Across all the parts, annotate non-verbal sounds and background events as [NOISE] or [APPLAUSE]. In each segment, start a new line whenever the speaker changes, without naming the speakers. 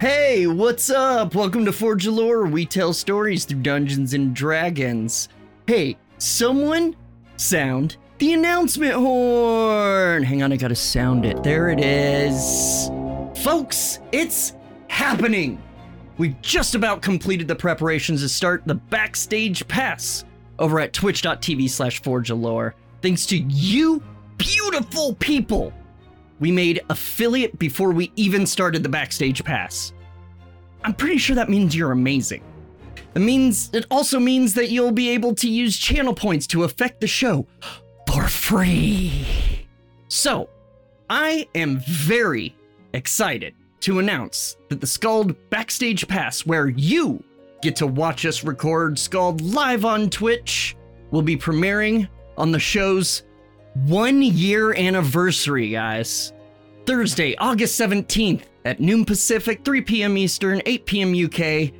Hey, what's up? Welcome to Forge of Lore. We tell stories through Dungeons and Dragons. Hey, someone sound the announcement horn. Hang on, I gotta sound it. There it is. Folks, it's happening. We've just about completed the preparations to start the backstage pass over at twitch.tv slash forge of lore. Thanks to you beautiful people we made affiliate before we even started the backstage pass. I'm pretty sure that means you're amazing. It means it also means that you'll be able to use channel points to affect the show for free. So, I am very excited to announce that the Scald Backstage Pass, where you get to watch us record Scald live on Twitch, will be premiering on the show's one year anniversary, guys. Thursday, August 17th at noon Pacific, 3 p.m. Eastern, 8 p.m. UK.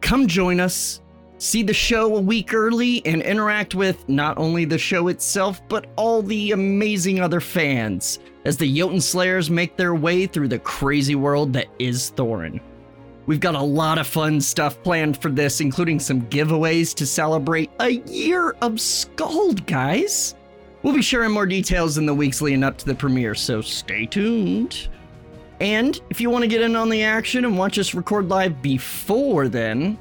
Come join us, see the show a week early, and interact with not only the show itself, but all the amazing other fans as the Jotun Slayers make their way through the crazy world that is Thorin. We've got a lot of fun stuff planned for this, including some giveaways to celebrate a year of Scald, guys. We'll be sharing more details in the weeks leading up to the premiere, so stay tuned. And if you want to get in on the action and watch us record live before then,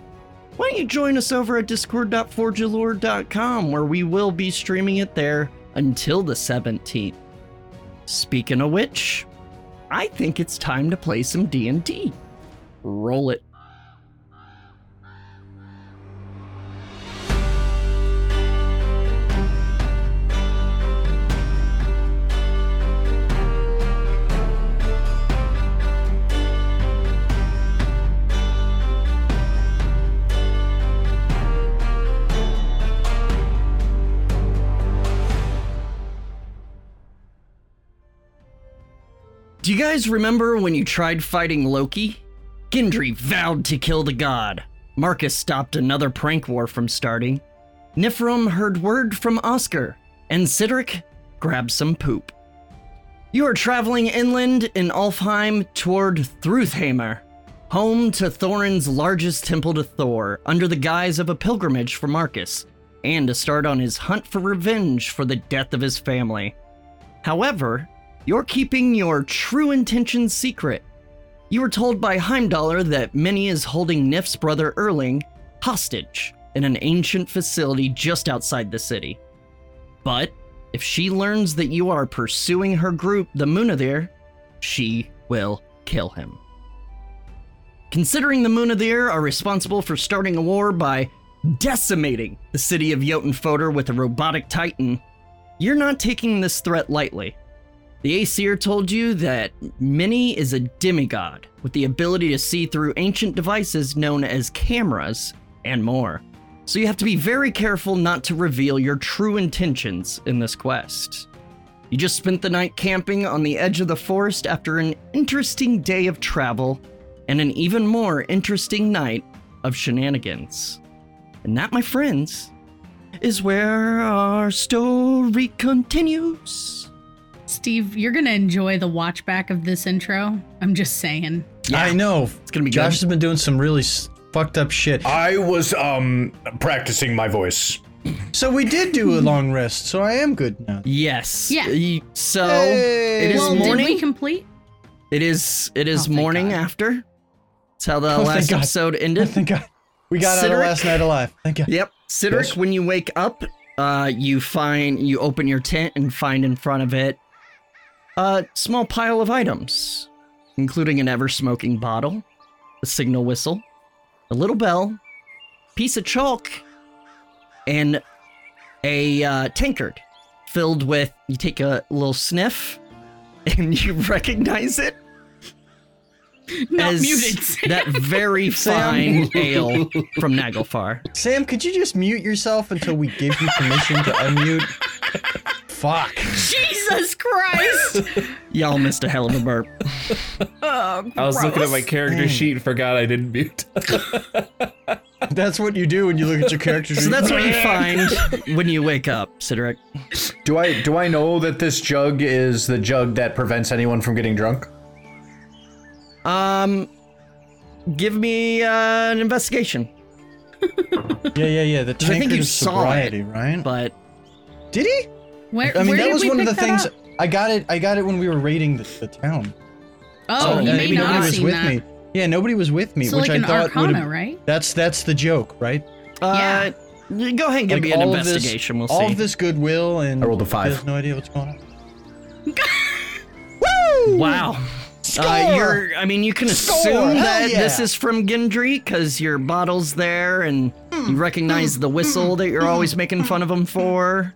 why don't you join us over at discord.forgealore.com where we will be streaming it there until the 17th. Speaking of which, I think it's time to play some D&D. Roll it. Do you guys remember when you tried fighting Loki? Gendry vowed to kill the god. Marcus stopped another prank war from starting. Nifrim heard word from Oscar, and Sidric grabbed some poop. You are traveling inland in Alfheim toward Thruthamir, home to Thorin's largest temple to Thor, under the guise of a pilgrimage for Marcus, and to start on his hunt for revenge for the death of his family. However, you're keeping your true intentions secret. You were told by Heimdallr that Minnie is holding Nif's brother Erling hostage in an ancient facility just outside the city. But if she learns that you are pursuing her group, the Munathir, she will kill him. Considering the Munathir are responsible for starting a war by decimating the city of Jotunfoder with a robotic titan, you're not taking this threat lightly. The Aesir told you that Minnie is a demigod with the ability to see through ancient devices known as cameras and more. So you have to be very careful not to reveal your true intentions in this quest. You just spent the night camping on the edge of the forest after an interesting day of travel and an even more interesting night of shenanigans. And that, my friends, is where our story continues.
Steve, you're gonna enjoy the watch back of this intro. I'm just saying.
Yeah.
I know.
It's gonna be
Josh
good. Uh,
has been doing some really s- fucked up shit.
I was um practicing my voice.
So we
[LAUGHS]
did do a long rest, so I am good now.
Yes.
Yeah.
Y- So
Hey.
it is
well,
morning.
did we complete? [LAUGHS]
it is it
Oh,
is
thank
morning
God.
after. That's how the
Oh,
last
thank God.
episode ended.
Thank God. We got out
Sidric?
of last night alive. Thank God.
Yep. Sidric,
Yes.
when you wake up, uh, you find you open your tent and find in front of it a small pile of items, including an ever-smoking bottle, a signal whistle, a little bell, piece of chalk, and a uh, tankard filled with. You take a little sniff, [LAUGHS] and you recognize it
Not
as
muted. [LAUGHS]
that very fine
Sam.
ale from Naglfar.
Sam, could you just mute yourself until we give you permission to
[LAUGHS]
unmute? Fuck. [LAUGHS]
Jesus Christ!
Y'all missed a hell of a burp.
Oh,
I was looking at
gross.
my character
Mm.
sheet and forgot I didn't
[LAUGHS]
mute.
That's what you do when you look at your character.
So
sheet.
that's what you find when you wake up, Sidric.
Do I do I know that this jug is the jug that prevents anyone from getting drunk?
Um, give me uh, an investigation.
Yeah, yeah, yeah. The
I think
tankard
you
of
saw it,
sobriety, right?
But
Did he?
Where,
I mean,
where
that
did
was
we
one of the
pick that
things.
up?
I got it. I got it when we were raiding the, the town.
Oh,
Oh,
you may
maybe
not
nobody
have
was
seen
with
that.
me. Yeah, nobody was with me,
So
which
like an
I thought would
arcana,
have.
right?
That's that's the joke, right?
uh, go ahead and give
Like,
me an
all of this-
investigation. we'll
All
see.
of this goodwill and
I rolled a five.
There's no idea
[LAUGHS]
what's going on.
Wow. Uh, you're, I mean, you can
Score!
assume
Hell
that
yeah!
this is from Gendry because your bottle's there and
Hmm.
you recognize the whistle that you're always making fun of him for.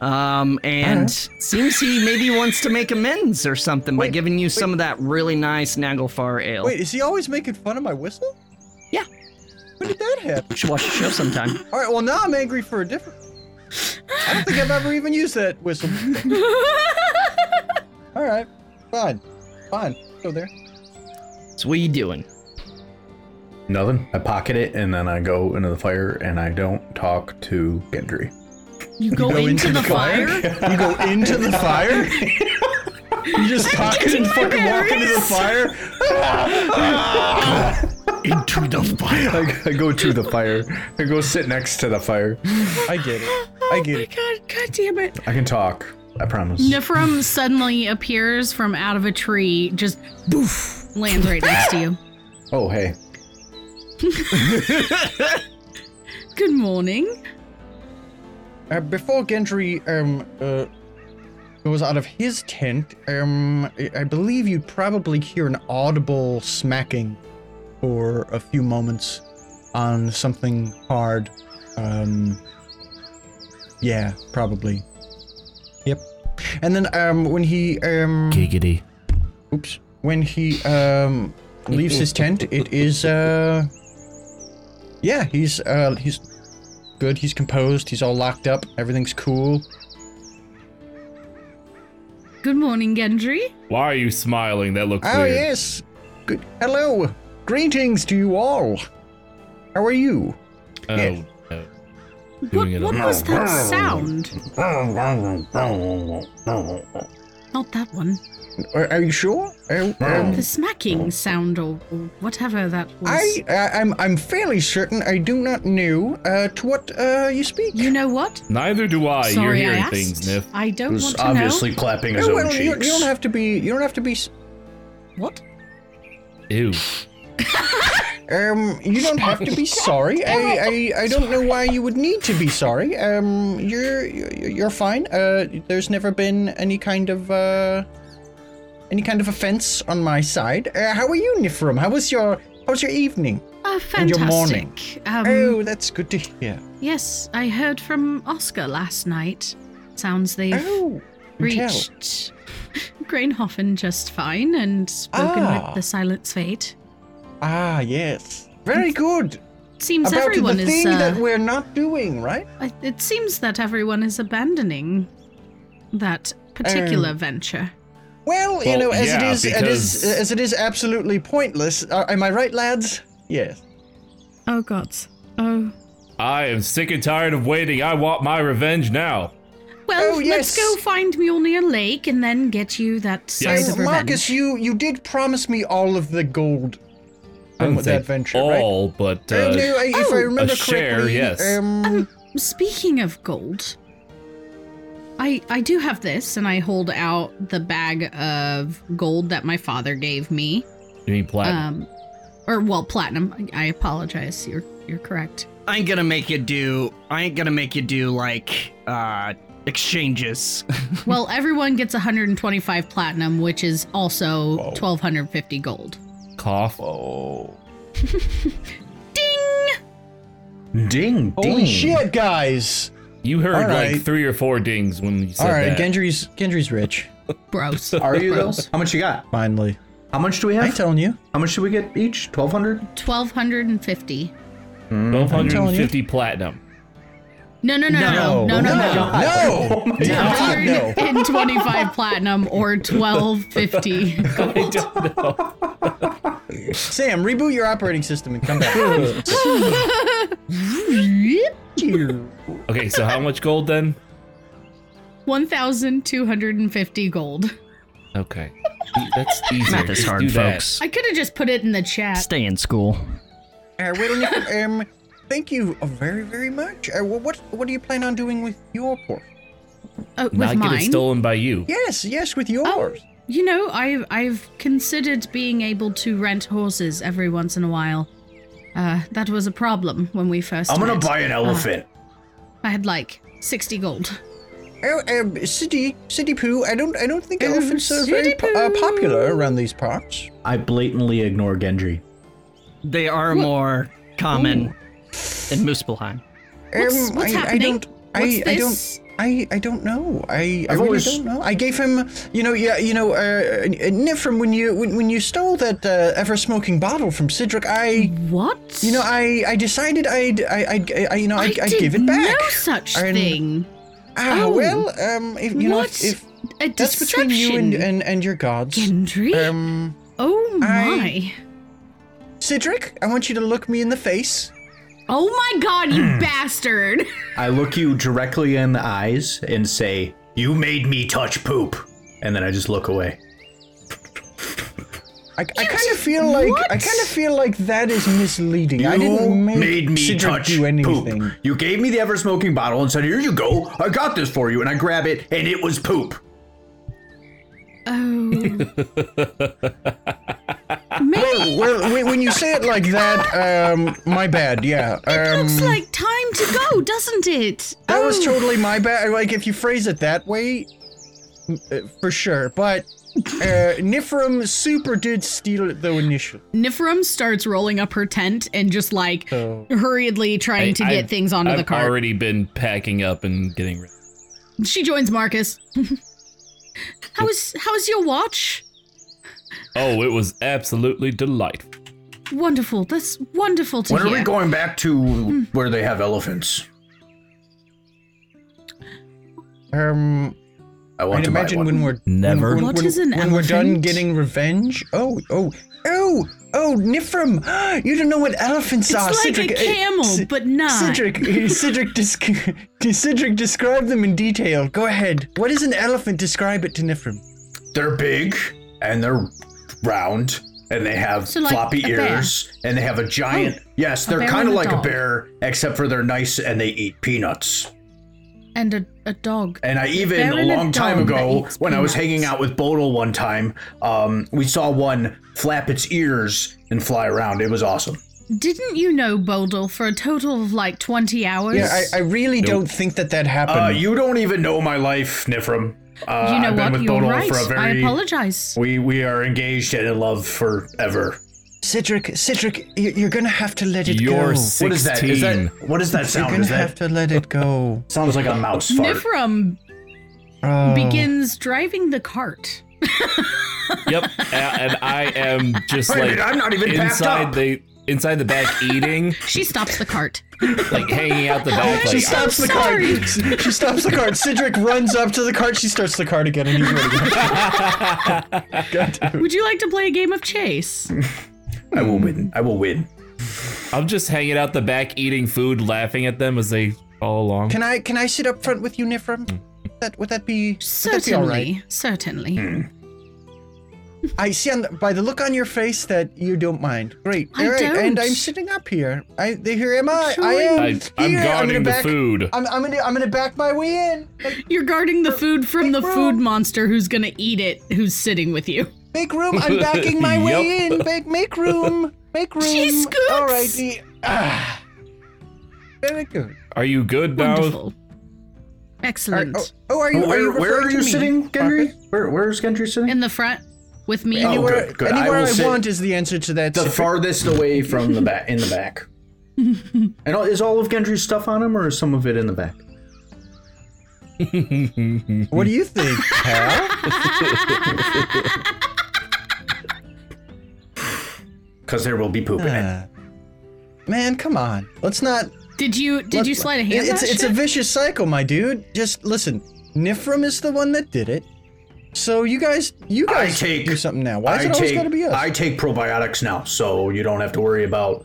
Um, and seems he maybe wants to make amends or something by
Wait,
giving you some of that really nice Naglfar ale.
Wait, is he always making fun of my whistle?
Yeah.
When did that happen?
You should watch the show sometime.
All right. Well, now I'm angry for a different. I don't think I've ever even used that whistle.
[LAUGHS]
before. All right. Fine. Fine. Go there.
So what you doing?
Nothing. I pocket it and then I go into the fire and I don't talk to Gendry.
You go, into, the fire?
[LAUGHS] You go into
[LAUGHS]
the fire? you just pocket and fucking walk into the fire?
Into the fire. I, I go to the fire. I go sit next to the fire.
I get it. I get it.
God, god damn it.
I can talk. I promise.
Nifrim suddenly appears from out of a tree, just boof, lands right next to you.
Oh, hey.
Good morning.
Uh, before Gendry um, uh, goes out of his tent, um, I- I believe you'd probably hear an audible smacking for a few moments on something hard. Um, yeah, probably. Yep. And then um, when he um,
Giggity.
Oops. When he um leaves his tent, it is uh Yeah, he's uh he's good, he's composed, he's all locked up, everything's cool.
Good morning, Gendry.
Why are you smiling? That looks
Oh
weird.
yes. Good hello. Greetings to you all. How are you?
Oh,
yes.
no.
What,
Doing it
what
on-
was that sound?
Um,
Not that one.
Are, are you sure? Uh, um,
The smacking sound or, or whatever that was.
I, I I'm I'm fairly certain I do not know uh to what uh you speak.
You know what?
Neither do I. Ah, You're
Sorry, I
hearing
asked.
things, Niff.
I don't
Who's
want to
obviously clapping his
No,
own
Oh, well, you,
cheeks.
you don't have to be you don't have to be s-
know. What?
Ew.
Um, you don't have to
[LAUGHS]
be sorry. I, I, I don't know why you would need to be sorry. Um, you're you're you're fine. Uh, there's never been any kind of uh, any kind of offense on my side. Uh, how are you, Nifrim? How was your how was your evening?
Uh,
And
fantastic.
your morning.
Um,
Oh, that's good to hear.
Yes, I heard from Oscar last night. Sounds they've
Oh, you tell.
reached [LAUGHS] Grainhofen just fine and spoken
Ah.
with the Silence Fate.
Ah, yes, very good.
Seems
About
everyone
the
is.
thing that
Uh,
we're not doing, right?
I- it seems that everyone is abandoning that particular
Um,
venture.
Well, you
Well,
know, as it
yeah,
is, it is,
because-
as it is absolutely pointless. Uh, am I right, lads? Yes.
Oh gods. Oh.
I am sick and tired of waiting. I want my revenge now.
Well,
Oh,
let's
yes.
go find Mjolnir Lake and then get you that side
Yes.
of
Hey,
revenge.
Marcus, you you did promise me all of the gold
I
from
wouldn't say
that venture, right?
all, but
Uh, no,
uh,
I- if
oh,
I remember
a share,
correctly,
yes.
um,
Speaking of gold, I I do have this, and I hold out the bag of gold that my father gave me.
you mean platinum.
Um, or well, platinum. I I apologize. You're you're [LAUGHS] correct.
I ain't gonna make you do. I ain't gonna make you do like uh exchanges.
well, everyone gets 125 platinum, which is also 1250 gold.
Cough.
Oh.
Ding,
Mm.
holy
ding.
shit, guys!
You heard
All right.
like three or four dings when you said
All right,
that.
Gendry's Gendry's rich.
Gross.
[LAUGHS] Are you though?
Gross.
How much you got?
Finally,
How much do we
I ain't
have?
telling you.
How much do we get each? Twelve hundred.
1250.
Mm-hmm. Twelve hundred
telling
and
you.
fifty platinum. [LAUGHS]
No, no, no,
Oh,
no, no, no, no.
no, no, God, no.
125 platinum or 1250 [LAUGHS] gold.
Sam, reboot your operating system and come
[LAUGHS]
back.
Okay, so how much gold then?
1,250 gold.
Okay. E- That's
[LAUGHS]
easy.
Math is
Just
hard,
do that.
folks.
I could have just put it in the chat.
Stay in school.
Uh, well, Nick, um, thank you very, very much. Uh, wh- what what do you plan on doing with your port?
Oh, with
Not
mine.
getting stolen by you.
Yes, yes,
Oh,
with yours.
You know, I've I've considered being able to rent horses every once in a while. Uh, that was a problem when we 1st
I'm gonna
met.
buy an elephant.
I had like sixty gold.
Oh, um, city, city poo. I don't, I don't think
Um,
elephants are very
city
po- uh,
poo.
popular around these parts.
I blatantly ignore Gendry.
They are more common in Muspelheim.
What's-
Um,
what's
I, I
happening?
don't. I,
What's
I
this?
don't. I, I don't know. I, I
I've
really
always-
don't know. I gave him, you know, yeah, you know, uh, uh, Nifrim, when you when, when you stole that uh, ever smoking bottle from Sidric, I,
What?
you know, I, I decided I'd, I, I'd, I, you know,
I
I'd, I'd
did
give it back.
No such
And-
thing.
Ah,
Oh.
well, um, if, you know,
What?
if, if
A
that's
deception.
between you and, and and your gods,
Gendry.
um,
oh my!
I- Sidric, I want you to look me in the face.
Oh my God, you bastard!
I look you directly in the eyes and say, "You made me touch poop," and then I just look away.
I, I kind of feel like I
what?
kind of feel like that is misleading. I
You
didn't make
made me
Sidric
touch
do anything.
poop. You gave me the ever smoking bottle and said, "Here you go. I got this for you." And I grab it, and it was poop.
Oh.
Well, well, when, when you say it like that, um, my bad. Yeah, um,
Looks like time to go, doesn't it?
that was
Oh.
totally my bad. Like if you phrase it that way, uh, for sure. But uh, Nifrim super did steal it though initially.
Nifrim starts rolling up her tent and just like
So
hurriedly trying to get
I've-
things onto
I've
the cart.
already been packing up and getting ready.
She joins Marcus. [LAUGHS] how is how is your watch?
Oh, it was absolutely delightful.
Wonderful. That's wonderful to
When
hear.
are we going back to where they have elephants?
um,
I want
I'd
to buy
imagine
one.
when we're
Never.
when,
What
when-
is an
when we're done
elephant?
getting revenge. Oh oh oh oh Nifrim, [GASPS] you don't know what elephants
it's
are.
like
Cedric,
a
uh,
camel,
C-
but not.
Cedric, uh, Cedric, disc- [LAUGHS] Cedric, describe them in detail. Go ahead. What is an elephant? Describe it to Nifrim.
They're big and they're round and they have
So like
floppy
a bear.
ears and they have a giant. yes, they're
bear
kind
and
of
a
like
dog.
a bear except for they're nice and they eat peanuts.
and a, a dog.
And I even
bear
a
and a
long time
dog that
ago
eats
when I was
peanuts.
hanging out with Bodil one time, um, we saw one flap its ears and fly around. It was awesome.
Didn't you know Boldle for a total of like twenty hours?
Yeah, I, I really don't think that that happened.
Uh, you don't even know my life, Nifrim. Uh,
you know
I've been
what?
with
You're
Bodil
right.
for a very.
I apologize.
We we are engaged and in love forever.
Cedric, Cedric, you- you're gonna have to let it
You're
go.
six-
What is that? Is
16.
that what does that
You're
sound?
gonna
Is
have to
that
let it go.
sounds like a mouse fart?
Nifrim
Oh.
begins driving the cart.
Yep, a- and I am just
Wait a
like
minute, I'm not even packed
inside
up.
the inside the back eating,
She stops the cart.
like hanging out the back.
She
Like,
stops
I'm
the cart. [LAUGHS] She stops the cart. Cedric runs up to the cart. She starts the cart again, and he's ready.
Would you like to play a game of
[LAUGHS]
chase?
I will win. I will win.
I'm just hanging out the back eating food, laughing at them as they fall along.
Can I can I sit up front with you, Nifrim? That would that be Would that be all right?
Certainly, certainly.
Hmm.
I see on the, by the look on your face that you don't mind. Great.
I
All right,
don't.
and I'm sitting up here. I here am I. I
Surely-
am
I, I'm
here. I'm gonna
guarding the
back.
food.
I'm, I'm gonna I'm gonna back my way in.
You're guarding the food from the
bro.
food monster who's gonna eat it, who's sitting with you.
Make room. I'm backing my way
Yup.
in. Make, make room. Make room.
She scoots.
All righty. Ah. Very good.
Are you good now?
Wonderful. Excellent.
oh, oh, are you? are you
where, where
referring
are
to
you
me,
sitting, Gendry?
Marcus?
Where, where's Gendry sitting?
In the front with me.
Oh,
Anywhere,
good, good. I
anywhere I,
will sit-
want is the answer to that.
the
Cedric.
farthest away from the back. In the
[LAUGHS]
back. and all, is all of Gendry's stuff on him, or is some of it in the back?
what do you
[LAUGHS]
think, pal?
Because there will be poop in it.
Ah. Man, come on. Let's not.
Did you did
let's-
you slide a hand?
It's
on
it's a
shit?
vicious cycle, my dude. Just listen. Nifrim is the one that did it. So you guys, you
I
guys
take-
do something now. Why is
I
it always
take
gotta be us?
I take probiotics now, so you don't have to worry about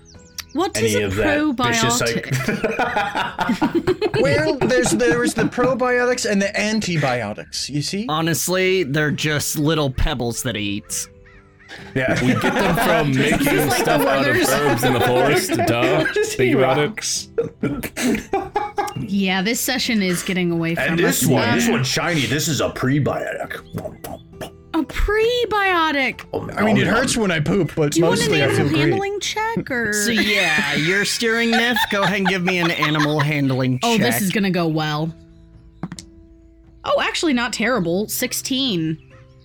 What is
any
a
of that vicious
probiotic?
[LAUGHS] cycle? [LAUGHS]
Well, there's there's the probiotics and the antibiotics. You see,
Uh,
Honestly, they're just little pebbles that he eats.
yeah, we get
Them from
like
making
the
stuff out of
withers.
herbs in the forest. Duh. Think about it.
yeah, this session is getting away from
And this
us.
one, this
Um,
one's shiny. This is a prebiotic. Oh,
a prebiotic.
I mean, it hurts when I poop, but
Do you want an
mostly I
animal
feel great.
handling check or?
So yeah, you're steering Neff. Go ahead and give me an animal handling
oh,
check.
this is gonna go well. Oh, actually, not terrible. Sixteen.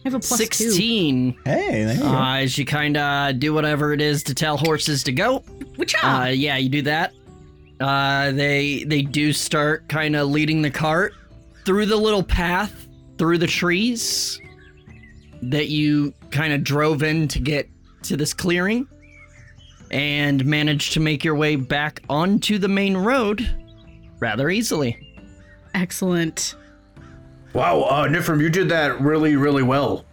I have a plus two,
sixteen.
Hey, there you go.
Uh, as you kind of do whatever it is to tell horses to go.
which
Uh, yeah, you do that. Uh, they they do start kind of leading the cart through the little path through the trees that you kind of drove in to get to this clearing, and managed to make your way back onto the main road rather easily.
excellent.
Wow, uh, Nifrim, you did that really, really well.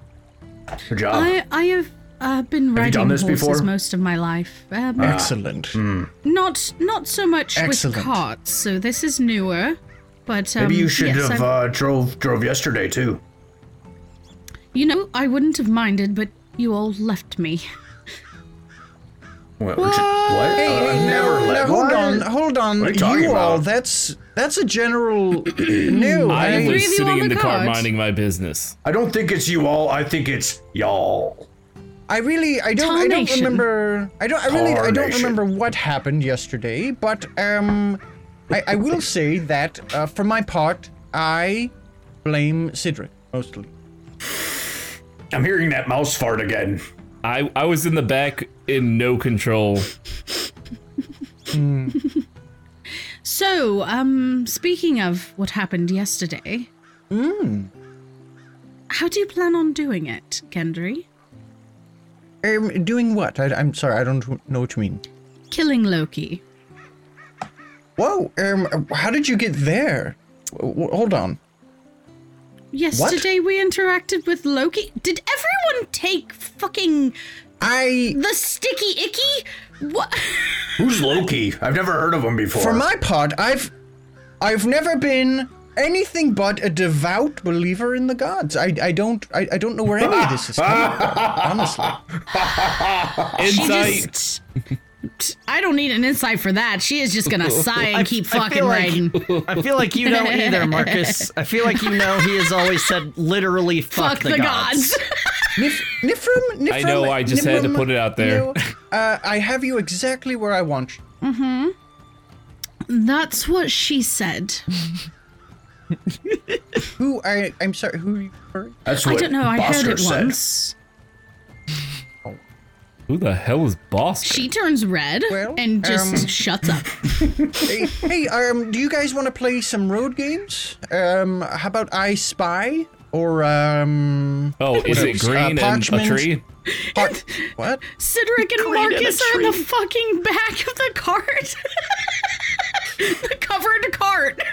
Good
oh.
job.
I I have uh, been riding
done this
horses
before? Uh.
most of my life. Um,
Excellent.
Hmm.
not not so much
Excellent.
with carts, so this is newer. But um,
Maybe you should
yes,
have
I've-
uh, drove drove yesterday too.
You know, I wouldn't have minded, but you all left me.
What? What? Uh, I've never
No,
let.
hold
What?
on, hold on.
What are you
you
talking
all,
about?
that's that's a
[CLEARS THROAT]
general no.
three
I
of you
was
on
sitting in
the
the car
cart.
minding my business.
I don't think it's you all. I think it's y'all.
I really I don't I don't
Tarnation.
remember I don't I really I don't
Tarnation.
remember what happened yesterday, but um I, I will say that uh, for my part I blame Sidric mostly.
I'm hearing that mouse fart again.
I, I was in the back in no control.
So, um, speaking of what happened yesterday,
Hmm.
how do you plan on doing it, Kendry?
Um doing what? I, I'm sorry, I don't know what you mean.
Killing Loki.
Whoa, um how did you get there? W- w- hold on.
Yesterday we interacted with Loki. Did everyone take fucking
I
the sticky icky? What?
Who's Loki? I've never heard of him before.
For my part, I've I've never been anything but a devout believer in the gods. I I don't I, I don't know where any of this is coming [LAUGHS] from, honestly.
She
Insight.
just. I don't need an insight for that. She is just gonna sigh and keep
I
fucking
feel like- [LAUGHS]
riding.
I feel like
[LAUGHS]
you don't either, Marcus. I feel like you know he has always said literally fuck,
Fuck the gods.
Nif- Nifrim, Nifrim,
I know, I just had to
Nifrim,
put it out there.
you, uh, I have you exactly where I want you.
That's what she said.
Who I I'm sorry, who you were?
That's
I
what
don't know. I
Bosker
heard it
said.
once.
Who the hell is Boss?
She turns red
Well,
and just
um,
shuts up.
hey, hey, um, do you guys want to play some road games? Um, how about I Spy or um,
oh, is it
else? Uh,
green and a
parchment.
tree?
Hot- what?
Cedric and Marcus are in the fucking back of the cart. [LAUGHS] the covered cart.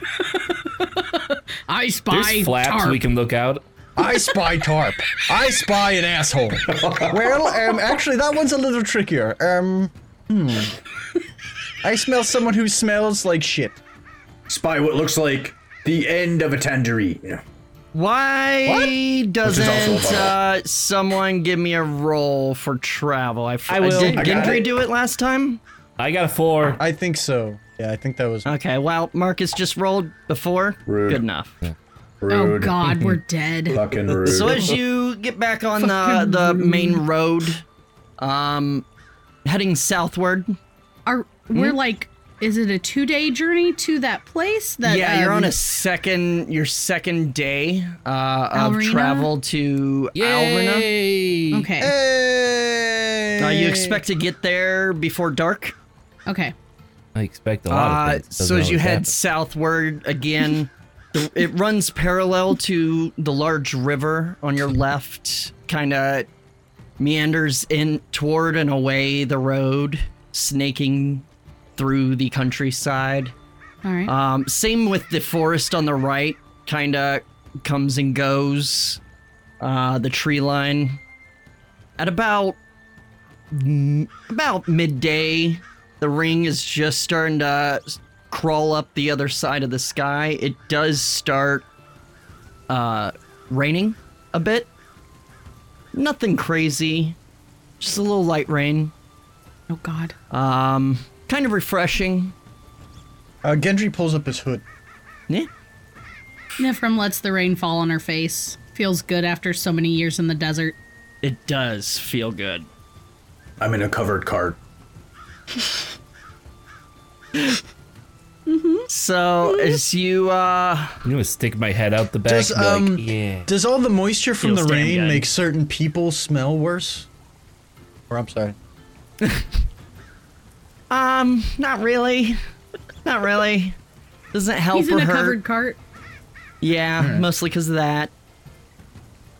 I spy
There's flaps
tarp.
we can look out.
I spy tarp. I spy an asshole. well, um, actually, that one's a little trickier. Um, hmm. I smell someone who smells like shit.
Spy what looks like the end of a tangerine.
Why doesn't
also a
uh, someone give me a roll for travel? I f-
I will.
Did
I
got
Gendry
it.
do it last time?
I got a four.
I think so. Yeah, I think that was. uh,
Okay, well, Marcus just rolled before.
Rude.
Good enough.
Oh
Rude.
god, we're dead.
[LAUGHS] Fucking rude.
So as you get back on the, the main road, um, heading southward.
Are we're
Hmm?
like is it a two day journey to that place that
yeah, you're
um,
on a second your second day uh, of
Alrina?
travel to Alrina.
Yay!
Okay.
Uh, you expect to get there before dark.
okay.
I expect a lot
Uh,
of things.
so as you head southward again, the, it runs parallel to the large river on your left, kind of meanders in toward and away the road, snaking through the countryside.
All right.
Uh,
Um, same with the forest on the right, kind of comes and goes. Uh, the tree line. At about mm, about midday, The ring is just starting to s- crawl up the other side of the sky. It does start uh, raining a bit. Nothing crazy, just a little light rain.
Oh God.
Um, kind of refreshing.
Uh, Gendry pulls up his hood.
Yeah.
Nifrim lets the rain fall on her face. Feels good after so many years in the desert.
It does feel good.
I'm in a covered cart.
So as you uh
I'm gonna stick my head out the back.
Does
and be like,
um
yeah.
does all the moisture from
You'll
the
stand,
rain
guy.
make certain people smell worse? Or I'm sorry.
um not really. Not really. Doesn't
Oh,
help
He's
or
in a
hurt.
covered cart.
Yeah, mostly cuz of that.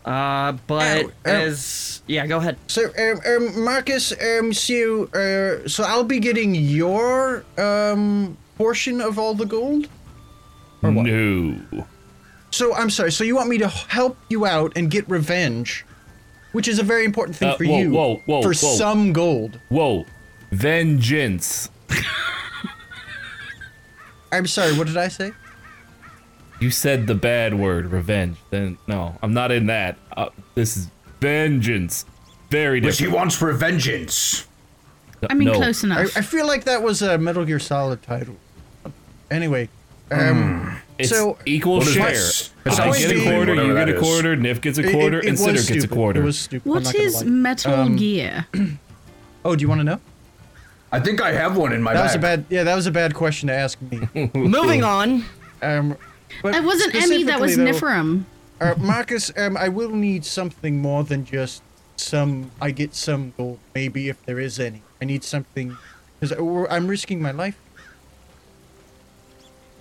Uh but
Ow, ow.
as yeah, go ahead.
So, um, um, Marcus, um, so, uh, so I'll be getting your um, portion of all the gold.
No.
So I'm sorry. So you want me to help you out and get revenge, which is a very important thing
Uh,
for
whoa,
you.
whoa, whoa,
for
whoa.
some gold.
Whoa. Vengeance.
I'm sorry. What did I
[LAUGHS]
say?
You said the bad word, revenge. Then no, I'm not in that. Uh, this is vengeance. Very
But she
different.
wants revengeance.
I mean,
no.
close
I,
enough.
I feel like that was a Metal Gear Solid title. Anyway,
Hmm.
um,
It's
so-
equal
What is
share.
this? It's
I
always
get a
been-
quarter. You
whatever
get
that
a
is.
quarter. Nif gets a
it-
quarter,
it, it
and Sidor
was
gets a
stupid.
quarter.
It was stupid. I'm
What
not gonna
is
lie.
Metal
Um, [CLEARS THROAT]
Gear?
Oh, do you want to know?
I think I have one in my
That
bag.
was a bad. Yeah, that was a bad question to ask [LAUGHS] me.
Moving on.
Um, but
It wasn't Emmy. That was
specifically, though,
Nifrim.
Uh, Marcus, um, I will need something more than just some. I get some gold, maybe if there is any. I need something because I'm risking my life.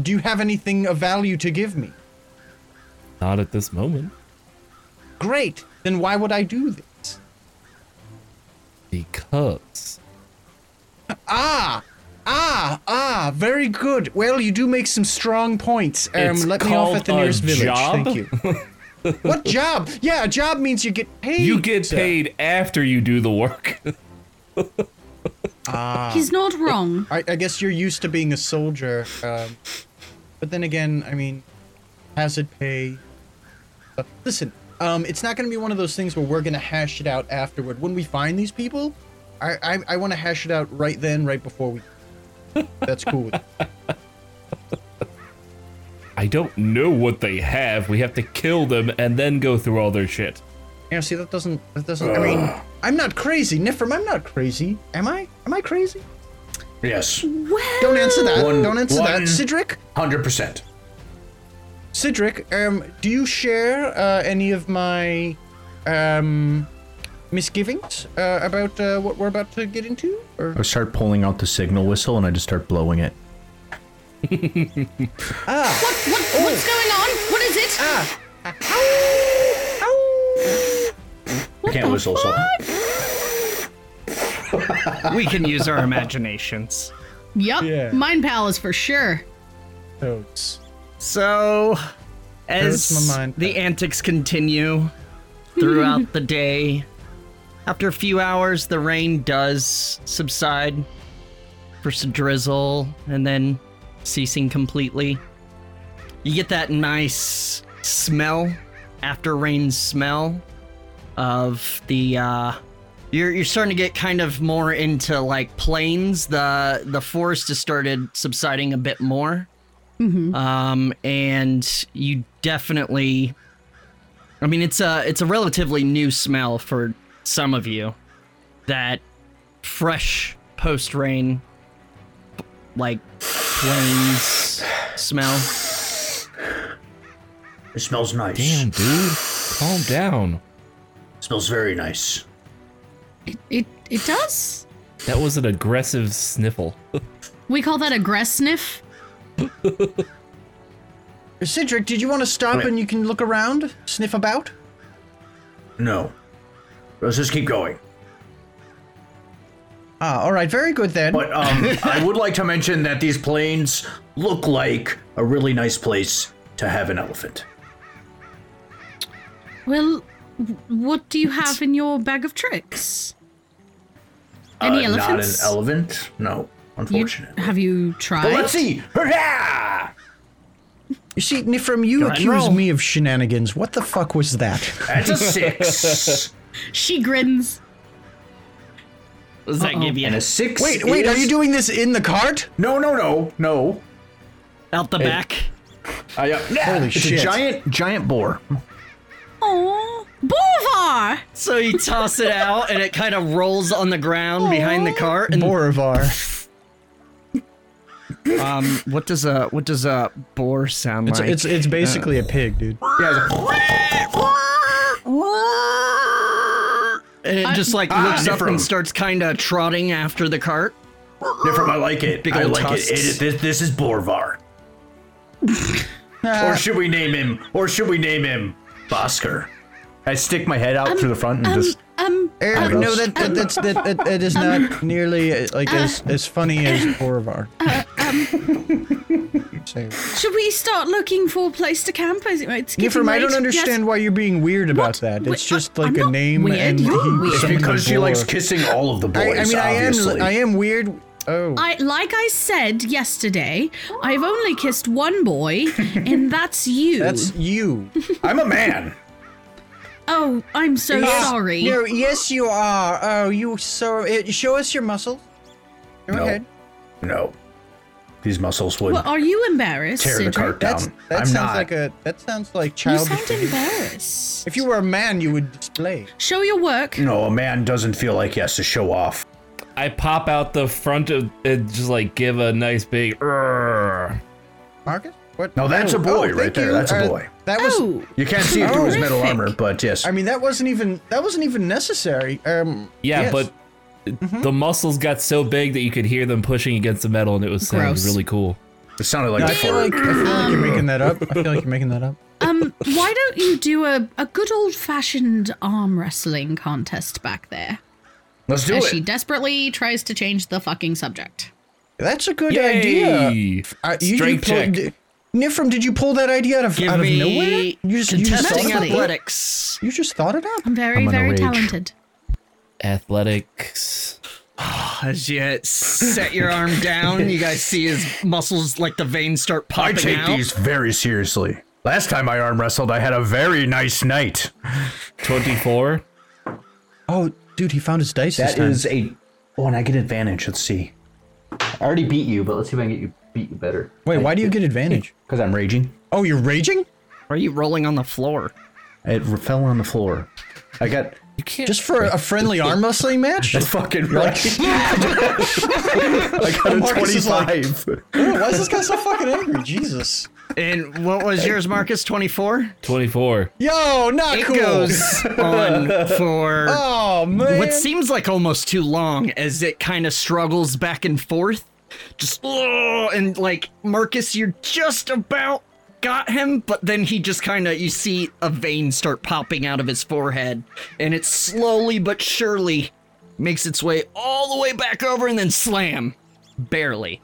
Do you have anything of value to give me?
Not at this moment.
Great. Then why would I do this?
Because
Ah, ah, ah. Very good. Well, you do make some strong points. Um,
It's
let me off at
called
the
a
nearest village.
job?
Thank you.
[LAUGHS]
what job? Yeah, a job means you get paid.
you get
sir.
paid after you do the work. [LAUGHS]
uh,
He's
oh.
not wrong.
I, I guess you're used to being a soldier, um, but then again, I mean, hazard pay. Uh, listen, um, it's not going to be one of those things where we're going to hash it out afterward. When we find these people, I I, I want to hash it out right then, right before we. That's cool. With
I don't know what they have. We have to kill them and then go through all their shit.
you know, see that doesn't that doesn't. I mean, I'm not crazy, Nifrim. I'm not crazy. Am I? Am I crazy?
yes,
Well,
Don't answer that.
One-
Don't answer that,
one-
Cedric.
hundred percent.
Cedric, um, do you share uh, any of my um, misgivings uh, about uh, what we're about to get into? Or
I start pulling out the signal whistle and I just start blowing it.
what,
Oh.
what's going on? What is it?
Ah.
I can't whistle, so
We can use [LAUGHS] our imaginations.
Yup.
Yeah.
Mine Palace for sure.
toads?
So,
There's
as
my mind.
the antics continue
[LAUGHS]
throughout the day, after a few hours, the rain does subside, first a drizzle, and then ceasing completely. You get that nice smell after rain smell of the uh you're you're starting to get kind of more into like plains. The the forest has started subsiding a bit more. Um, and you definitely I mean it's a it's a relatively new smell for some of you that fresh post rain like plains smell.
it smells nice.
Damn, dude. Calm down.
smells very nice.
It it does.
That was an aggressive sniffle.
We call that a grass sniff.
Cedric, did you want to stop
Wait.
and you can look around, sniff about?
No, let's just keep going.
Ah, all right, very good then.
But um, I would like to mention that these plains look like a really nice place to have an elephant.
Well, w- what do you have in your bag of tricks? Any
Uh,
elephants?
Not an elephant. No.
You,
Unfortunately.
have you tried?
But let's see. Hurrah!
You see, Nifrim, you
and
accuse
roll.
me of shenanigans. What the fuck was that?
That's a six.
She grins.
Does that give you
[LAUGHS] and a six.
Wait, wait, are
is-
you doing this in the cart?
No, no, no, no.
out the back?
I, uh, yeah,
Holy
it's
shit.
a giant, giant boar.
Oh, Boulevard.
So you toss it out and it kind of rolls on the ground behind the cart
Hmm.
and
Borivar.
um what does a what does a boar sound
It's,
like?
it's it's basically a pig, dude.
Yeah, it's a-
and it just like
Ah,
looks up
different.
and starts kind of trotting after the cart.
Different. I like it.
Big
I
old
like
tusks.
it. it is- this, this is [LAUGHS] Borvar.
Ah.
or should we name him? Or should we name him Bosker? I stick my head out through the front and
Um,
just.
um,
Eric,
Eyebrows.
no, that, that that's that, that, that
[LAUGHS]
is not nearly uh, like as, as funny as
um,
Borivar. So,
should we start looking for a place to camp? Is it- It's
Nifrim,
getting
I don't
late.
understand
Yes.
why you're being weird about
What?
that.
Wait,
It's just
I-
like
I'm
a
not
name
weird.
and
You're
he-
weird.
someone
Because she
bore.
likes kissing all of the
I,
boys.
I mean, I
obviously.
am I am weird. Oh,
I, like I said yesterday, I've only kissed one
[LAUGHS]
boy, and that's you.
that's you.
I'm
[LAUGHS]
a man.
Oh, I'm so
Yes.
sorry.
No, yes, you are. Oh, you so. Uh, show us your muscles. Go
No.
ahead.
No, these muscles would
Well, are you embarrassed?
tear the
Cedric?
cart
That's,
down.
that
I'm
sounds
not.
like a. That sounds like
You
childish.
sound
behavior.
embarrassed.
If you were a man, you would display.
Show your work.
no, a man doesn't feel like he has to show off.
I pop out the front of and just like give a nice big. "Urgh."
Marcus, what? Oh,
No, that's a boy
thank Uh,
right there. That's a boy.
That was.
Oh,
You can't see it through his metal
Terrific.
armor, but yes.
I mean, that wasn't even. That wasn't even necessary. Um.
Yeah,
yes. Mm-hmm.
but the muscles got so big that you could hear them pushing against the metal, and it was sounded
Gross.
really cool.
it sounded like
No, I
a
feel
fart.
like I feel like you're making that up. I feel like you're making that up.
um, why don't you do a, a good old fashioned arm wrestling contest back there?
Let's do
as
it.
she desperately tries to change the fucking subject.
That's a good idea.
Yay!
I, you, you
Strength
pull,
check.
d- Nifrim, did you pull that idea out of,
Give
out of
me
nowhere? You just, you just
contesting
thought it up?
athletics.
You just thought it up.
I'm very,
I'm gonna
very
rage.
talented.
Athletics.
As you set your arm down, you guys see his muscles like the veins start
I
popping
take
out.
these very seriously. Last time I arm wrestled, I had a very nice night.
Twenty-four.
Oh, dude, he found his dice. this
That
time.
is a. Oh, and I get advantage. Let's see.
I already beat you, but let's see if I can get you beat you better.
Wait, why do you get advantage?
Because I'm raging.
[LAUGHS] Oh, you're raging?
Why are you rolling on the floor?
It re- fell on the floor. I got.
You can't.
Just for a friendly arm wrestling match?
[LAUGHS] fucking right. [LAUGHS] I [LAUGHS] got a
Marcus is like-
25.
[LAUGHS] Why is this guy [LAUGHS] so fucking angry? Jesus.
And what was yours, Marcus? 24?
Twenty-four.
Yo, not
It
cool.
goes on for
[LAUGHS]
Oh man.
what seems like almost too long as it kind of struggles back and forth. Just, oh, and like, Marcus, you're just about got him, but then he just kind of, you see a vein start popping out of his forehead, and it slowly but surely makes its way all the way back over and then slam. Barely.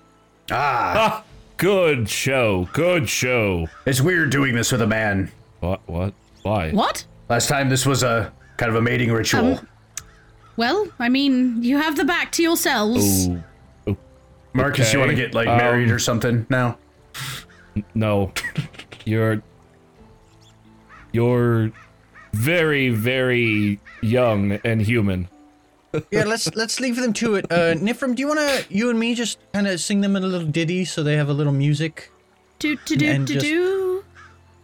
Ah, good show. Good show.
It's weird doing this with a man.
What? What? Why?
What?
Last time this was a kind of a mating ritual.
Um, Well, I mean, you have the back to yourselves.
Ooh,
Marcus, you want to
okay.
get like
Um,
married or something now?
no, you're you're very, very young and human.
Yeah, let's let's leave them to it. Uh Nifrim, do you wanna you and me just kinda sing them a little ditty so they have a little music?
Do do do
And
do
just-
do.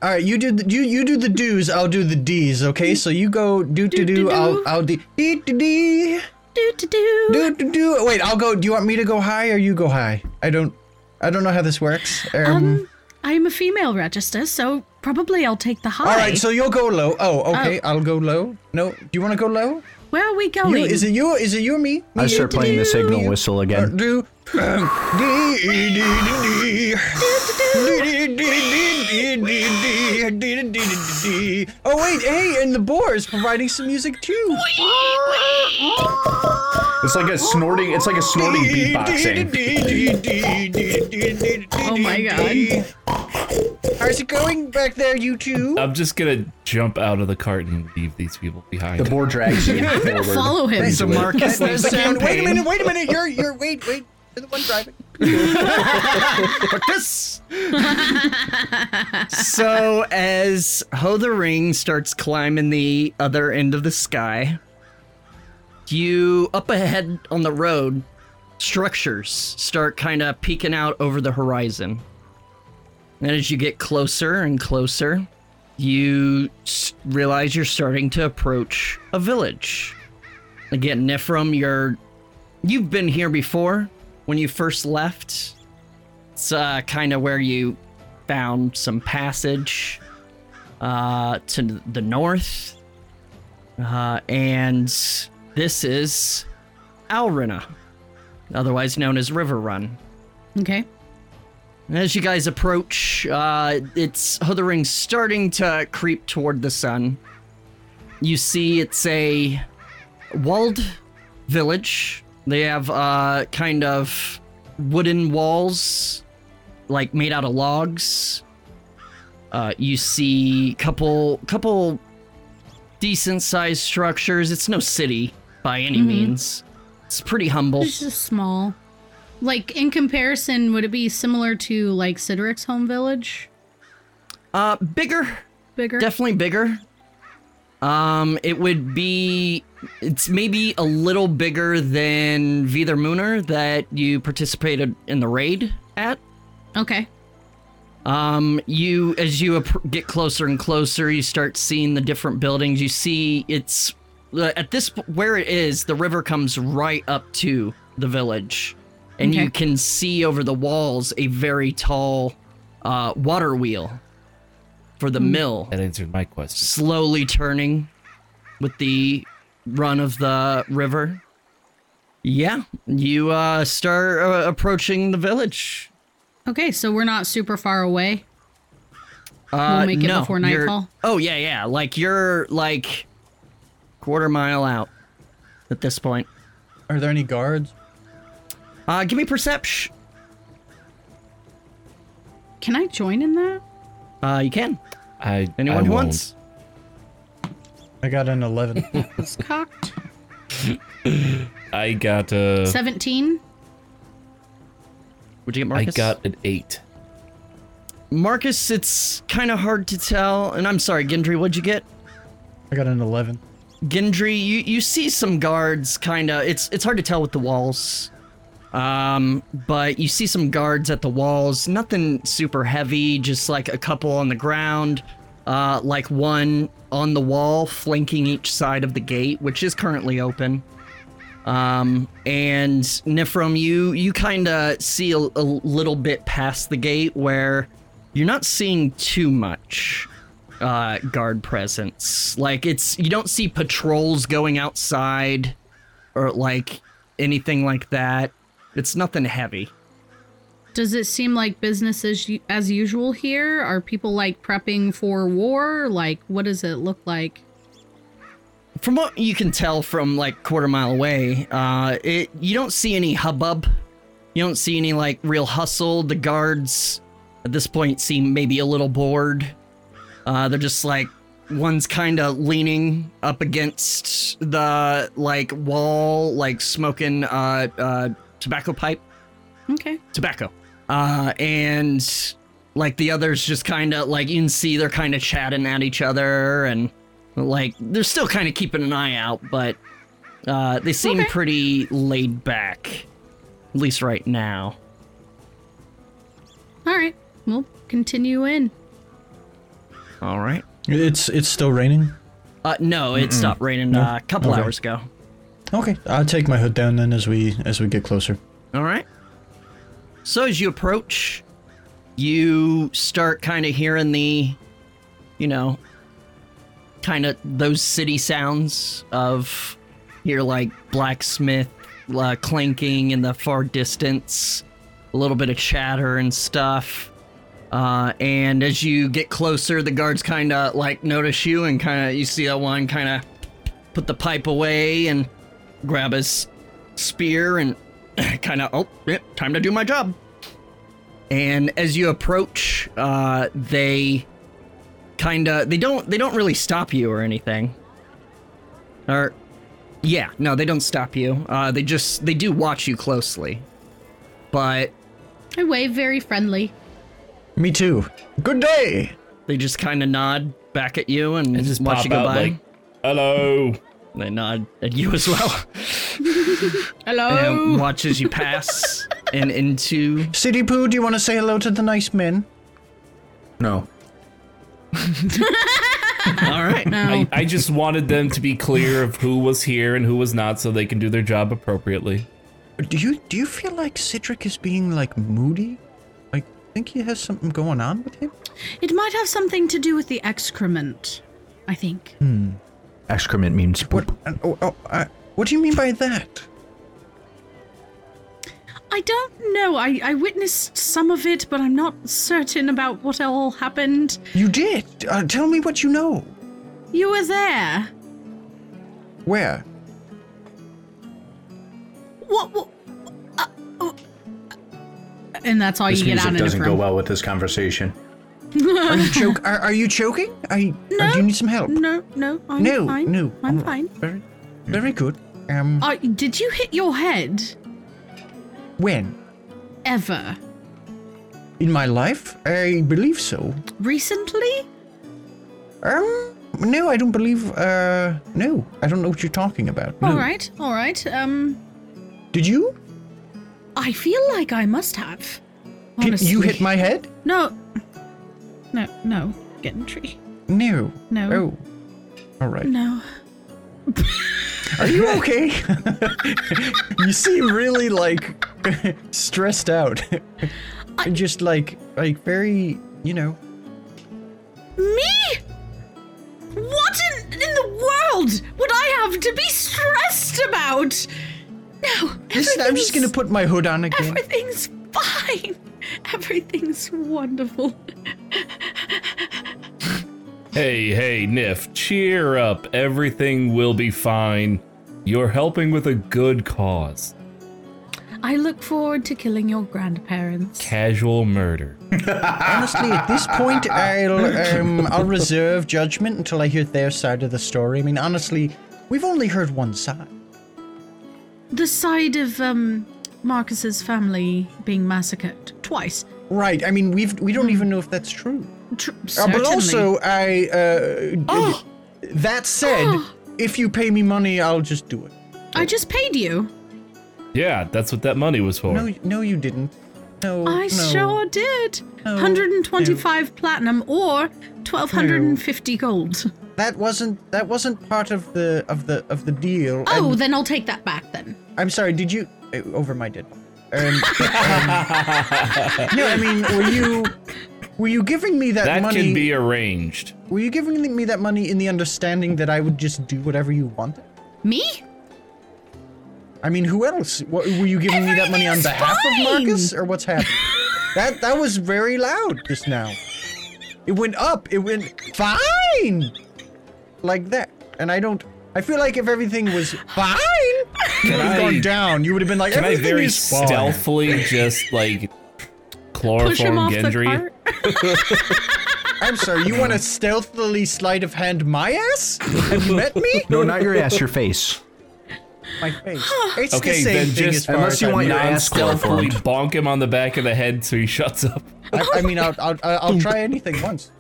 Alright, you do the you you do the do's, I'll do the D's, okay? So you go do do do,
Do-do-do.
I'll I'll do dee dee dee
Do do do.
do do do wait, I'll go do you want me to go high or you go high? I don't I don't know how this works. um
Um, I'm a female register, so probably I'll take the high.
All right, so you'll go low. Oh, Oh, okay, I'll go low. No, do you want to go low?
Where are we
You,
going?
is it you? Is it you or me? me
playing the signal whistle
Uh,
again.
Do. Dee, dee, dee, dee. Dee, dee, dee, dee, dee, dee, dee, dee, dee, dee, dee. Oh wait, hey, and the boar is providing some music too.
It's like a snorting. It's like a [LAUGHS] snorting
Dee,
beatboxing.
dee, dee, dee, dee, dee, dee,
Oh my
dee,
God.
dee. How's it going back there, you two?
I'm just gonna jump out of the cart and leave these people behind.
The board drags you [LAUGHS]
I'm gonna
forward.
follow him.
So Marcus
Wait
leaves
a
Sam
minute, wait a
Payne.
minute, wait a minute. You're, you're, wait, wait. You're the one driving.
Yes. so as Ho the Ring starts climbing the other end of the sky, you up ahead on the road, structures start kind of peeking out over the horizon. And as you get closer and closer, you s- realize you're starting to approach a village. Again, Nifrim, you're you've been here before when you first left it's uh, kind of where you found some passage uh, to the north. Uh, and this is Alrina, otherwise known as River Run.
Okay.
And As you guys approach, uh, it's Huthering starting to creep toward the sun. You see it's a walled village. They have uh, kind of wooden walls, like made out of logs. Uh, you see couple couple decent sized structures. It's no city by any means. It's pretty humble.
It's just small. Like in comparison, would it be similar to like Sidric's home village?
Uh, bigger
Bigger.
Definitely bigger. Um, it would be. It's maybe a little bigger than Vither Mooner that you participated in the raid at.
okay.
Um, you as you appr get closer and closer, you start seeing the different buildings. You see it's uh, at this p- where it is. The river comes right up to the village, and
Okay.
you can see over the walls a very tall uh, water wheel for the mill
That answered my question.
slowly turning with the run of the river. Yeah, you uh, start uh, approaching the village.
Okay, so we're not super far away.
Uh,
We'll make it
no,
before
you're-
nightfall?
Oh yeah, yeah. Like you're like quarter mile out at this point.
Are there any guards?
Uh, give me perception.
Can I join in that?
Uh, you can.
I
Anyone
I
who
won't.
wants.
I got an 11.
[LAUGHS] It's cocked.
I got a.
17.
Would you get
I
Marcus?
got an eight.
Marcus. It's kind of hard to tell. And I'm sorry, Gendry. What'd you get?
I got an 11.
Gendry, you, you see some guards kind of it's it's hard to tell with the walls. Um, but you see some guards at the walls, nothing super heavy, just like a couple on the ground, uh, like one on the wall flanking each side of the gate, which is currently open. Um, and Nifrim, you you kind of see a, a little bit past the gate where you're not seeing too much uh, guard presence. Like it's you don't see patrols going outside or like anything like that. It's nothing heavy.
Does it seem like business as, u- as usual here? Are people like prepping for war? Like, what does it look like?
From what you can tell from like quarter mile away, uh, it you don't see any hubbub. You don't see any like real hustle. The guards at this point seem maybe a little bored. Uh, they're just like one's kind of leaning up against the like wall, like smoking uh, uh, tobacco pipe.
Okay.
tobacco. Uh, and like the others just kind of like you can see they're kind of chatting at each other and like they're still kind of keeping an eye out, but uh, they seem
Okay.
pretty laid back, at least right now.
All right. We'll continue in.
All right.
It's it's still raining.
Uh, no, it stopped raining uh, a couple
Okay.
hours ago.
Okay, I'll take my hood down then as we as we get closer.
All right. So as you approach, you start kind of hearing the, you know, kind of those city sounds of hear like blacksmith uh, clanking in the far distance, a little bit of chatter and stuff. Uh, and as you get closer, the guards kind of like notice you and kind of you see that one kind of put the pipe away and grab his spear and kind of oh yeah, time to do my job and as you approach uh they kind of they don't they don't really stop you or anything or yeah no they don't stop you uh they just they do watch you closely but
I wave very friendly.
Me too. Good day.
they just kind of nod back at you and
Just
watch
pop
you go
out
by.
like, hello.
They nod at you as well
Hello.
and watch as you pass and into.
City Poo, do you want to say hello to the nice men?
No.
All right.
Oh.
I, I just wanted them to be clear of who was here and who was not so they can do their job appropriately.
Do you do you feel like Citric is being like moody? Like think he has something going on with him?
It might have something to do with the excrement, I think.
Excrement means
What?
poop.
and- Oh, oh, I, what do you mean by that?
I don't know. I, I witnessed some of it, but I'm not certain about what all happened.
You did. Uh, tell me what you know.
You were there.
Where?
What? what uh, uh, and that's all
This
you get
music
out of
doesn't go
from.
well with this conversation.
[LAUGHS]
Are you choke? Are, are you choking? Are you, or do you need some help?
No, no, I'm
no,
fine.
no.
I'm
all right.
fine.
Very, very good. Um,
Uh, did you hit your head
when?
ever
In my life, I believe so.
recently?
Um, no, I don't believe. Uh, no, I don't know what you're talking about. No.
All right, all right. Um,
Did you?
I feel like I must have.
Did you hit
honestly.
my head?
No. No, no. Gentry.
No.
No.
Oh. All right.
No.
Are [LAUGHS] you okay? you seem really like stressed out. And just like like very, you know.
Me? What in, in the world would I have to be stressed about? No.
Listen, I'm just gonna
everything's-
put my hood on
[LAUGHS]
again.
Everything's fine. Everything's wonderful.
Hey, hey, Niff, cheer up. Everything will be fine. You're helping with a good cause.
I look forward to killing your grandparents.
Casual murder.
Honestly, at this
[LAUGHS]
point, I'll um, I'll reserve judgment until I hear their side of the story. I mean, honestly, we've only heard one side.
The side of um Marcus's family being massacred twice.
Right. I mean, we've we don't even know if that's true.
Tr-
Hmm. Uh, but
certainly. Oh.
also, I. Uh,
[GASPS]
That said, if you pay me money, I'll just do it.
I just paid you.
Yeah, that's what that money was for.
No, no, you didn't. No,
I
Oh, no. Oh,
sure did.
No.
125 platinum or 1250 gold.
That wasn't that wasn't part of the of the of the deal.
Oh,
I'm,
then I'll take that back then.
I'm sorry. Did you uh, over my dead? body. Um, but, um, no, I mean, were you were you giving me that,
that
money?
can be arranged.
were you giving me that money in the understanding that I would just do whatever you wanted?
Me?
I mean, who else? What, were you giving me that money on
Everything's
behalf
fine.
of Marcus, or what's happening? that that was very loud just now. It went up. It went fine, like that. And I don't. I feel like if everything was fine, you would have
I-
gone down. You would have been like,
Can I
everything
very
is fine.
stealthily just like
Push him
chloroform
off the
Gendry?
cart?
I'm sorry. You want to stealthily sleight of hand my ass and met
[LAUGHS]
me?
No, not your ass, your face.
My face. It's
Okay,
the same
then
thing
just-
as far
unless
as
you
I'm
want your
concerned.
Non
ass
stealthily
chloroformed.
bonk him on the back of the head so he
[LAUGHS]
shuts up.
I, I mean, I'll, I'll I'll try anything once.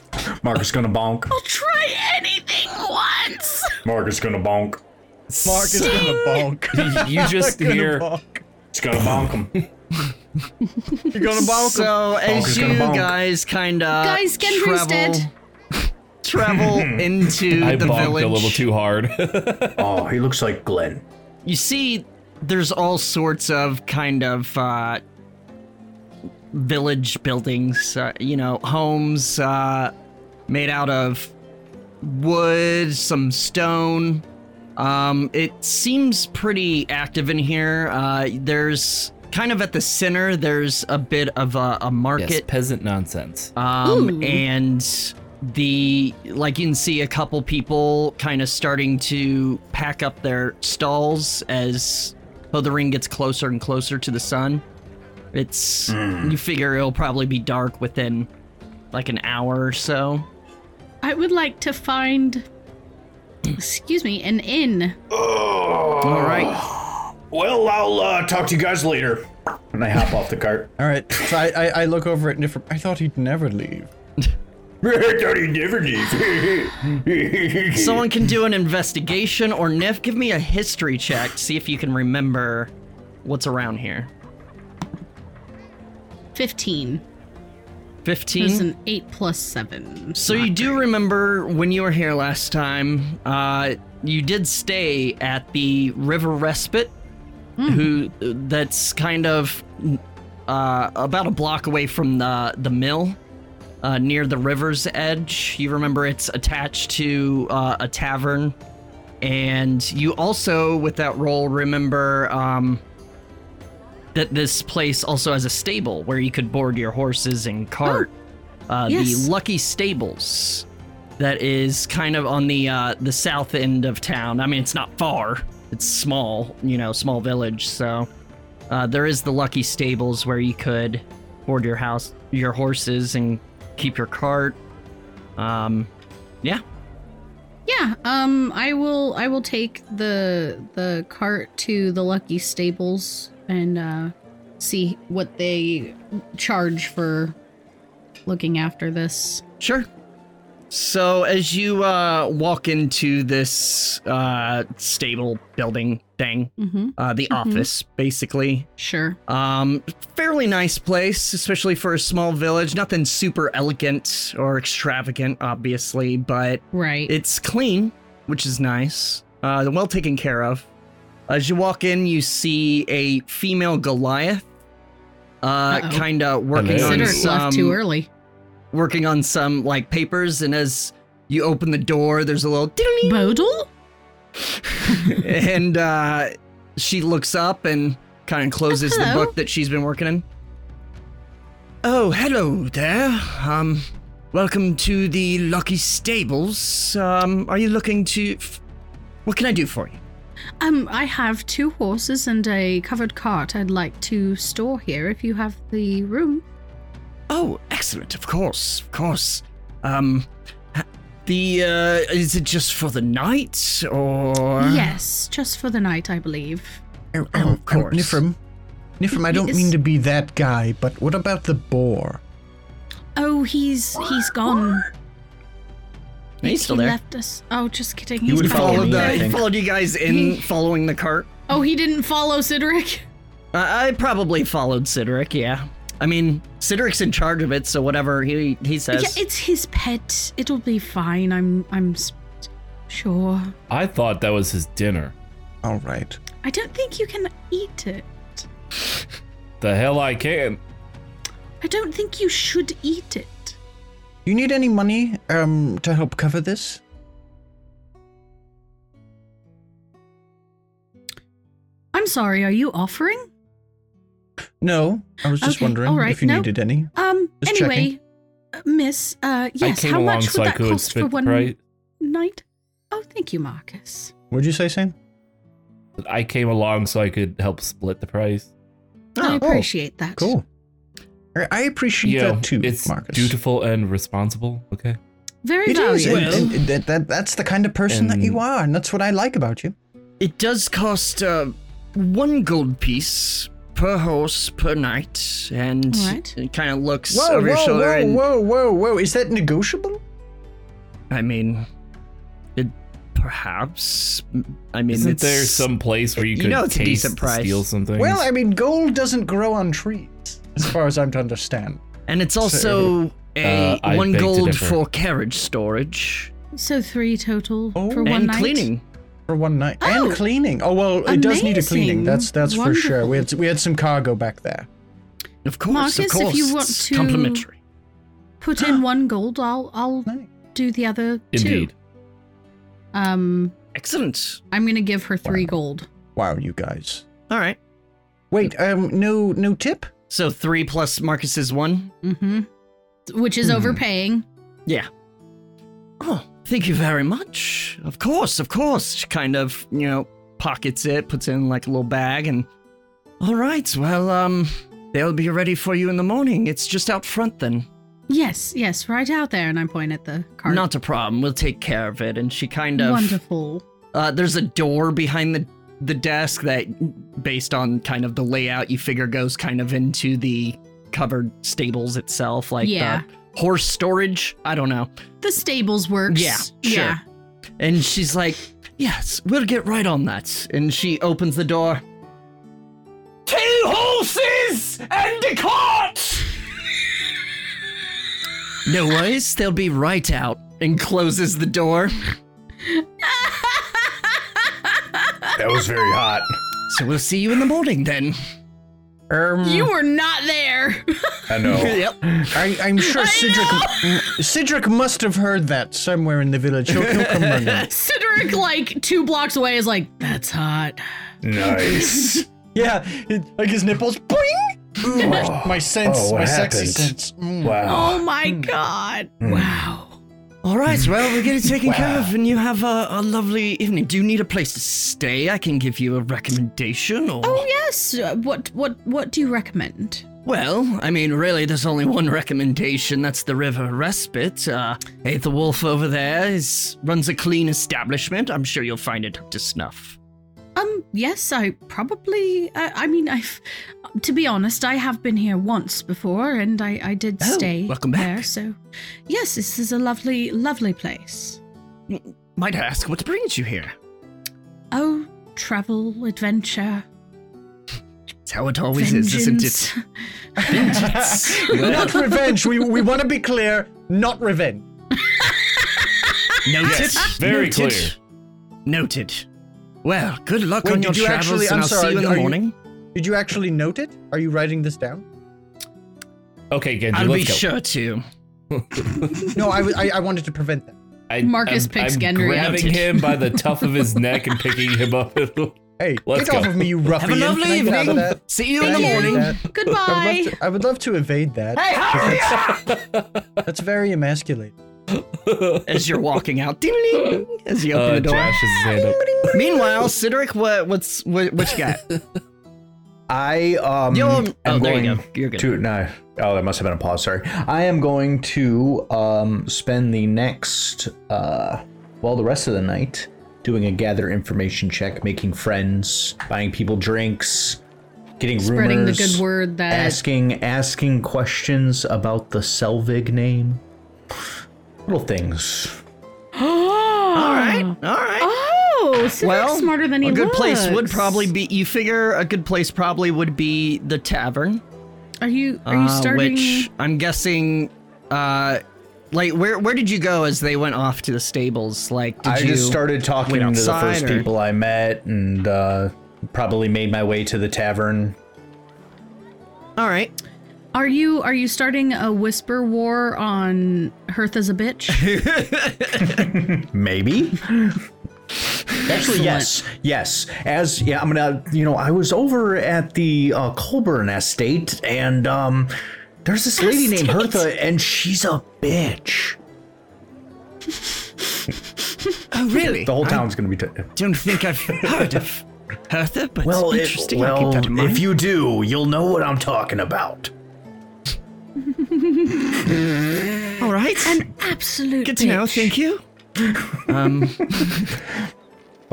Marcus gonna bonk.
I'll try anything once.
Marcus gonna bonk.
Mark is gonna bonk.
You just
Gonna
hear
bonk.
It's gonna bonk him.
You're gonna bonk.
So as
Bonker's
you
gonna bonk.
guys kind of
Uh,
Guys, Gendry's
travel,
dead.
[LAUGHS]
travel into
I
the
bonked
village,
a little too hard.
[LAUGHS] Oh, he looks like Glenn.
you see there's all sorts of kind of uh, village buildings, uh, you know, homes uh, made out of wood, some stone. Um, it seems pretty active in here. Uh, there's kind of at the center, there's a bit of a, a market.
yes, peasant nonsense.
Uh,
Um,
Ooh.
and the like you can see a couple people kind of starting to pack up their stalls as Othering gets closer and closer to the sun. It's you figure it'll probably be dark within like an hour or so.
I would like to find. Excuse me, an inn.
All right.
Well, I'll uh, talk to you guys later. and I hop off the [LAUGHS] cart.
All right. So I, I, I look over at Niffer. I thought he'd never leave.
Dirty never leave.
Someone can do an investigation, or Neff, give me a history check to see if you can remember what's around here.
15. It's
15.
an 8 plus 7.
So you do remember when you were here last time, uh, you did stay at the River Respite, who that's kind of uh, about a block away from the, the mill. Uh, near the river's edge. You remember it's attached to uh, a tavern. And you also, with that role, remember um, that this place also has a stable where you could board your horses and cart. uh,
yes.
The Lucky Stables, that is kind of on the uh, the south end of town. I mean, it's not far. It's small, you know, small village. So uh, there is the Lucky Stables where you could board your house, your horses, and keep your cart. Um, yeah.
Yeah, um I will I will take the the cart to the Lucky Stables and uh see what they charge for looking after this.
Sure. So as you uh, walk into this uh, stable building thing,
Mhm.
uh, the office basically,
Sure.
um, fairly nice place, especially for a small village. Nothing super elegant or extravagant, obviously, but
Right.
it's clean, which is nice. Uh, well taken care of. As you walk in, you see a female Goliath, uh,
Uh-oh.
kind of working
Hello.
on
Consider it
some
left too early.
working on some like papers and as you open the door there's a little [LAUGHS] ding
Bodle?
and uh she looks up and kind of closes the
Hello.
book that she's been working in oh hello there um welcome to the lucky stables um are you looking to f- what can i do for you
Um, I have two horses and a covered cart I'd like to store here if you have the room.
oh excellent of course of course um ha- the uh is it just for the night or
Yes, just for the night, I believe.
Um,
Oh,
um,
of
um,
course.
Nifrim, Nifrim, I don't
Yes.
mean to be that guy, but what about the boar?
Oh, he's he's gone.
he's still
he
there
left us. Oh, just kidding.
You
He's
would
back
follow
in
followed,
me, I
the,
think.
followed you guys in following the cart.
Oh, he didn't follow Sidric.
Uh, I probably followed Sidric, yeah. I mean, Sidric's in charge of it, so whatever he, he says.
Yeah, it's his pet. It'll be fine. I'm I'm s- sure.
I thought that was his dinner.
All right.
I don't think you can eat it.
The hell I can.
I don't think you should eat it.
You need any money um to help cover this?
I'm sorry. Are you offering?
No, I was just
Okay,
wondering
all right,
if you
no.
needed any.
Um.
Just
anyway, uh, Miss. Uh. Yes.
I came
How
along
much
so
would
I
that
could
cost
fit
for
the
one
price.
night? Oh, thank you, Marcus.
What'd you say, Sam?
I came along so I could help split the price.
I
Oh,
appreciate that.
Ah, Cool. I- I appreciate
Yeah,
that too,
it's
Marcus.
dutiful and responsible. Okay.
Very
It is, and,
valuable.
Well-
and, and that, that, that's the kind of person that you
And-
are, and that's what I like about you.
It does cost uh, one gold piece per horse per night, and
All right.
it kind of looks
Whoa,
over your
whoa,
shoulder.
whoa,
and,
whoa, whoa, whoa! Is that negotiable?
I mean, it perhaps. I mean,
Isn't
it's,
there some place where you
you
could
know it's a
taste
decent price.
steal something?
Well, I mean, gold doesn't grow on trees, as far as I'm to understand.
And it's also a
Uh, I
one
beg to
gold
differ.
for carriage storage
So three total
Oh.
for one
and
night.
cleaning.
For one night
Oh.
and cleaning. Oh well, it does need a cleaning.
Amazing.
That's that's for sure. We had
Wonderful.
we had some cargo back there.
Of course, of
Marcus,
course.
if you want
it's
to-
complimentary.
Put in one gold. I'll I'll
Nice.
do the other
Indeed.
two. Um,
Excellent.
I'm gonna give her three gold.
Wow, you guys.
All right.
Wait, um, no, no tip.
So three plus Marcus's one.
Mm-hmm. Which
Hmm.
is overpaying.
Yeah. Oh, thank you very much. Of course, of course. She kind of, you know, pockets it, puts it in like a little bag, and all right. Well, um, they'll be ready for you in the morning. It's just out front then.
Yes, yes, right out there, and I point at the card.
Not a problem. We'll take care of it. And she kind of
wonderful.
Uh, there's a door behind the the desk that, based on kind of the layout, you figure goes kind of into the covered stables itself, like
Yeah.
the horse storage. I don't know.
The stables works.
Yeah,
Yeah. [LAUGHS]
And she's like, Yes, we'll get right on that. And she opens the door. Two horses and a cart! no worries, they'll be right out. And closes the door.
That was very hot.
So we'll see you in the morning then.
Um,
You were not there. [LAUGHS]
I
[LAUGHS]
know.
yep.
I, I'm sure Sidric, Sidric must have heard that somewhere in the village. He'll, he'll
[LAUGHS]
come running.
Cedric, like two blocks away, is like, that's hot.
[LAUGHS] Nice.
Yeah, it- like his nipples, boing! My, my sense,
Oh, what
my sexy
happened?
sense. Mm.
[LAUGHS] Wow.
oh my
Hmm.
god. Wow.
All right, well, we'll get it taken care of, and you have a, a lovely evening. Do you need a place to stay? I can give you a recommendation, or.
Oh yes. Uh, What what what do you recommend?
Well, I mean, really, there's only one recommendation. That's the River Respite. Uh, hey, the wolf over there is, runs a clean establishment. I'm sure you'll find it up to snuff.
Um. Yes, I probably. uh, I, I mean, I've. To be honest, I have been here once before, and I I did
Oh,
stay
welcome
there.
back.
So, yes, this is a lovely lovely place.
Might I ask what brings you here?
Oh, travel, adventure,
It's how it always Oh, is, isn't
vengeance.
it?
[LAUGHS]
[LAUGHS] Vengeance.
Not revenge. We we want to be clear. Not revenge.
Noted. Ah,
Yes, very
Noted.
clear.
Noted. Well, good luck
Wait,
on
did
your
you
travels,
actually-
and
I'm
I'll
sorry,
see you in
are
the
you-
morning.
Did you actually note it? Are you writing this down?
Okay, Genji,
I'll
let's
be
go.
sure to.
No, I, was- I I wanted to prevent that.
I,
Marcus
I'm,
picks
I'm
Gendry up.
grabbing him
[LAUGHS]
by the tuff of his neck and picking him up. [LAUGHS] Uh,
Hey,
Let's
get off
go.
of me, you ruffian!
Have a lovely
Can I get out of
evening.
that?
See you in the
Can I get out of
morning.
that? I would,
Goodbye.
love to, I would love to evade that. Hey, That's very emasculating.
[LAUGHS] As you're walking out, ding-a-ding, as you open
Uh,
the door.
Josh is his hand up.
Meanwhile, Cedric, what, what's what, what you got?
I um.
Yo, um,
am
oh, there you
going
go. You're good.
To no. Oh, that must have been a pause. Sorry. I am going to um spend the next uh well the rest of the night doing a gather information check, making friends, buying people drinks, getting
Spreading the
rumors,
good word that
asking asking questions about the Selvig name, little things.
[LAUGHS] [GASPS] All right, all right.
Oh, so
well,
well, smarter than he
a good place would
looks.
probably be. You figure a good place probably would be the tavern,
Are you are you
uh,
starting?
which I'm guessing. Uh, like where where did you go as they went off to the stables? Like did
I
you
just started talking
went
to the
outside,
first
or-
people I met and uh, probably made my way to the tavern.
All right.
Are you are you starting a whisper war on Hearth as
[LAUGHS]
a bitch?
Maybe. Actually, yes, yes. As yeah, I'm gonna. You know, I was over at the uh, Colburn estate, and um, there's this lady named Hertha, and she's a bitch.
Oh really?
The whole town's gonna be. T-
[LAUGHS] Don't think [LAUGHS] I've heard of Hertha, but
well, if-
interesting. I'll keep
well,
that in mind.
if you do, you'll know what I'm talking about.
all right,
Absolutely.
good to know. Thank you.
I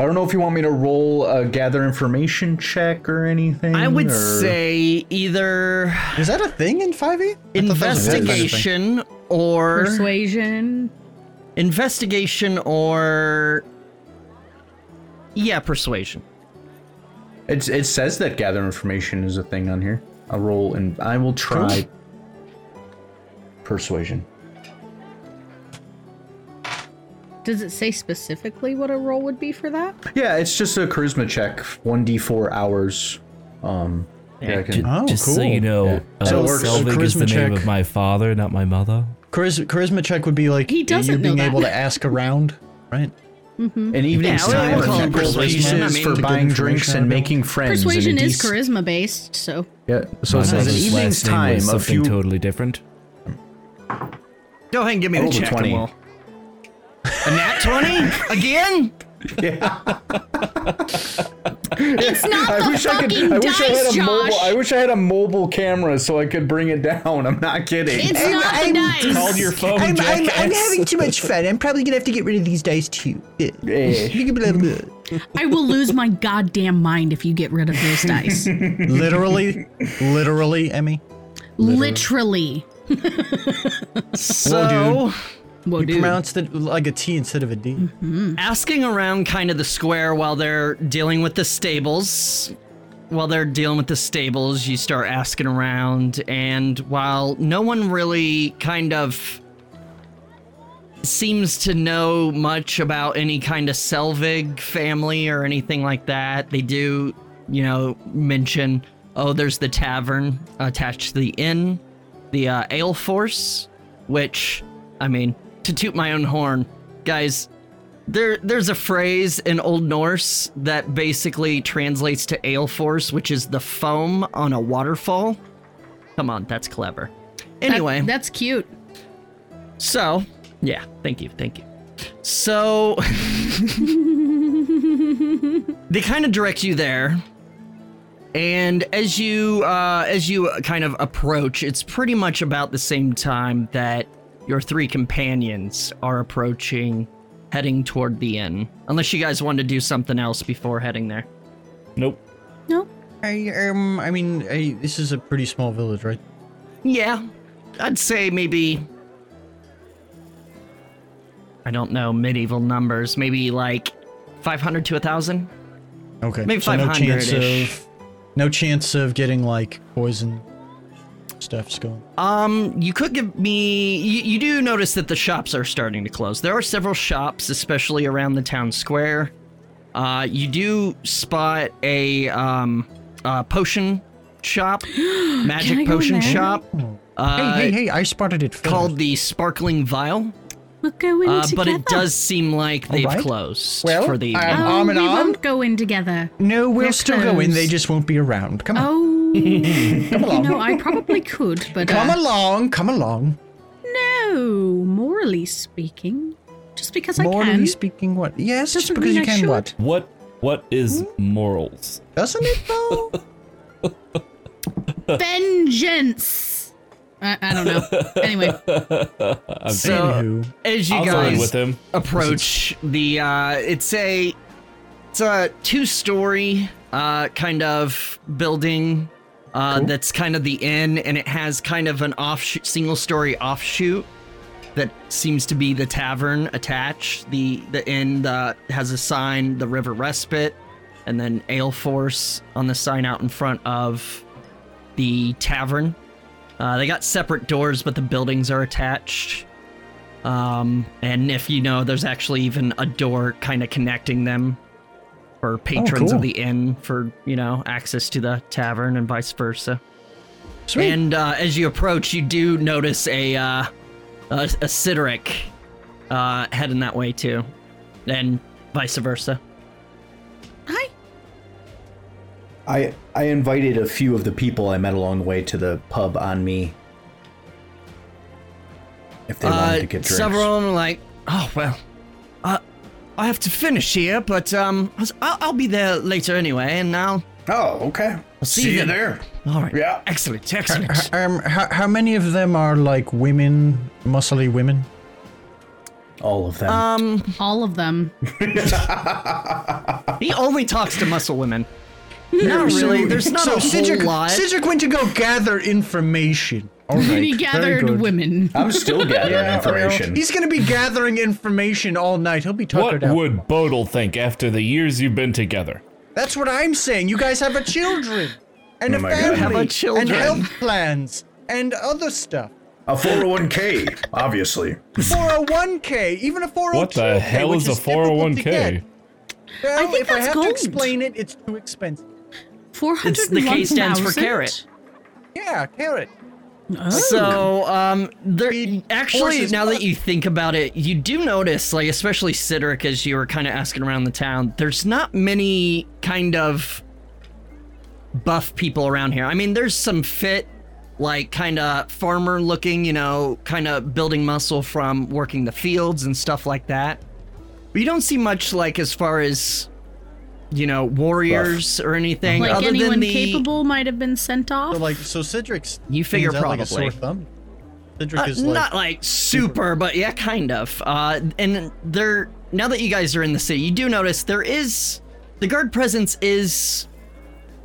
don't know if you want me to roll a gather information check or anything.
I would
or-
say either
Is that a thing in E? 5e?
investigation or
Persuasion.
investigation or yeah, persuasion.
It's, it says that gather information is a thing on here. I'll roll and I will try persuasion.
Does it say specifically what a roll would be for that?
Yeah, it's just a charisma check, 1d4 hours. Um, yeah, I can-
Oh,
Just
cool.
so you know, uh,
So it works.
Selvig is
Charisma
the name
check.
of my father, not my mother.
Charisma, charisma check would be like
He
you
doesn't know
being
that.
able to ask around, right?
An
Yeah,
evening's
well,
time
we'll call
for
it persuasion. I
persuasion
mean,
for
to get
buying drinks
information
and
out of it.
making friends. and a
Persuasion is
dec-
charisma based, so
Yeah, so it
My
says an
mother's
evening's
last name was
time, a few
something totally different.
Go ahead and give me the
rolled a
check.
20.
And
[LAUGHS]
we'll... A nat twenty [LAUGHS] again?
it's not the fucking dice, Josh.
mobile. I wish I had a mobile camera so I could bring it down. [LAUGHS] I'm not kidding.
it's not the dice.
Called your phone,
[LAUGHS] I'm having too much fun. I'm probably gonna have to get rid of these dice too.
Eh.
I will lose my goddamn mind if you get rid of those dice.
literally, literally, Emmy.
Literally.
So,
Whoa,
You
dude.
pronounced it like a T instead of a D.
asking around kind of the square while they're dealing with the stables. While they're dealing with the stables, you start asking around, and while no one really kind of seems to know much about any kind of Selvig family or anything like that, they do, you know, mention oh, there's the tavern attached to the inn, the uh, Ale Force, which, I mean, to toot my own horn, guys, there, there's a phrase in Old Norse that basically translates to ale force, which is the foam on a waterfall. Come on, that's clever.
That-
Anyway,
that's cute.
so yeah, thank you, thank you. So [LAUGHS] they kind of direct you there, and as you uh, as you kind of approach, it's pretty much about the same time that your three companions are approaching, heading toward the inn. Unless you guys want to do something else before heading there.
Nope.
No.
I um, I mean, I, this is a pretty small village, right?
Yeah, I'd say maybe. I don't know medieval numbers. Maybe like 500 to 1,000?
Okay.
Maybe
so no chance
500-ish.
of, no chance of getting like poison stuff's going.
Um, you could give me. You, you do notice that the shops are starting to close. There are several shops, especially around the town square. Uh, you do spot a um, uh, potion
[GASPS]
shop,
Can I
magic
go in
potion
there?
shop, uh,
hey, hey, hey! I spotted it. first.
called the Sparkling Vial.
We'll go in
Uh, but
together.
it does seem like they've
Alright.
closed
Well,
for the evening.
I'm
Oh,
arm in
we
arm.
won't go in together.
No, we'll
They're
still go in. They
closed.
just won't be around. Come on,
Oh, you
come along,
know, I probably could, but
come
uh,
along, come along.
no. Morally speaking, just because I
Morally
can.
speaking, what? Yes, just
Doesn't
because
mean
you
I
can.
should.
What?
What what
Hmm?
is morals?
Doesn't it
[LAUGHS]
though?
vengeance. I, I don't know. Anyway,
So
Anywho.
as you
I'll side
guys
with him.
approach the, uh, it's a, it's a two-story uh, kind of building uh, that's kind of the inn, and it has kind of an offshoot, single-story offshoot that seems to be the tavern attached. The the inn uh, has a sign, the River Respite, and then Ale Force on the sign out in front of the tavern. Uh, they got separate doors, but the buildings are attached. Um, and if you know, there's actually even a door kind of connecting them for patrons
cool.
of the inn for, you know, access to the tavern and vice versa.
Sweet.
And uh, as you approach, you do notice a uh, a, a Sideric uh, heading that way too, and vice versa.
hi.
I I invited a few of the people I met along the way to the pub on me. If they wanted to get drinks.
Uh, several of them are like, oh well, uh, I have to finish here, but um, I was- I'll, I'll be there later anyway, and I'll
Oh, okay.
see
See you
them.
there.
all right.
Yeah.
Excellent.
[LAUGHS]
Excellent.
Um, how, how many of them are like women, muscly women?
All of them.
um,
All of them.
he only talks to muscle women. Not really. There's not a whole
Cedric,
lot.
Cedric went to go gather information. All right,
And he
very
gathered
good.
women.
[LAUGHS]
I'm still gathering information.
He's gonna be gathering information all night. He'll be tuckered
What
out.
would Bodil think after the years you've been together?
That's what I'm saying. You guys have a children and
Oh
a
my God.
family
Have a
and
children.
health plans and other stuff.
A 401k, obviously.
401k, even a 401k.
What the hell
which
is a
difficult to
401k?
get. Well,
I think
if I
that's
have to
gold.
explain it, it's too expensive.
Four hundred.
It's- the K stands for carrot.
Yeah, carrot.
So, um, there
Speed
actually,
horses
now that
up.
you think about it, you do notice, like, especially Sidric, as you were kind of asking around the town, there's not many kind of buff people around here. I mean, there's some fit, like, kind of farmer looking, you know, kind of building muscle from working the fields and stuff like that. But you don't see much, like, as far as, you know, warriors or anything.
like
other
anyone
than the,
capable might have been sent off.
So like, so Cedric's.
You figure
stands out Like a
probably.
sore thumb. Cedric
Uh,
is like.
not like super, but yeah, kind of. Uh, and there, now that you guys are in the city, you do notice there is The guard presence is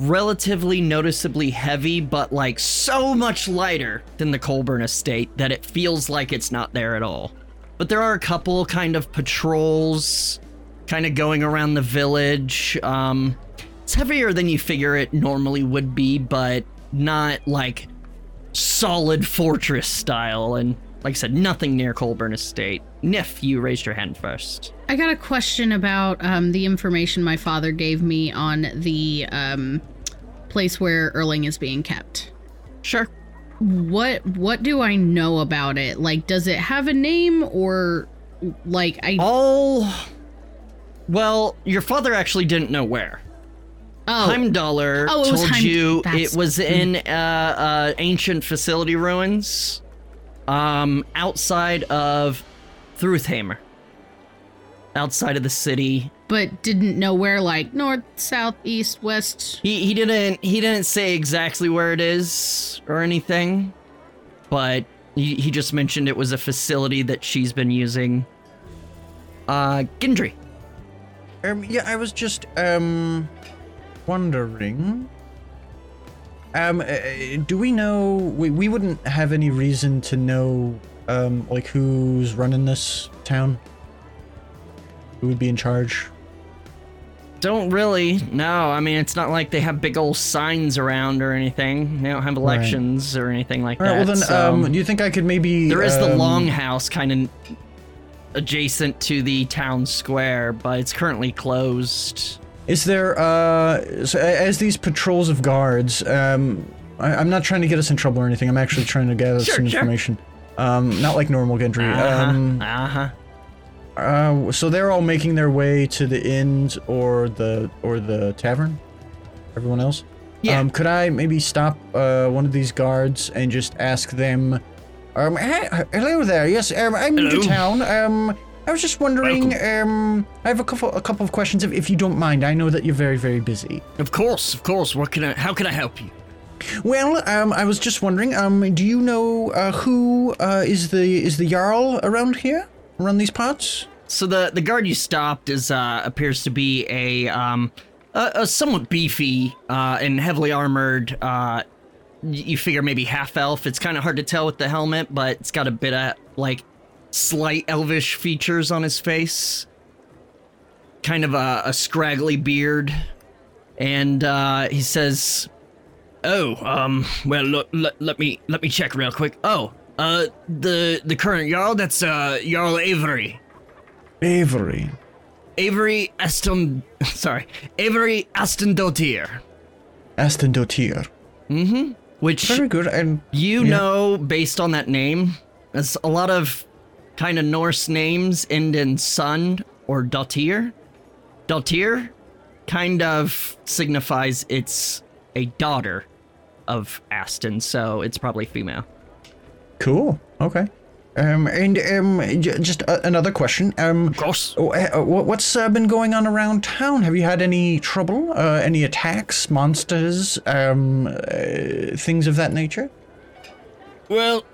relatively noticeably heavy, but like so much lighter than the Colburn estate that it feels like it's not there at all. But there are a couple kind of patrols kind of going around the village. Um, it's heavier than you figure it normally would be, but not like solid fortress style. And like I said, nothing near Colburn Estate. Niff, you raised your hand first.
I got a question about um, the information my father gave me on the um, place where Erling is being kept.
Sure.
What what do I know about it? Like, does it have a name or like I?
All. Well, your father actually didn't know where.
oh,
Heimdallar
Oh, it was
told
Heim-
you
that's-
it was in uh, uh, ancient facility ruins um, outside of Thruthamer, outside of the city.
but didn't know where. Like north, south, east, west.
He, he didn't he didn't say exactly where it is or anything, but he, he just mentioned it was a facility that she's been using. Uh, Gendry.
Um, yeah, I was just um wondering. Um, uh, do we know? We we wouldn't have any reason to know um like who's running this town. Who would be in charge?
Don't really. No, I mean it's not like they have big old signs around or anything. They don't have elections or anything like
All right.
that.
Well, then,
so-
um, do you think I could maybe?
There is the
um,
longhouse kind of adjacent to the town square, but it's currently closed.
Is there uh so a- as these patrols of guards um I, I'm not trying to get us in trouble or anything. I'm actually trying to gather
Sure,
some
sure.
information. Um, not like normal Gendry. Um,
uh huh.
uh, so they're all making their way to the inn or the or the tavern. Everyone else.
Yeah.
Um, could I maybe stop uh, one of these guards and just ask them? Um, he- hello there. Yes, um, I'm new to
Hello.
town. Um, I was just wondering. Um, I have a couple a couple of questions if, if you don't mind. I know that you're very very busy.
Of course, of course. What can I? How can I help you?
Well, um, I was just wondering. Um, do you know uh, who uh, is the is the jarl around here? Around these parts?
So the the guard you stopped is uh, appears to be a um a, a somewhat beefy uh, and heavily armored. Uh, y- you figure maybe half elf. It's kind of hard to tell with the helmet, but it's got a bit of like slight elvish features on his face. Kind of a, a scraggly beard, and uh, he says, "Oh, um, well, look, let, let me let me check real quick. Oh, uh, the the current jarl that's uh Jarl Avery."
Avery.
Avery Aston. [LAUGHS] Sorry, Avery Aston Dotier,
Aston Dotier.
which
Very good. And
you know based on that name, as a lot of kind of Norse names end in son or Dotier. Dotier kind of signifies it's a daughter of Aston, so it's probably female.
Cool. Okay. Um, and um, j- just a- another question. Um,
course.
wh- uh, wh- what's uh, been going on around town? Have you had any trouble? Uh, any attacks, monsters, um, uh, things of that nature?
Well,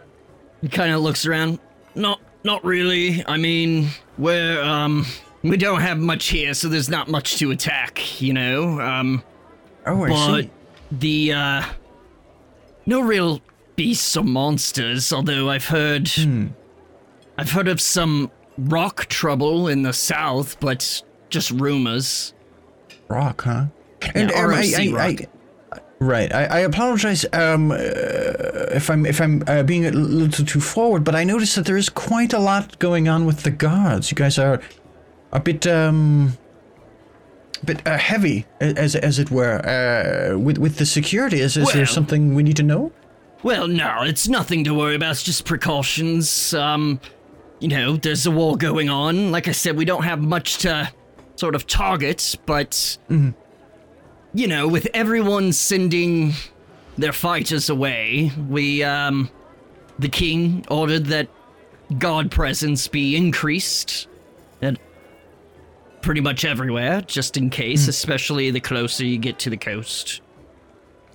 he kind of looks around. Not, not really. I mean, we're um, we don't have much here, so there's not much to attack. You know, um,
Oh, I
but
see.
the uh, no real beasts or monsters. Although I've heard,
Hmm.
I've heard of some rock trouble in the south, but just rumors.
Rock, huh? And
Yeah,
um, I,
ROC
I,
rock.
I- right. I, I apologize um, uh, if I'm if I'm uh, being a little too forward, but I noticed that there is quite a lot going on with the guards. You guys are a bit um, a bit uh, heavy, a- as as it were, uh, with with the security. Is, is there
Well-
something we need to know?
Well, no, it's nothing to worry about. It's just precautions. Um, you know, there's a war going on. Like I said, we don't have much to sort of target, but you know, with everyone sending their fighters away, we um, the king ordered that guard presence be increased at pretty much everywhere, just in case, especially the closer you get to the coast.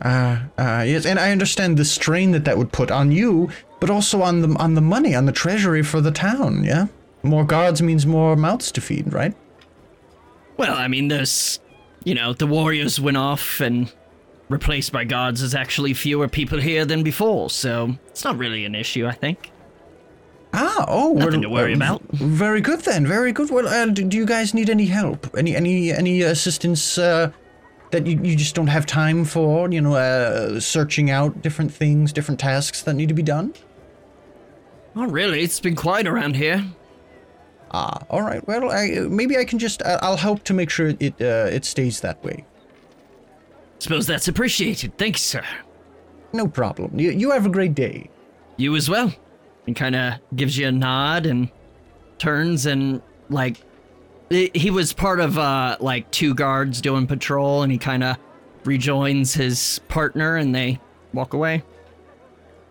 Uh, uh, yes, and I understand the strain that that would put on you, but also on the on the money, on the treasury for the town. Yeah, more guards means more mouths to feed, right?
Well, I mean, there's you know, the warriors went off and replaced by gods, there's actually fewer people here than before, so it's not really an issue, I think.
Ah, oh,
Nothing to worry about.
Very good then. Very good. Well, uh, do, do you guys need any help? Any any any assistance uh, that you, you just don't have time for? You know, uh, searching out different things, different tasks that need to be done.
Not really, it's been quiet around here.
Ah, all right. Well, I, maybe I can just uh, I'll help to make sure it uh, it stays that way.
Suppose that's appreciated. Thanks, sir.
No problem. You you have a great day.
You as well. And kind of gives you a nod and turns and, like, i- he was part of, uh, like, two guards doing patrol, and he kind of rejoins his partner and they walk away.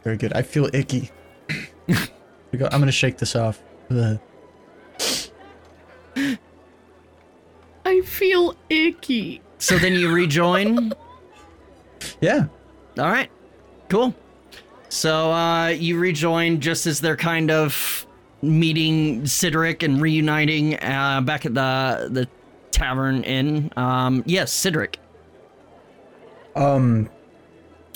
Very good. I feel icky. [COUGHS] You go- I'm gonna shake this off. Uh, Ugh.
I feel icky.
So then [LAUGHS] you rejoin.
Yeah.
All right. Cool. So uh, you rejoin just as they're kind of meeting Sidric and reuniting uh, back at the the tavern inn. Um, yes, Sidric.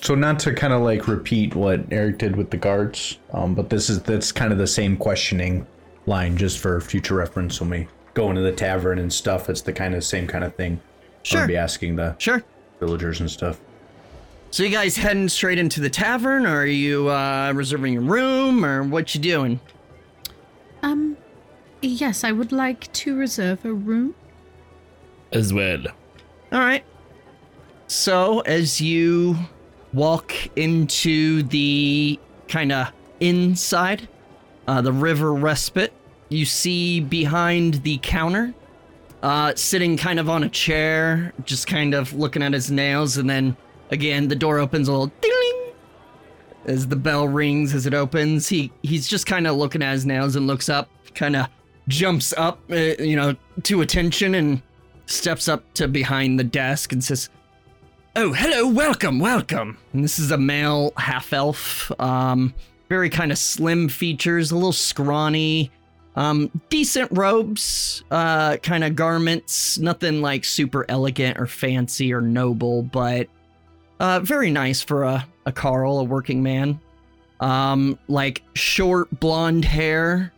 So not to kind of like repeat what Eric did with the guards, um, but this is that's kind of the same questioning line just for future reference when we go into the tavern and stuff. It's the kind of same kind of thing.
Sure.
I'll be asking the
Sure.
villagers and stuff.
So you guys heading straight into the tavern, or are you uh, reserving a room, or what you doing?
Um, yes, I would like to reserve a room.
as well.
All right. So as you walk into the kind of inside, uh, the river respite, you see behind the counter, uh, sitting kind of on a chair, just kind of looking at his nails, and then again the door opens a little ding as the bell rings as it opens. He he's just kind of looking at his nails and looks up, kind of jumps up, uh, you know, to attention and steps up to behind the desk and says, "Oh, hello, welcome, welcome." And this is a male half elf, um, very kind of slim features, a little scrawny, um, decent robes, uh, kind of garments, nothing like super elegant or fancy or noble, but uh, very nice for a a Carl, a working man. Um, like short blonde hair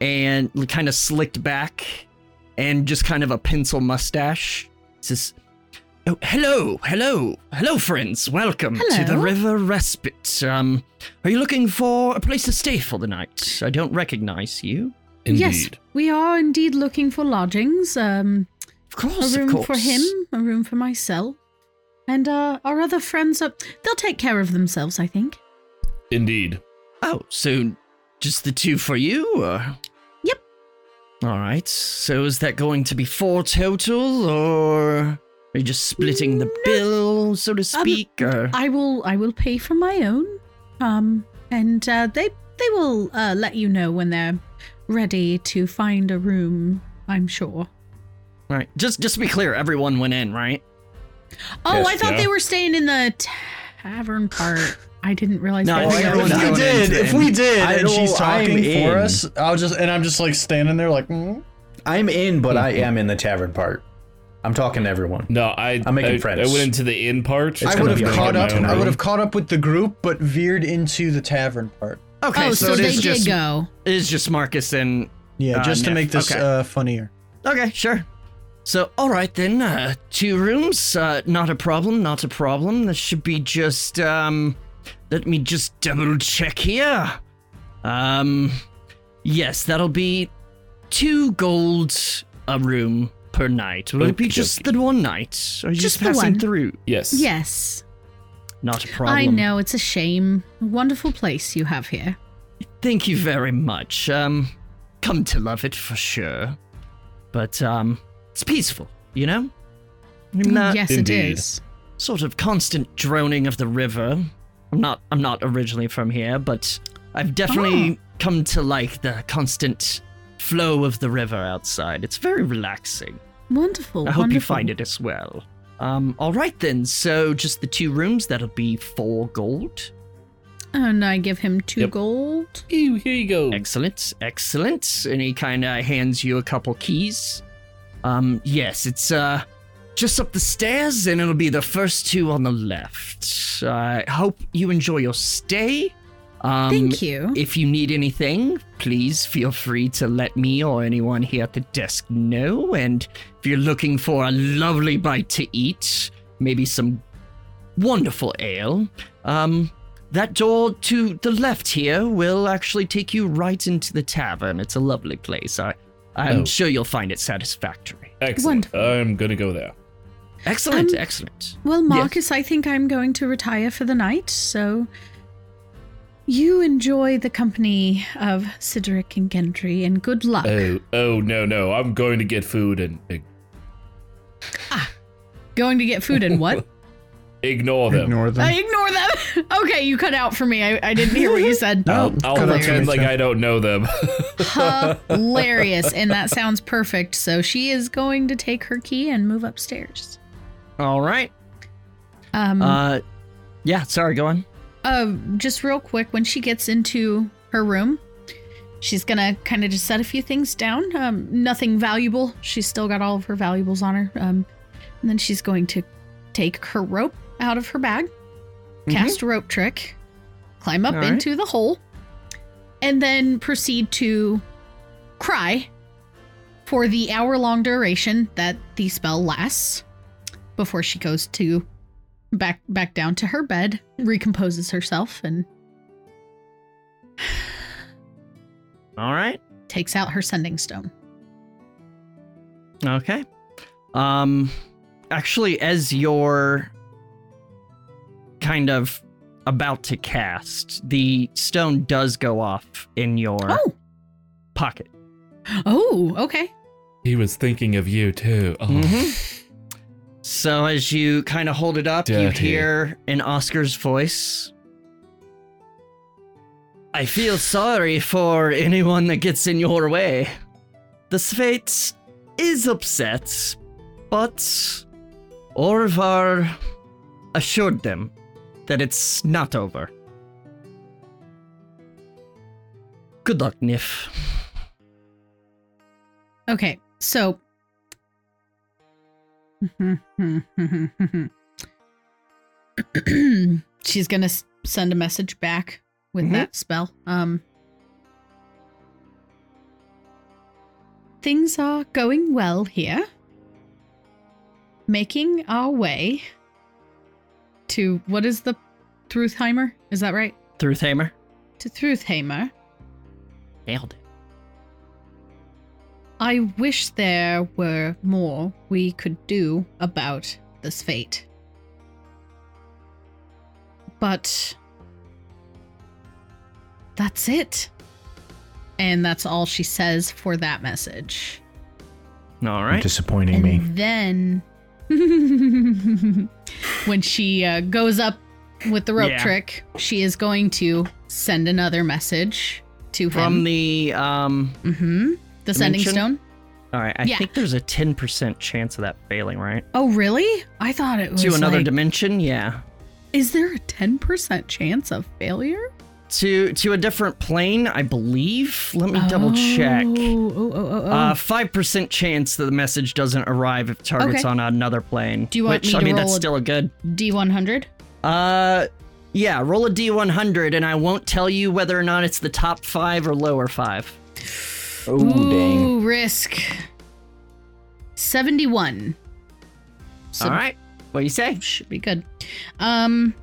and kind of slicked back and just kind of a pencil mustache. It's just, oh, hello, hello, hello, friends. Welcome to the
Hello.
River Respite. Um, are you looking for a place to stay for the night? I don't recognize you.
Indeed.
Yes, we are indeed looking for lodgings. Um,
Of
a
course,
room
of course.
for him, a room for myself, and uh, our other friends. Up, they'll take care of themselves, I think.
Indeed.
Oh, so just the two for you? Or?
Yep.
All right. So is that going to be four total, or are you just splitting the bill, so to speak? or?
Um, I will. I will pay for my own. Um, and uh, they they will uh, let you know when they're ready to find a room. I'm sure.
All right. Just, just to be clear, everyone went in, right?
Oh,
Yes,
I thought
yeah.
they were staying in the tavern part. I didn't realize.
No,
they
I
were Oh,
think
going
everyone's
in.
going in.
did,
I know, I'm in.
I'll just and I'm just like standing there, like. Mm.
I'm in, but I am in the tavern part. I'm talking to everyone.
No, I.
I'm making
I,
friends.
I went into the inn part.
It's
I
gonna
would
be
have caught
like my
up.
own
I would
room.
have caught up with the group, but veered into the tavern part.
Okay.
Oh, so,
it
they
is
did
just,
go.
It is just Marcus and
Yeah,
Uh,
just to
Neff,
make this
okay.
uh, funnier.
Okay, sure. So, all right then, uh, two rooms, uh, not a problem, not a problem. This should be just, um, let me just double check here. Um, yes, that'll be two golds a room per night. Will it be
Okey
just
dokey.
the one night? Or are you just,
Just the
passing
one.
through?
Yes.
Yes,
Not a problem.
I know it's a shame. Wonderful place you have here.
Thank you very much. Um, come to love it for sure. But, um, it's peaceful, you know?
Mm,
Not-
yes, it
Indeed.
is.
sort of constant droning of the river. I'm not I'm not originally from here, but I've definitely come to like the constant flow of the river outside. It's very relaxing.
Wonderful.
I hope you
wonderful.
find it as well. Um all right then. So just the two rooms that'll be 4 gold.
Oh, And I give him two
Yep.
gold.
Ew, here you go.
Excellent. Excellent. And he kind of hands you a couple keys. Um yes, it's uh just up the stairs, and it'll be the first two on the left. I hope you enjoy your stay. Um,
Thank you.
If you need anything, please feel free to let me or anyone here at the desk know. And if you're looking for a lovely bite to eat, maybe some wonderful ale, um, that door to the left here will actually take you right into the tavern. It's a lovely place. I, I'm
Oh.
sure you'll find it satisfactory.
Excellent.
Wonderful.
I'm gonna go there.
Excellent,
Um,
excellent.
Well, Marcus, I think I'm going to retire for the night, so you enjoy the company of Sideric and Gendry, and good luck.
Uh,
Oh, oh no, no! I'm going to get food and ig-
going to get food and
[LAUGHS]
what?
ignore them.
Ignore them.
I ignore them. [LAUGHS] okay, you cut out for me. I, I didn't hear what
[LAUGHS]
you said.
I'll, I'll
cut out to
pretend
me,
like
too.
I don't know them. [LAUGHS]
Hilarious, and that sounds perfect. So she is going to take her key and move upstairs.
All right.
Um,
Uh, yeah. Sorry, go on.
uh, just real quick, when she gets into her room, she's gonna kind of just set a few things down. Um, nothing valuable. She's still got all of her valuables on her. Um, and then she's going to take her rope out of her bag, cast a rope trick, climb up
All right.
into the hole, and then proceed to cry for the hour-long duration that the spell lasts before she goes to back back down to her bed, recomposes herself, and
All right.
takes out her sending stone.
Okay. Um actually as you're kind of about to cast, the stone does go off in your
Oh,
pocket.
oh, okay.
he was thinking of you too. Oh,
Mm-hmm. So as you kind of hold it up, you
Dirty.
hear an Oscar's voice. I feel sorry for anyone that gets in your way. The Svate is upset, but Orvar assured them that it's not over. Good luck, Nif.
Okay, so. [LAUGHS] She's gonna s- send a message back with
Mhm.
that spell. Um, things are going well here. Making our way to what is the Truthheimer? Is that right?
Thruthhammer.
To Truthheimer.
Nailed it.
I wish there were more we could do about this fate. But that's it. And that's all she says for that message.
All right.
Disappointing me.
And then [LAUGHS] when she uh, goes up with the rope
Yeah.
trick, she is going to send another message to
From
him.
the um
The, hmm the sending
Dimension?
stone.
All right, I
Yeah.
think there's a 10% chance of that failing, right?
Oh, really? I thought it was
to another
like,
dimension, yeah.
Is there a ten percent chance of failure?
To to a different plane, I believe. Let me double check.
Oh, oh, oh, oh.
Uh, 5% chance that the message doesn't arrive if targets
Okay.
on another plane.
Do you want
which,
me
I
to
mean,
roll
that's
a-
still a good.
D one hundred.
Uh yeah, roll a d100 and I won't tell you whether or not it's the top 5 or lower 5.
Oh dang.
Ooh, risk. Seventy one So-
All right. What do you say?
should be good. Um.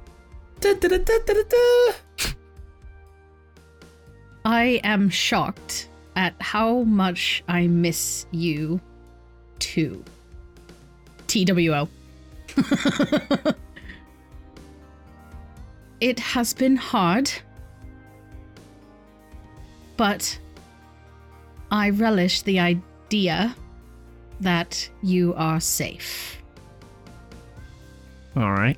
I am shocked at how much I miss you, too. TWO. [LAUGHS] it has been hard, but I relish the idea that you are safe.
All right.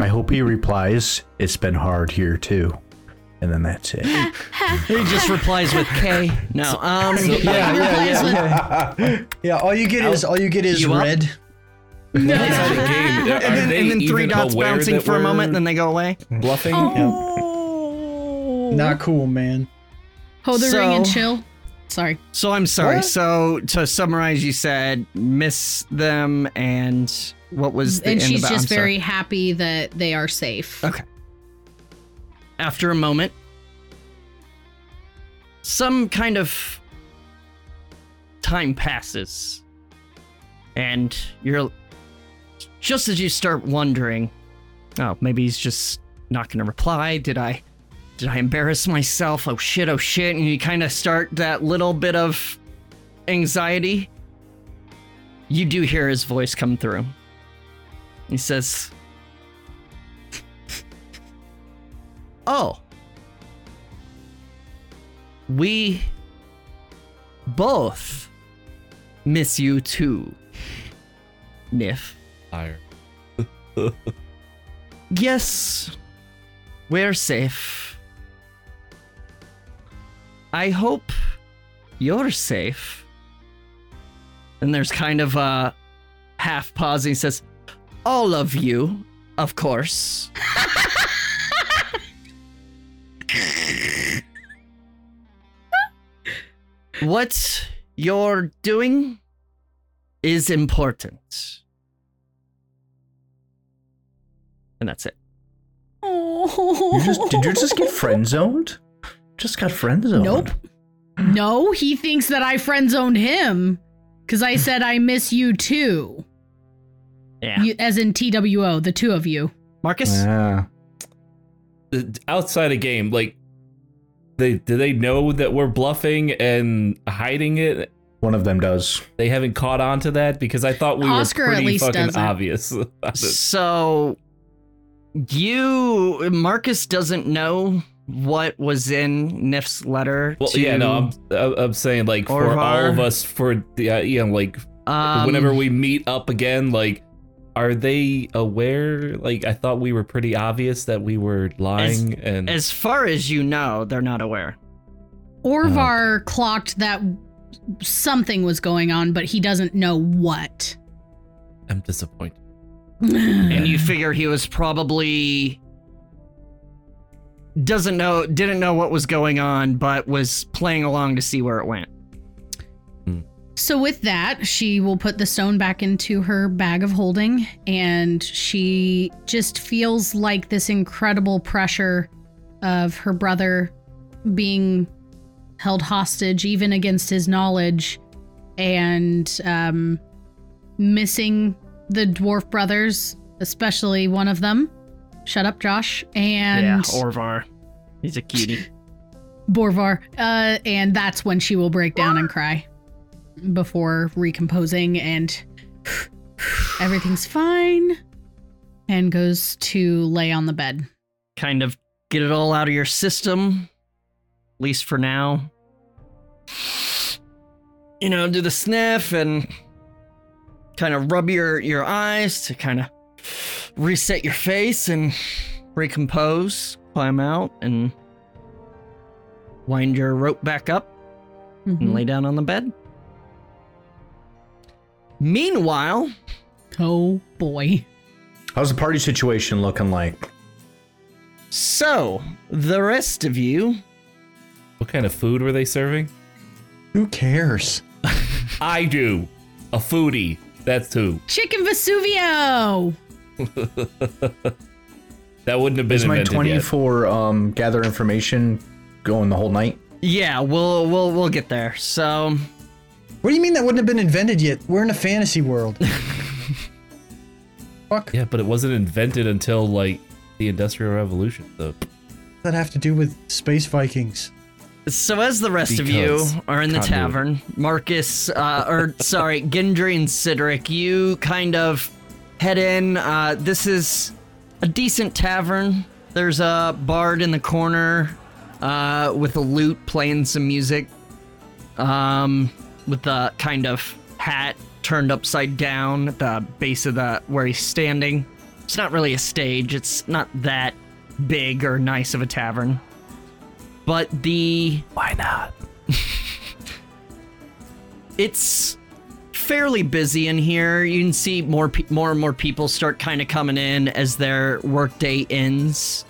I hope he replies, It's been hard here too. And then that's [LAUGHS] it.
He just
[LAUGHS]
replies with K. No. Um
He replies with,
yeah, all you get is all you get is
You up?
red.
That's how
[LAUGHS]
the game. Are
and then,
they
and then three
even
dots
aware
bouncing
that
for a
we're
moment, and then they go away.
bluffing.
Not cool, man.
Hold the ring
So-
and chill. Sorry.
So I'm sorry. So to summarize, you said miss them and what was the
and
end
she's
about-
just
I'm sorry.
very happy that they are safe.
Okay. After a moment, some kind of time passes, and you're just as you start wondering, oh, maybe he's just not gonna reply. Did I, did I embarrass myself? Oh shit! Oh shit! And you kind of start that little bit of anxiety. You do hear his voice come through. He says, Oh. We both miss you too, Nif.
Liar.
[LAUGHS] Yes, we're safe. I hope you're safe. And there's kind of a half pause, and he says, All of you, of course. what you're doing is important. And that's it.
You
Oh.
just,
[LAUGHS]
did you just get friend zoned? Just got friend zoned.
Nope. No, he thinks that I friend zoned him because I said I miss you too,
Yeah.
you, as in TWO, the two of you.
Marcus?
Yeah.
The- Outside of game, like, they do they know that we're bluffing and hiding it?
One of them does.
They haven't caught on to that because I thought we
Oscar at
were pretty
least
fucking
doesn't.
obvious. [LAUGHS] about it.
So you Marcus doesn't know what was in Nif's letter.
well,
to,
yeah, no, I'm, I'm I'm saying like for all
Orvar.
of us for the uh, you know like
um,
whenever we meet up again, like, are they aware? Like, I thought we were pretty obvious that we were lying, and
as far as you know, they're not aware. Oh,
Orvar clocked that something was going on, but he doesn't know what.
I'm disappointed.
and you figure he was probably doesn't know didn't know what was going on but was playing along to see where it went
So with that, she will put the stone back into her bag of holding and she just feels like this incredible pressure of her brother being held hostage even against his knowledge and um, missing the dwarf brothers, especially one of them. Shut up, Josh. And
yeah orvar he's a cutie
Borvar, uh, and that's when she will break down and cry before recomposing and everything's fine and goes to lay on the bed.
kind of get it all out of your system at least for now you know do the sniff and kind of rub your your eyes to kind of reset your face and recompose climb out and wind your rope back up and
Mhm.
lay down on the bed. Meanwhile,
Oh boy.
How's the party situation looking like?
so the rest of you,
What kind of food were they serving?
Who cares?
I do, a foodie. That's who.
Chicken Vesuvio!
That wouldn't have been
Is my
invented
twenty
yet.
for um gather information going the whole night?
yeah, we'll we'll we'll get there. So
What do you mean that wouldn't have been invented yet? We're in a fantasy world. Fuck
Yeah, but it wasn't invented until like the Industrial Revolution, though.
does that have to do with space Vikings?
so as the rest
Because
of you are in the
conduit.
tavern, Marcus, uh, or sorry, Gendry and Sidric, you kind of head in. Uh, this is a decent tavern. There's a bard in the corner uh, with a lute playing some music. um, with the kind of hat turned upside down at the base of the where he's standing. It's not really a stage. It's not that big or nice of a tavern. But the why not? [LAUGHS] it's fairly busy in here. You can see more pe- more and more people start kind of coming in as their workday ends.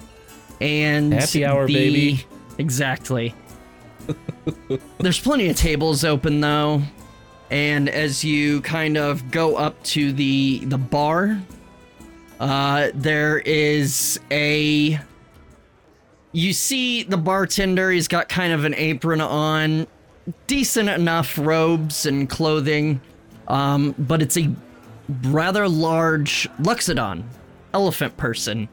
And
Happy hour,
the-
baby.
Exactly. [LAUGHS] There's plenty of tables open though. And as you kind of go up to the the bar, uh, there is a you see the bartender, he's got kind of an apron on, decent enough robes and clothing. Um, but it's a rather large Luxodon elephant person.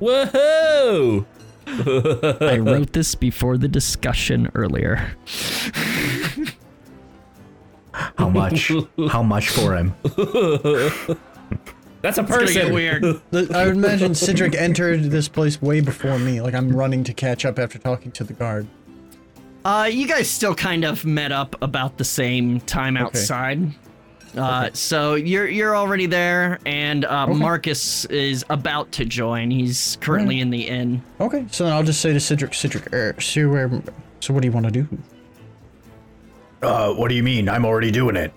Whoa!
[LAUGHS] I wrote this before the discussion earlier.
How
[LAUGHS]
much? How much for him?
That's
It's
a
gonna
person.
get
[LAUGHS]
weird.
The- I would imagine Cedric entered this place way before me. Like I'm running to catch up after talking to the guard.
Uh, you guys still kind of met up about the same time outside. Uh, so you're you're already there, and uh, Marcus is about to join. He's currently in the inn.
Okay, so then I'll just say to Cedric, Cedric, er, so, um, so what do you want to do?
Uh, what do you mean? I'm already doing it.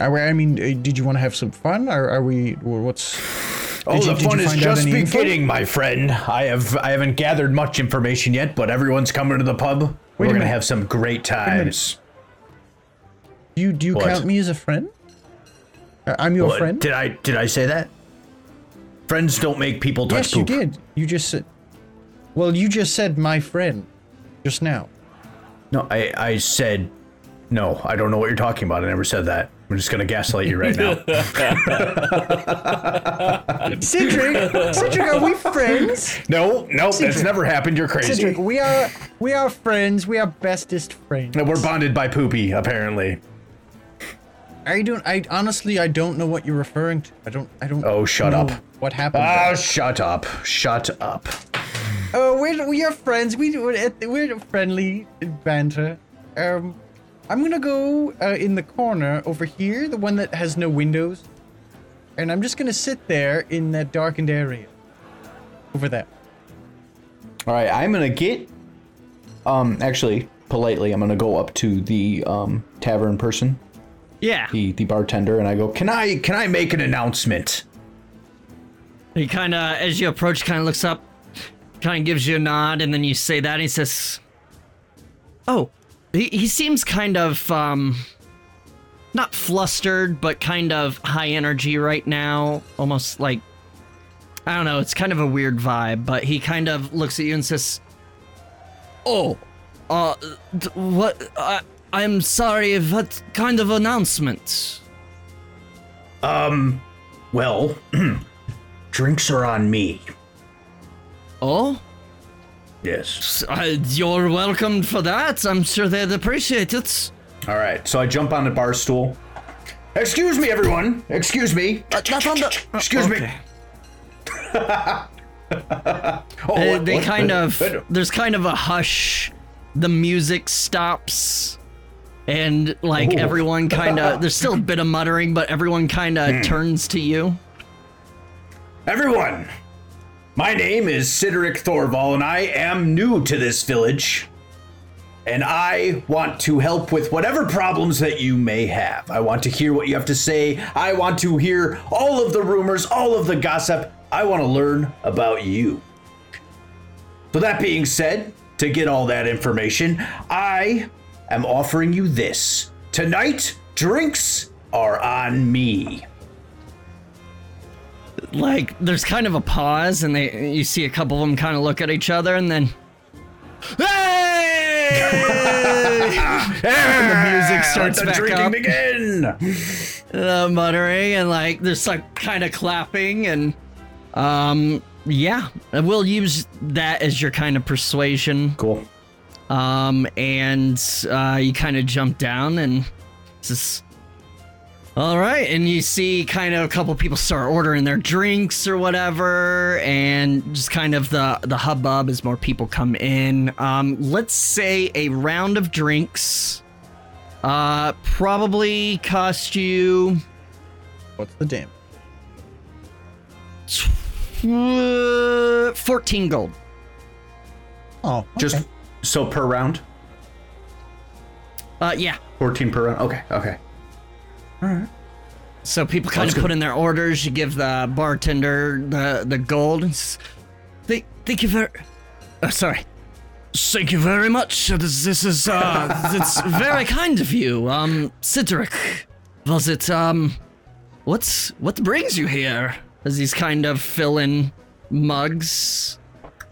I, I mean, uh, did you want to have some fun? Or are we? Or what's?
Oh,
Did you-
the
did you
fun is
find out
just
any info?
beginning, my friend. I have I haven't gathered much information yet, but everyone's coming to the pub. We're
a
gonna
minute.
have some great times.
Do you do you
What?
count me as a friend? Uh, I'm your
What,
friend.
Did I did I say that? Friends don't make people touch
yes,
poop.
you did. You just said. Well, you just said my friend, just now.
No, I I said no. I don't know what you're talking about. I never said that. I'm just gonna gaslight you
[LAUGHS]
right now. [LAUGHS]
Cedric, Cedric, are we friends?
no, no, that's never happened. You're crazy.
Cedric, we are we are friends. We are bestest friends.
No, We're bonded by poopy, apparently.
I don't. I honestly, I don't know what you're referring to. I don't. I don't.
Oh, shut
know
up.
What happened?
Ah,
there.
shut up. Shut up.
Oh, we're we are friends. We do- we're, we're friendly banter. Um, I'm gonna go uh, in the corner over here, the one that has no windows, and I'm just gonna sit there in that darkened area. Over there.
All right, I'm gonna get. Um, actually, politely, I'm gonna go up to the um tavern person,
Yeah,
the the bartender, and I go, "Can I can I make an announcement?"
he kind of as you approach, kind of looks up, kind of gives you a nod, and then you say that. And he says, "Oh, he, he seems kind of um, not flustered, but kind of high energy right now. Almost like I don't know. It's kind of a weird vibe, but he kind of looks at you and says, "Oh, uh, d- what? I, I'm sorry. What kind of announcement?"
Well, [CLEARS THROAT] drinks are on me.
Oh,
Yes.
uh, you're welcome for that. I'm sure they'd appreciate it.
All right. So I jump on a bar stool. Excuse me, everyone. Excuse me.
Uh, not on the- uh,
Excuse me. [LAUGHS]
okay.
Oh,
Uh,
what-
they
what-
kind of
what-
there's kind of a hush. The music stops, and like
Ooh. [LAUGHS]
everyone kind of there's still a bit of muttering, but everyone kind
Hmm.
of turns to you.
Everyone, my name is Sideric Thorval, and I am new to this village. And I want to help with whatever problems that you may have. I want to hear what you have to say. I want to hear all of the rumors, all of the gossip. I want to learn about you. So, that being said, to get all that information, I am offering you this. Tonight, drinks are on me.
Like there's kind of a pause, and they you see a couple of them kind of look at each other, and then. Hey! the music starts
Let the
back
drinking
up.
begin.
uh, muttering and like there's like kind of clapping and um yeah and we'll use that as your kind of persuasion
Cool.
um and uh you kind of jump down and it's just all right and you see kind of a couple people start ordering their drinks or whatever and just kind of the the hubbub as more people come in um let's say a round of drinks uh probably cost you
What's the damn?
Uh, 14 gold.
Oh,
Just
okay.
so per round,
Uh, yeah.
fourteen per round. Okay, okay.
So people kind
Sounds
of
good.
put in their orders. You give the bartender the the gold. It's- Thank, thank you very. Oh, sorry. Thank you very much. This, this is uh, [LAUGHS] it's very kind of you. Um, Cedric, was it um, what's what brings you here? As these kind of fill-in mugs.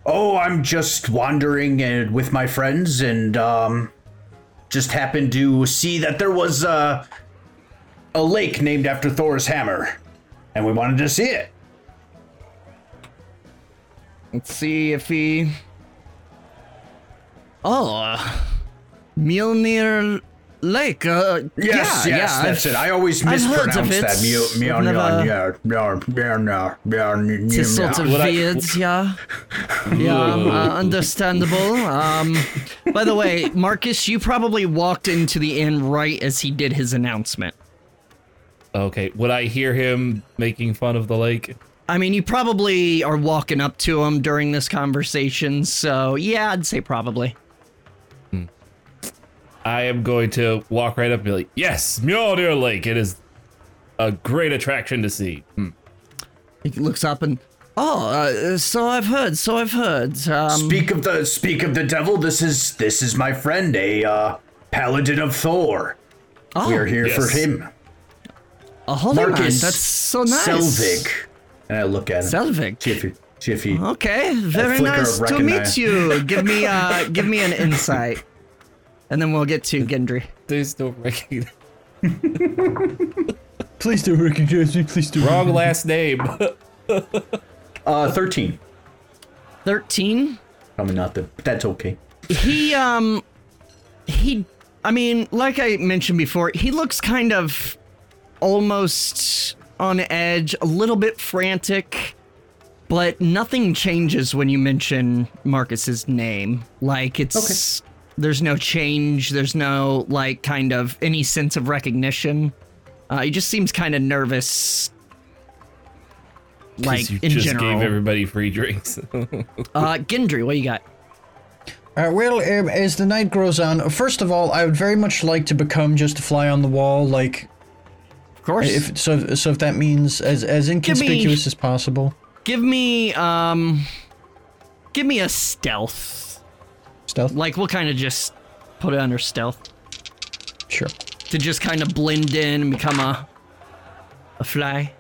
Oh, I'm just wandering and with my friends, and um, just happened to see that there was uh, a lake named after Thor's hammer, and we wanted to see it.
Let's see if he. Oh, uh, Mjolnir Lake. Uh,
Yes,
yeah,
yes,
yeah,
that's
I've-
it. I always
I've heard
mispronounce
of it.
that. Mew,
I've
mew, mew,
never- It's sort of
What I-
weird,
[LAUGHS]
yeah. Yeah, um, uh, understandable. Um, by the way, Marcus, you probably walked into the inn right as he did his announcement.
Okay, would I hear him making fun of the lake?
I mean, you probably are walking up to him during this conversation, so yeah, I'd say probably.
I am going to walk right up and be like, "Yes, Mjolnir Lake. It is a great attraction to see." Hmm.
He looks up and, oh, uh, so I've heard, so I've heard. Um,
Speak of the speak of the devil. This is this is my friend, a uh, paladin of Thor.
oh,
We are here
yes.
for him,
a holy man,
Marcus.
That's so nice.
Selvig. And I look at him.
Selvig. Uh-huh.
See if he, see if he
Okay, very
flicker of
nice to meet
recognize.
you. Give me uh give me an insight. And then we'll get to Gendry.
There's no recognition.
Please do recognize me. Please do.
Wrong last [LAUGHS] name.
uh, thirteen.
13.
Probably not the. But that's okay.
He um he I mean, like I mentioned before, he looks kind of almost on edge, a little bit frantic, but nothing changes when you mention Marcus's name. Like it's there's no change, there's no like kind of any sense of recognition. Uh, he just seems kind of nervous. Like
you
in
just
general,
gave everybody free drinks.
uh, Gendry, what you got?
Uh, well, um, as the night grows on, first of all, I would very much like to become just a fly on the wall, like
Of course,
if so. So if that means as as inconspicuous as possible.
give me um, give me a stealth.
Stealth.
Like we'll kind of just put it under stealth
Sure.
to just kind of blend in and become a a fly.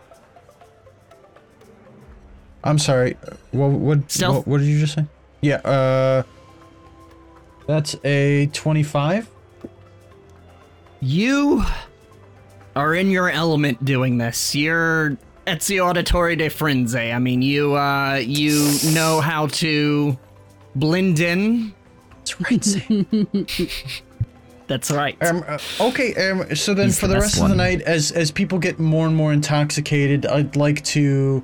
I'm sorry. What what
Stealth.
What, what did you just say? Yeah. Uh. That's a twenty-five.
You are in your element doing this. You're at the auditory de frenzy. I mean, you uh, you know how to blend in.
That's right.
[LAUGHS] That's right.
Um, uh, okay, um, so then
He's
for
the
the,
best
rest of the night, as as people get more and more intoxicated, I'd like to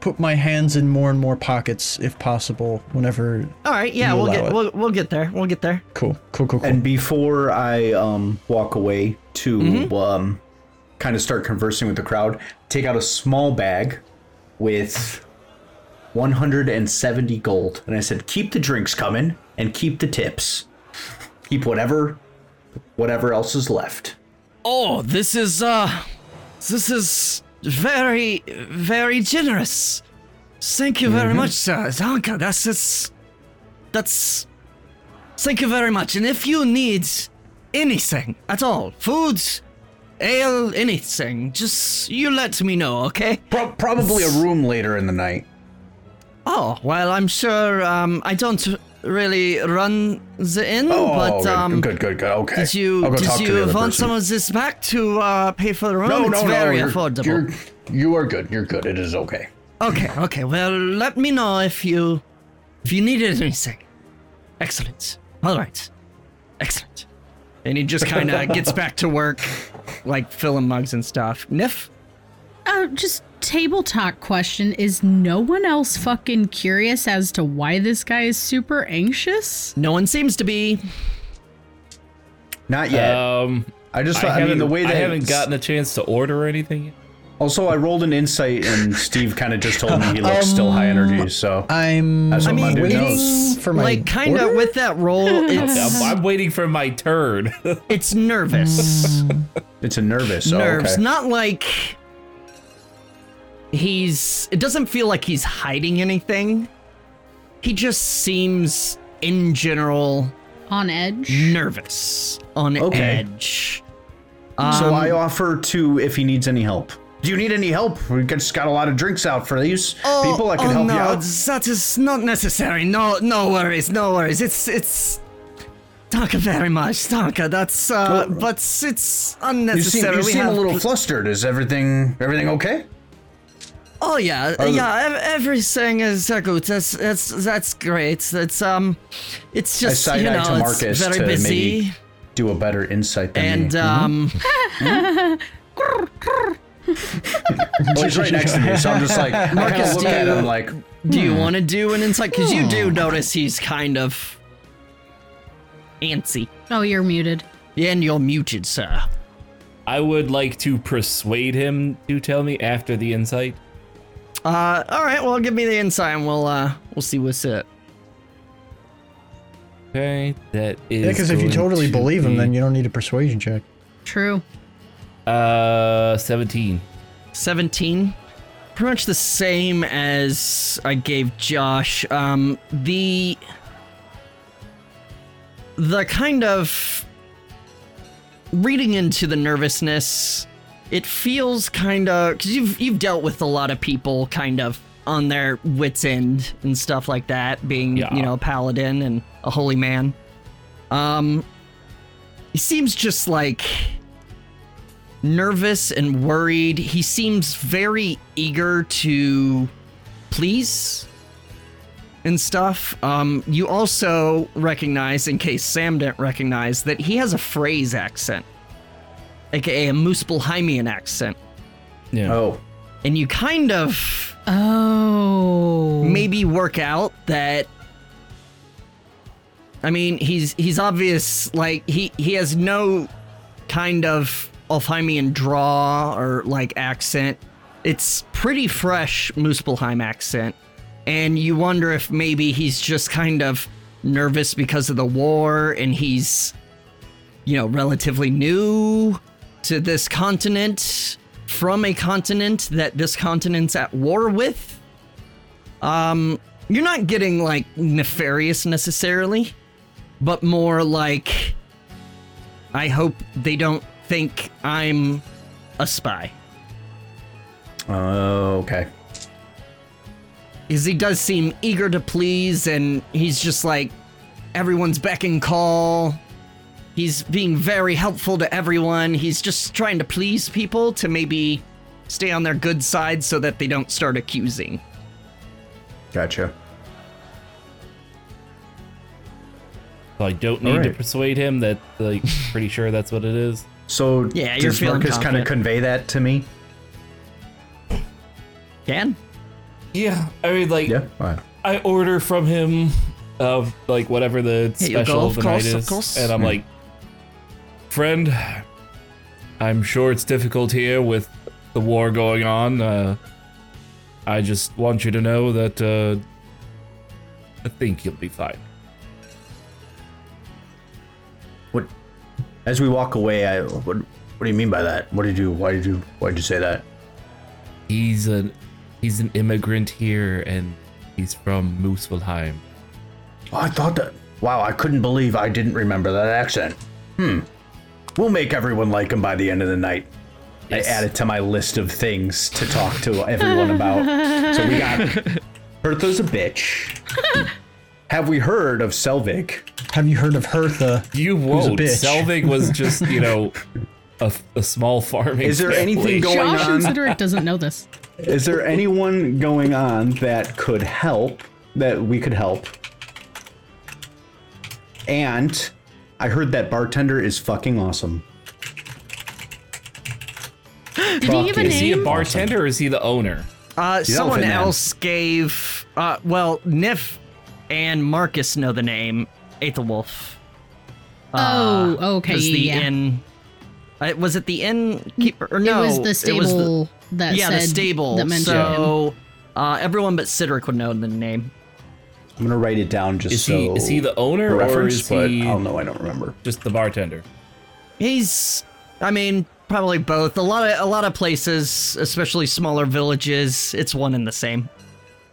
put my hands in more and more pockets if possible. Whenever,
All right. Yeah,
you
we'll
allow
get
it.
we'll, we'll get there. We'll get there.
cool, cool, cool, cool.
And before I um, walk away to
Mm-hmm.
um, kind of start conversing with the crowd, take out a small bag with 170 gold. And I said, keep the drinks coming and keep the tips. Keep whatever whatever else is left.
Oh, this is uh, this is very very generous. Thank you very
Mm-hmm.
much, sir. Zanka, that's it's, that's. Thank you very much. And if you need anything at all, food, ale, anything, just you let me know, okay?
Pro- probably a room later in the night.
Oh, well, I'm sure um, I don't really run the inn,
Oh,
but
good,
um,
good, good, good. Okay.
Did you
I'll go
did
talk to the
you
other
want
person.
some of this back to uh, pay for the room?
No,
it's
no,
very
no. You're,
affordable.
You're, you are good. You're good. It is okay.
Okay, okay. Well, let me know if you if you needed anything. Excellent. All right. Excellent. And he just kind
[LAUGHS]
of gets back to work, like filling mugs and stuff. Niff,
Uh, just table talk question: Is no one else fucking curious as to why this guy is super anxious?
no one seems to be.
Not yet.
Um,
I just
I,
thought, I, mean,
haven't-
the way that
I haven't gotten a chance to order or anything. Yet.
Also, I rolled an insight, and Steve kind of just told me he looks still high
Um,
energy. So
I'm
That's what my dude
waiting
knows.
for my
like kind of
order?
with that role.
[LAUGHS]
It's [LAUGHS]
I'm, I'm waiting for my turn.
it's nervous.
it's a nervous. oh,
nerves.
okay.
Not like he's. It doesn't feel like he's hiding anything. He just seems in general
On edge.
nervous, on
Okay.
edge. um,
so I offer to if he needs any help. Do you need any help? We just got a lot of drinks out for these people. I can help
Oh, no,
you out.
That is not necessary. No, no worries, no worries. It's it's. Thank you very much, Tanka. That's uh, but it's
You seem,
unnecessary.
you
We
seem a
have
little
pl-
flustered. Is everything everything okay?
Oh yeah,
the-
yeah. ev- Everything is uh, good. That's that's that's great. It's um, it's just
side
you
eye
know
to
it's
Marcus
very
to
busy
maybe mm-hmm. do a better insight than
and
me.
um.
Well, he's right next to me, so I'm just
[LAUGHS]
like I
Marcus,
kinda look
do
at
you-
him like
Do you want to do an insight? Because you
Hmm.
do notice he's kind of antsy,
Oh, you're muted.
and you're muted, sir.
I would like to persuade him to tell me after the insight.
Uh, all right. Well, give me the insight, and we'll uh, we'll see what's it.
Okay, that is.
Yeah, because if you
going
totally
to
believe him,
be,
then you don't need a persuasion check.
True.
Uh, seventeen.
17 pretty much the same as i gave josh um the the kind of reading into the nervousness it feels kind of because you've you've dealt with a lot of people kind of on their wits end and stuff like that being
Yeah.
you know a paladin and a holy man um he seems just like nervous and worried. He seems very eager to please and stuff. Um, you also recognize, in case Sam didn't recognize, that he has a phrase accent, aka a Muspelheimian accent.
Yeah.
oh.
And you kind of
Oh.
maybe work out that I mean, he's he's obvious like he he has no kind of Alfheimian draw or like accent. It's pretty fresh Muspelheim accent. And you wonder if maybe he's just kind of nervous because of the war and he's you know, relatively new to this continent from a continent that this continent's at war with. Um, you're not getting like nefarious necessarily, but more like I hope they don't think I'm a spy.
Oh, okay.
Because he does seem eager to please, and he's just like, everyone's beck and call. He's being very helpful to everyone. He's just trying to please people to maybe stay on their good side so that they don't start accusing.
Gotcha.
So I don't need to
Alright.
persuade him that, like, pretty sure that's what it is.
So
Yeah, you're
does
feeling
Marcus kind of
confident.
convey that to me?
Dan?
Yeah, I mean, like,
Yeah. All right.
I order from him of like whatever the
Yeah, you
special
go,
of the
of course,
night
of
is,
course.
and I'm like, friend, I'm sure it's difficult here with the war going on. Uh, I just want you to know that uh, I think you'll be fine.
What? As we walk away, I what? What do you mean by that? What did you? Why did you? Why did you say that?
He's an he's an immigrant here, and he's from Moosevelheim.
Oh, I thought that. Wow, I couldn't believe I didn't remember that accent. Hmm. We'll make everyone like him by the end of the night.
Yes.
I added to my list of things to talk to everyone about. So we got Bertha's a bitch. Have we heard of Selvig?
Have you heard of Hertha?
You won't.
bitch.
[LAUGHS] Selvig was just you know a, a small farming.
Is there anything
family.
going
Josh
on?
and Cedric doesn't know this.
Is there anyone going on that could help? That we could help? And I heard that bartender is fucking awesome.
Did he give a
Is he a
name?
bartender or is he the owner?
Uh, someone
Elephant Man.
else gave. Uh, well, Nif and Marcus know the name Aethelwolf.
Oh, okay,
Because the
yeah.
inn. Uh, was it the inn keeper? Or no,
it was the stable that
yeah,
said
the stable.
that mentioned him.
so uh, everyone but Sidric would know the name.
I'm gonna write it down just
Is
so.
he is he the owner
for
or
reference?
is
but
he
oh no, I don't remember.
just the bartender?
He's, I mean, probably both. A lot of a lot of places, especially smaller villages, it's one and the same.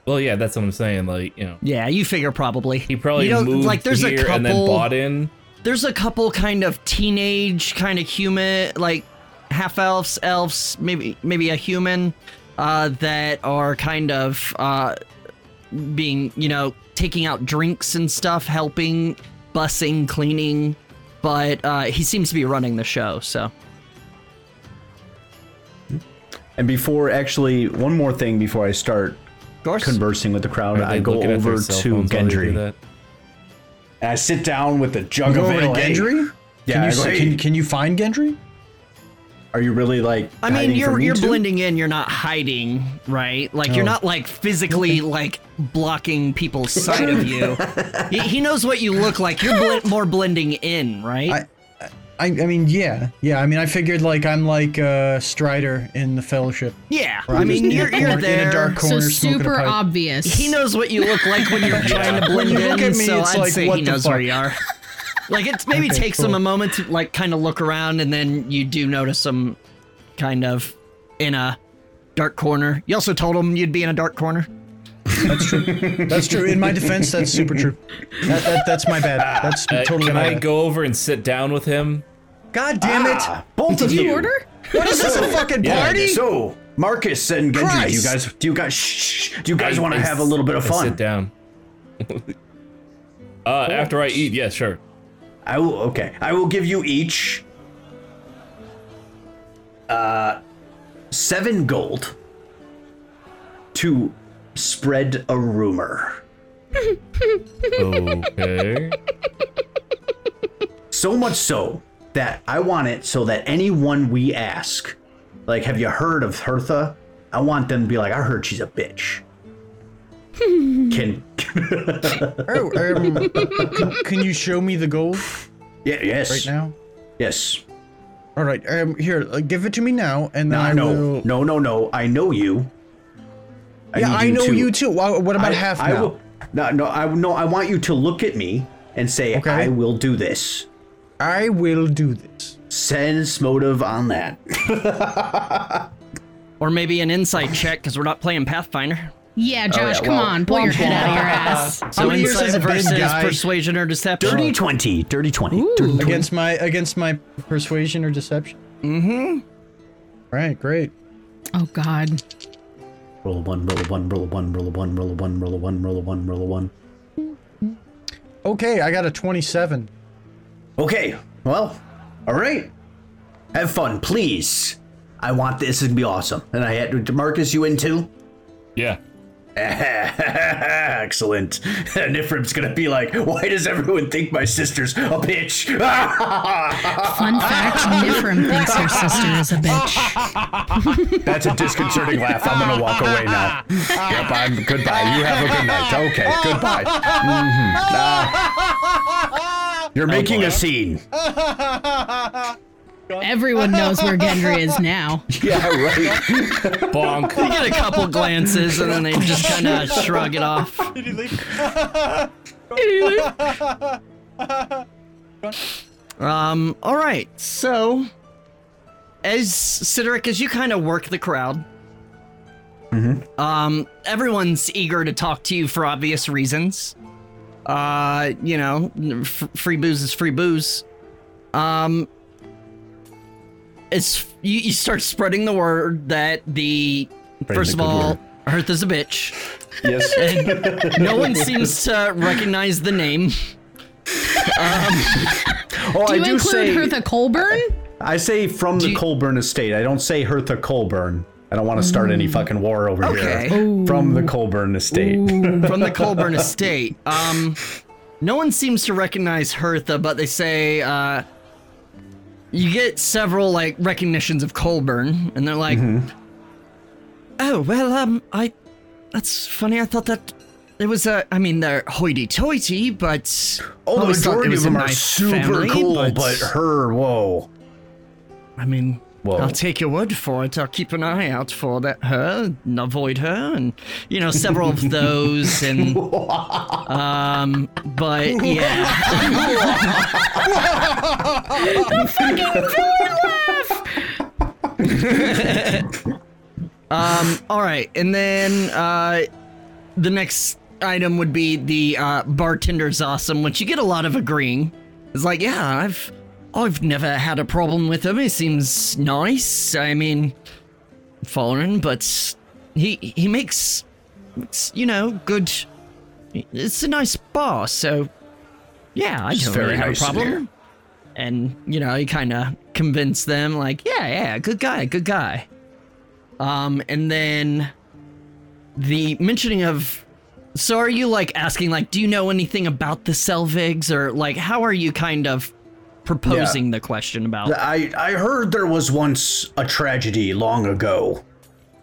Well, yeah, that's what I'm saying. Like, you know,
Yeah, you figure probably.
he probably
you know,
moved
like there's
here
a couple
and then bought in.
there's a couple kind of teenage kind of human like half elves elves maybe maybe a human uh, that are kind of uh, being you know taking out drinks and stuff helping bussing cleaning but uh, he seems to be running the show so
And before, actually, one more thing before I start
of course
conversing with the crowd,
Are
I
they
go
looking at their
over
cell
to
phones while they do
Gendry.
that?
And I sit down with a jug
Go
of
over to
ale. Hey,
Gendry?
Yeah,
Can
I
you,
go,
see-
"Hey,
can, can you find Gendry?
are you really like?
I mean,
hiding
you're
from Oh. me
you're
two?
blending in. You're not hiding, right? Like you're not like physically like blocking people's sight of
[LAUGHS]
you. he, he knows what you look like. You're bl- more blending in, right?
I- I, I mean, yeah, yeah. I mean, I figured like I'm like uh, Strider in the Fellowship.
yeah.
Or
I mean,
just
you're
in a
you're
dark- in a
there.
dark
So
corner smoking a
super
pipe.
obvious.
He knows what you look like when
[LAUGHS]
you're trying to blend
When you
in.
look at me,
so
it's
I'd
like,
say
what
he
the
knows where
fuck?
you
[LAUGHS]
are. like it maybe
Okay,
takes him
cool.
a moment to like kind of look around, and then you do notice him, kind of, in a dark corner. You also told him you'd be in a dark corner.
That's true. In my defense, that's super true. That, that, that's my bad. That's
Uh,
totally
can
my
I
bad.
go over and sit down with him?
God damn it!
Ah, both of
Did
you.
you order?
What is
[LAUGHS]
this a fucking
Yeah,
party?
So, Marcus and Gendry, do you
Christ.
guys, do you guys, shh, shh, do you guys
I-
want
I
to have a little bit of
I
fun?
Sit down. [LAUGHS] uh, after I eat, yeah, sure.
I will. Okay, I will give you each uh, seven gold to spread a rumor.
Okay.
So much so that I want it so that anyone we ask, like, have you heard of Hertha? I want them to be like, I heard she's a bitch. Can [LAUGHS]
Oh, um, can, can you show me the gold
yeah, yes,
right now?
yes.
All right. Um, here, uh, give it to me now, and then
No,
I
no,
will.
no, no, no. I know you. I
Yeah,
need
I know you too. Wha- What about
I,
half
I
now?
will. No, no, I no. I want you to look at me and say,
Okay.
"I will do this."
I will do this.
Sense motive on that.
Or maybe an insight check because we're not playing Pathfinder.
Yeah, Josh, come on, pull your head out of your ass.
So
many years
insight
has it been,
versus
guy?
persuasion or deception.
Dirty twenty. Dirty twenty. Dirty twenty.
Against my against my persuasion or deception. Mm-hmm. Right. Great.
Oh God,
Roll a one. Roll a one. Roll a one. Roll a one. Roll a one. Roll a one. Roll a one. Roll a one.
Okay, I got a twenty-seven.
Okay. Well. All right. Have fun, please. I want this to be awesome. And I had Marcus. You in too? [LAUGHS]
Yeah.
Excellent. [LAUGHS] And Ifrim's gonna be like, why does everyone think my sister's a bitch? [LAUGHS]
fun fact: Nifrim thinks her sister is a bitch.
That's a disconcerting laugh. I'm gonna walk away now. Yep, I'm goodbye. You have a good night. Okay, goodbye. Mhm.
Mm-hmm.
Ah. you're making a
scene.
Everyone knows where Gendry is now.
Yeah, right.
You
[LAUGHS]
Bonk.
get a couple glances and then they just kind of shrug it off. Um, all right. So, as Sideric, as you kind of work the crowd, um, everyone's eager to talk to you for obvious reasons. Uh, you know, f- free booze is free booze. Um, it's you, you start spreading the word that the first of
the good
all,
word.
Earth is a bitch.
yes.
And no one seems to recognize the name.
Oh,
Do
I
you
do
include
say
Hertha Colburn?
I say from the
you-
Colburn estate. I don't say Hertha Colburn. I don't want to start any fucking war over
Okay.
here. From the Colburn estate.
from the Colburn estate. Um, no one seems to recognize Hertha, but they say uh, you get several like recognitions of Colburn, and they're like,
Mm-hmm.
"Oh well, um, I that's funny. I thought that it was uh, I mean, they're hoity-toity, but
Oh, the
always thought it
majority
was
of them
in
are
my
super
family,
cool, but... her, whoa.
I mean."
Whoa.
I'll take your word for it. I'll keep an eye out for that her, and avoid her, and you know several of those, and um, but yeah, [LAUGHS] Um, all right, and then uh, the next item would be the uh, bartender's awesome, which you get a lot of agreeing. It's like, yeah, I've I've never had a problem with him. He seems nice. I mean, foreign, but he he makes, makes you know good. It's a nice bar, so yeah, I don't
very
really have
nice
a
in
problem.
here.
And you know, he kind of convinced them, like, yeah, yeah, good guy, good guy. Um, and then the mentioning of so are you like asking like do you know anything about the selvigs or like how are you kind of proposing the question about
I, I heard there was once a tragedy long ago,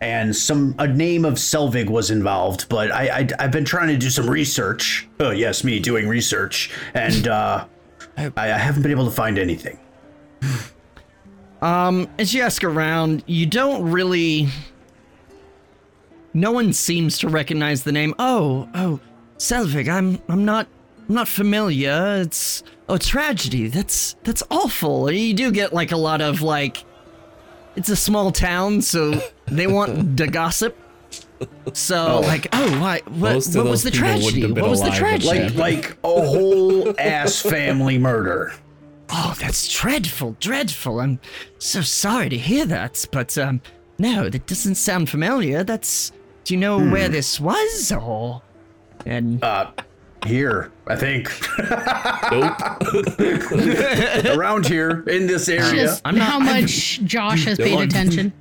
and some a name of Selvig was involved. But I, I I've been trying to do some research. Oh yes, me doing research, and uh, I, I haven't been able to find anything.
as you ask around, you don't really. No one seems to recognize the name. Oh, oh, Selvig. I'm, I'm not, I'm not familiar. It's oh, tragedy. That's that's awful. You do get like a lot of like. It's a small town, so they
[LAUGHS]
want the gossip. So like, oh, why? What,
Most of
what was the
those people wouldn't
tragedy?
have been
What was the
alive at that
tragedy?
Like like a whole ass family murder.
Oh, that's dreadful, dreadful. I'm so sorry to hear that, but um, no, that doesn't sound familiar. That's. Do you know
Hmm.
where this was, or? And
Uh, Here, I think
Nope.
[LAUGHS] around here in this area.
Just
I'm not-
how much Josh has paid
one-
attention.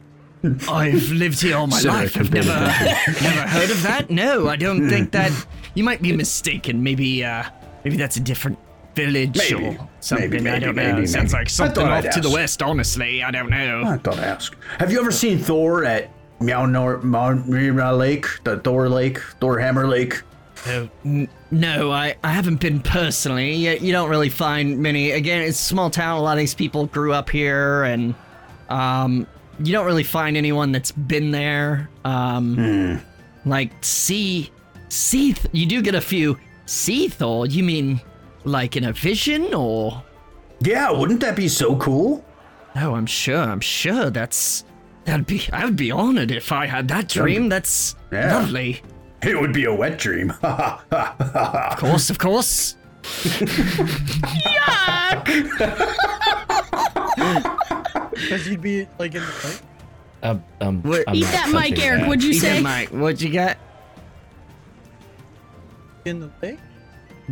I've lived here all my
Sorry,
life.
I
I've
couldn't
never, [LAUGHS] never heard of that. No, I
Hmm.
don't think that. You might be mistaken. Maybe, uh, maybe that's a different village
Maybe.
or something.
Maybe,
I
maybe,
don't know.
maybe,
Sounds
maybe.
like
I
something
thought
off
I'd
to the
ask.
west. Honestly, I don't know.
I Don't ask. Have you ever seen Thor at Meow Nor- Mount Mira Lake, the Thor Lake, Thor Hammer Lake?
N- No, I, I haven't been personally. You, you don't really find many. Again, it's a small town. A lot of these people grew up here, and um, you don't really find anyone that's been there. Um, Like, see, see, th- you do get a few. See, Thor, you mean like in a vision or?
Yeah, wouldn't that be so cool?
Oh, I'm sure, I'm sure that's. That'd be. I would be honored if I had that dream. That's
Yeah.
lovely.
It would be a wet dream. [LAUGHS]
Of course, of course.
Because you'd be like in the fight.
Um, um,
Wait.
I'm
Eat
not
that mic,
touching
Eric,
that.
would you
Yeah,
say?
Mike, what you got?
In the thing?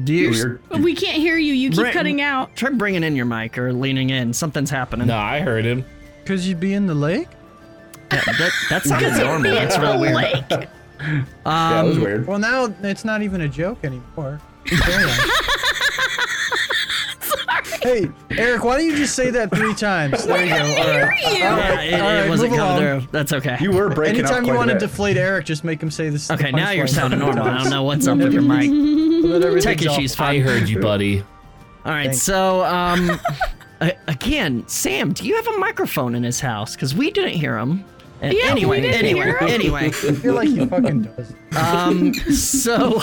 Do you
We can't hear you. You keep
Brent-
cutting out.
try bringing in your mic or leaning in? Something's happening.
No, I heard him.
Because you'd be in the lake?
That, that, that
[LAUGHS]
[LAUGHS]
sounds normal. That's really weird.
yeah, that was weird.
Um, Well, now it's not even a joke anymore.
[LAUGHS]
Hey, Eric, why don't you just say that three times? There you go. All right.
Yeah, it, it
alright,
wasn't
move
coming
along.
through. That's okay.
You were breaking up
Anytime you
quite a
want to
bit.
deflate Eric, just make him say this.
okay, now you're
punchline [LAUGHS]
sounding
three
normal. I
times.
don't know what's up with your mic.
But everything's
Tech issues,
I
fine.
heard you, buddy.
All right, so um, a- again, Sam, do you have a microphone in his house? Because we didn't hear him. A-
we
anyway,
didn't
anyway,
hear him.
anyway.
[LAUGHS]
awful. I feel like he fucking does.
Um, so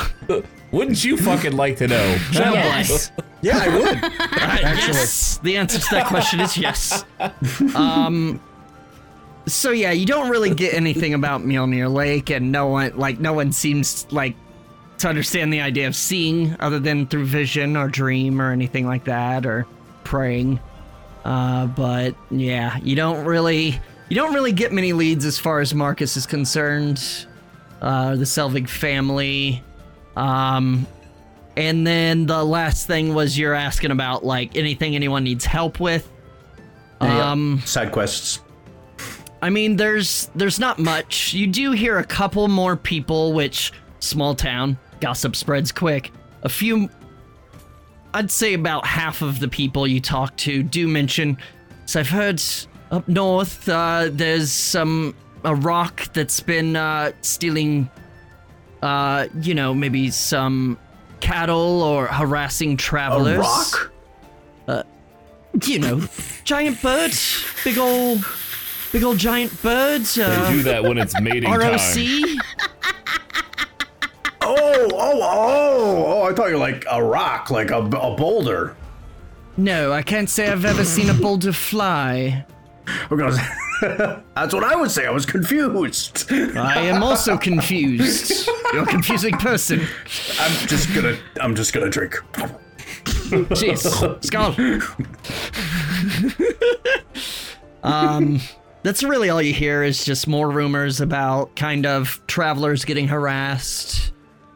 Wouldn't you fucking like to know?
oh, boy.
Yes.
Yeah, I would.
Uh, yes. The answer to that question is yes. Um, so yeah, you don't really get anything about Mjolnir Lake, and no one like no one seems like to understand the idea of seeing other than through vision or dream or anything like that or praying. Uh, but yeah, you don't really you don't really get many leads as far as Marcus is concerned. Uh, the Selvig family. Um, and then the last thing was you're asking about like anything anyone needs help with. Um,
uh, Side quests.
I mean, there's there's not much. You do hear a couple more people, which small town gossip spreads quick. A few, I'd say about half of the people you talk to do mention. So I've heard up north uh, there's some a rock that's been uh, stealing, uh, you know, maybe some cattle or harassing
A
travelers.
rock?
You know, giant bird, big old, big old giant birds. Uh,
They do that when it's mating time.
ROC?
Oh, oh, oh, oh, I thought you were like a rock, like a, a boulder.
No, I can't say I've ever seen a boulder fly.
Because [LAUGHS]
That's what I would say. I was confused.
I am also confused. You're a confusing person.
I'm just gonna. I'm just gonna drink.
Jeez, skull. um, Um, that's really all you hear is just more rumors about kind of travelers getting harassed.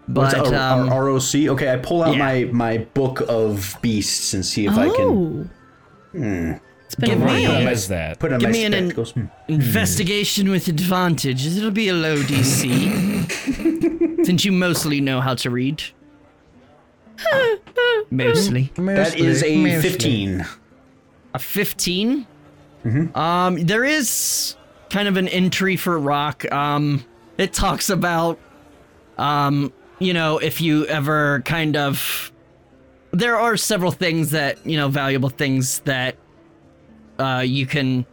But
What's our-
um,
our ROC. Okay, I pull out
yeah.
my my book of beasts and see if I can
Oh. It's been
Give
Oh. a
me
while.
a-
What is that?
put on
Give
my
me an in-
spectacles. Hmm.
investigation with advantage. It'll be a low DC since you mostly know how to read. mostly.
That is
Mostly-
a
mostly.
fifteen.
a 15 um there is kind of an entry for rock um it talks about um you know if you ever kind of there are several things that you know valuable things that uh you can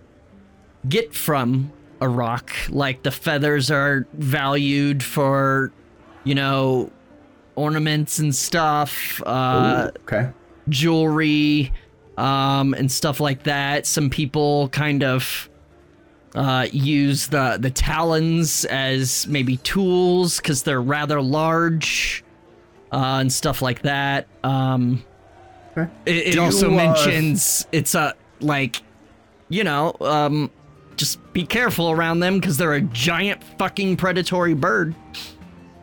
get from a rock like the feathers are valued for you know ornaments and stuff uh
okay.
jewelry um, and stuff like that. Some people kind of uh, use the the talons as maybe tools because they're rather large uh, and stuff like that. Um, It, it
you,
also
uh,
mentions it's a like you know um, just be careful around them because they're a giant fucking predatory bird.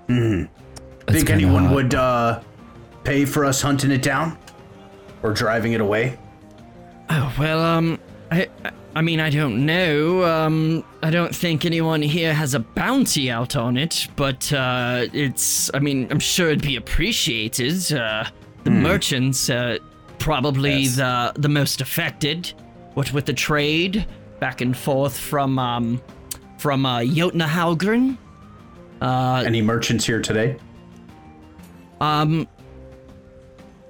Think anyone would uh, pay for us hunting it down or driving it away?
Oh, well, um, I, I mean, I don't know. Um, I don't think anyone here has a bounty out on it, but, uh, it's, I mean, I'm sure it'd be appreciated. Uh, the merchants, uh, probably the, the most affected, what with the trade back and forth from, um, from, uh, Jotnahaugen.
Any merchants here today?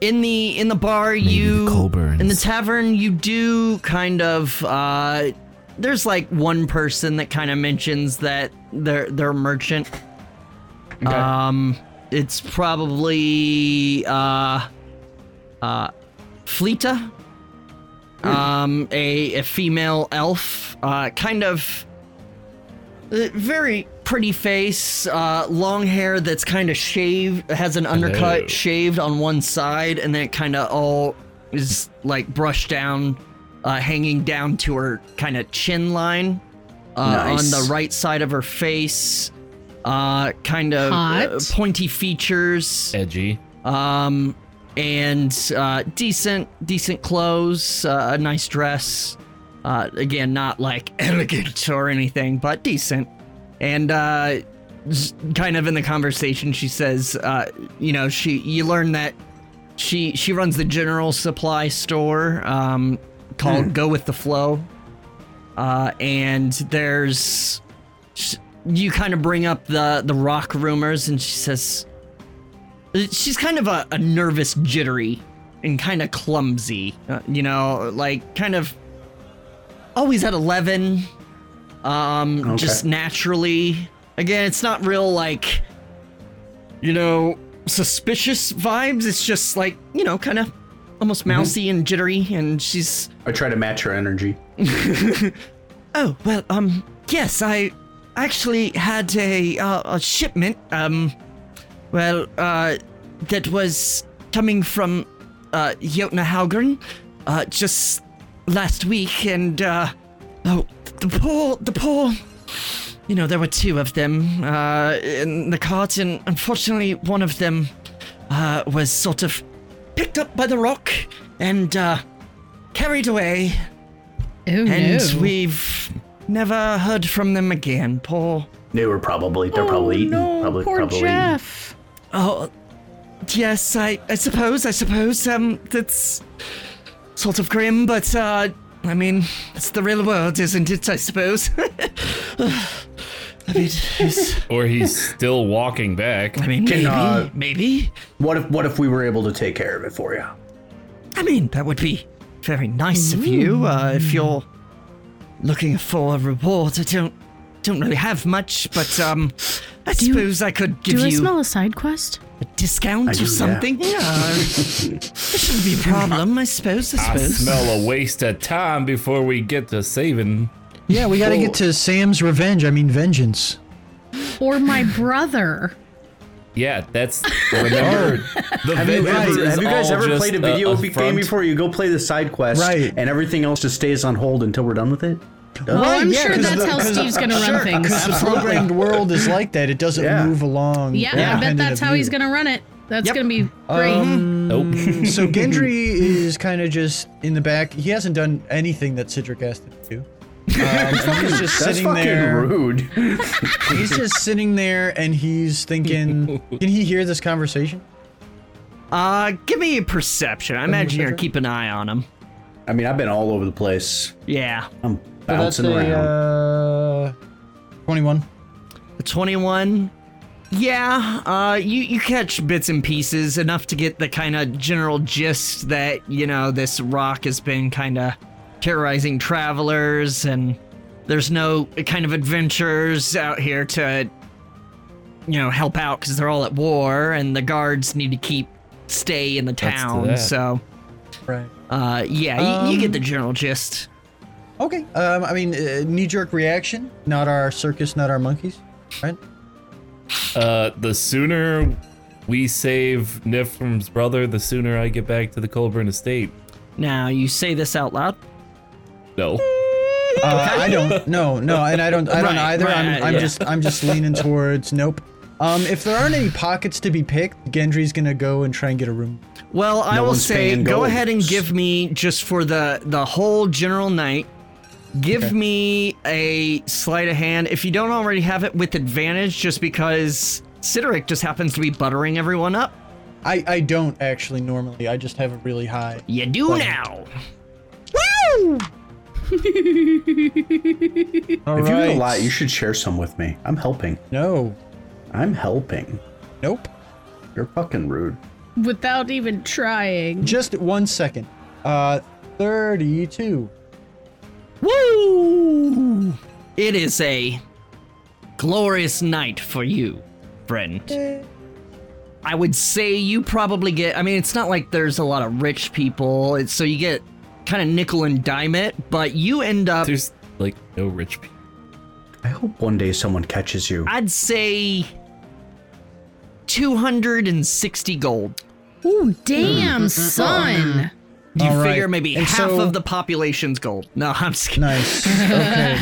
in the in the bar you
the Colburns.
in the tavern you do kind of uh there's like one person that kind of mentions that they're they're a merchant um it's probably uh uh Fleeta um a, a female elf uh kind of uh, very pretty face uh long hair that's kind of shaved has an undercut
Hello.
shaved on one side and then it kind of all is like brushed down uh hanging down to her kind of chin line uh,
Nice.
on the right side of her face uh kind of
Hot.
uh, pointy features
Edgy.
um and uh decent decent clothes uh, a nice dress uh again not like [LAUGHS] elegant or anything but decent and uh s- kind of in the conversation she says uh you know she you learn that she she runs the general supply store um called go with the flow uh and there's sh- you kind of bring up the the rock rumors and she says she's kind of a, a nervous jittery and kind of clumsy uh, you know like kind of always at 11 um just naturally again it's not real like you know suspicious vibes it's just like you know kind of almost mousy and jittery and she's
I try to match her energy.
Oh well, um, yes, I actually had a uh, a shipment, um, well, uh, that was coming from uh Jotnahaugen, uh, just last week, and uh, oh, the poor, the poor. You know, there were two of them uh, in the cart, and unfortunately, one of them uh, was sort of picked up by the rock and uh, carried away
Oh,
and
no.
we've never heard from them again, Paul.
They were probably they're
oh,
probably eating.
no,
probably
poor
probably eating.
Jeff.
Oh, yes, I, I suppose, I suppose, um, that's sort of grim, but, uh, I mean, it's the real world, isn't it, I suppose? [LAUGHS] I mean, it's-
Or he's still walking back.
I mean maybe,
Can, uh,
maybe.
What if what if we were able to take care of it for you?
I mean, that would be very nice of you, uh,
Mm.
if you're looking for a reward. I don't, don't really have much, but, um, I
you-
suppose I could give
Do I
you...
smell a side quest?
discount
do,
or
yeah.
something? Yeah. it shouldn't
Ah,
be a problem, I suppose. I
I
suppose.
smell a waste of time before we get to saving
Yeah, we gotta get to Sam's revenge. I mean, vengeance.
Or my brother.
Yeah, that's
[LAUGHS]
remember the
Have you
vengeance
guys,
is
have you guys
all
ever
just
played a video be- game
front.
before? You go play the side quest,
uh, Right.
and everything else just stays on hold until we're done with it.
Oh, I'm
yeah,
sure
'cause
that's
the-
how
'cause
Steve's gonna run things.
The programmed world is like that. It doesn't
Yeah.
move along.
Yeah, I bet
independent
that's
of
how he's
you.
gonna run it. That's gonna be great.
Uh-huh.
[LAUGHS]
Nope.
So Gendry is kind of just in the back. He hasn't done anything that Citric asked him to. do. Um, he's just
That's
sitting
fucking
there.
rude.
He's just sitting there, and he's
[LAUGHS]
thinking, "Can he hear this conversation?"
Uh, give me a perception. I imagine you're keep an eye on him.
I mean, I've been all over the place.
Yeah.
I'm
So that's
bouncing
a,
around.
uh, Twenty-one.
A 21. Yeah, uh, you, you catch bits and pieces, enough to get the kind of general gist that, you know, this rock has been kind of terrorizing travelers, and there's no kind of adventurers out here to, you know, help out because they're all at war, and the guards need to keep stay in the
That's to
town.
that.
So,
Right.
uh, yeah, you, you get the general gist.
Okay. Um, I mean, uh, knee-jerk reaction. Not our circus. Not our monkeys. Right.
Uh, the sooner we save Nifrim's brother, the sooner I get back to the Colburn estate.
Now, you say this out loud?
No.
Uh, I don't. No, no, and I don't. I don't
Right,
either.
right,
I'm, I'm
yeah.
just. I'm
[LAUGHS]
just leaning towards nope. Um, if there aren't any pockets to be picked, Gendry's gonna go and try and get a room.
Well, I will
one's
say,
paying
go
gold.
ahead and give me just for the the whole general night. Give me a sleight of hand if you don't already have it with advantage, just because Sideric just happens to be buttering everyone up.
I. I don't actually normally. I just have a really high.
You do now.
All
if you eat
right.
a lot, you should share some with me. I'm helping.
No.
I'm helping.
Nope.
You're fucking rude.
Without even trying.
Just one second. Uh, thirty-two.
Woo! It is a glorious night for you, friend. I would say you probably get. I mean, it's not like there's a lot of rich people, it's, so you get kind of nickel and dime it, but you end up.
There's like no rich people.
I hope one day someone catches you.
I'd say 260 gold.
Ooh, damn, son.
You
All right.
figure maybe
And
half
so-
of the population's gold. No, I'm just kidding.
Nice.
[LAUGHS]
Okay.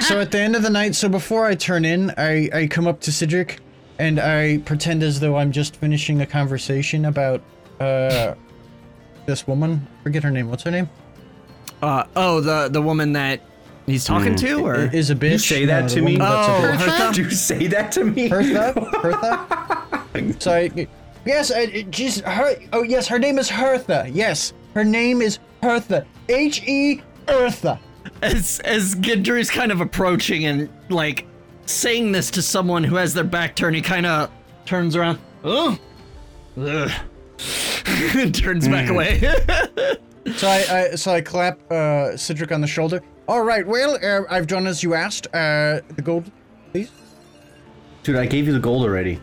so at the end of the night, so before I turn in, I, I come up to Cedric and I pretend as though I'm just finishing a conversation about uh this woman. Forget her name. What's her name?
Uh, oh, the the woman that he's talking to, or
I- Mm. Is a bitch.
you say that
No, uh, the
to me? Oh,
woman
Oh,
that's a bitch.
[LAUGHS]
Hertha?
you say that to me?
Hertha? Hertha? so I, yes, I, she's her. Oh yes, her name is Hertha. Yes, her name is Hertha. H E Hertha.
as as Gendry's kind of approaching and like saying this to someone who has their back turned, he kind of turns around. Oh, Ugh. [LAUGHS] and turns back
Hmm.
away. [LAUGHS]
So I, I so I clap uh, Cedric on the shoulder. All right, well, uh, I've done as you asked. Uh, the gold, please.
Dude, I gave you the
[LAUGHS]
gold already.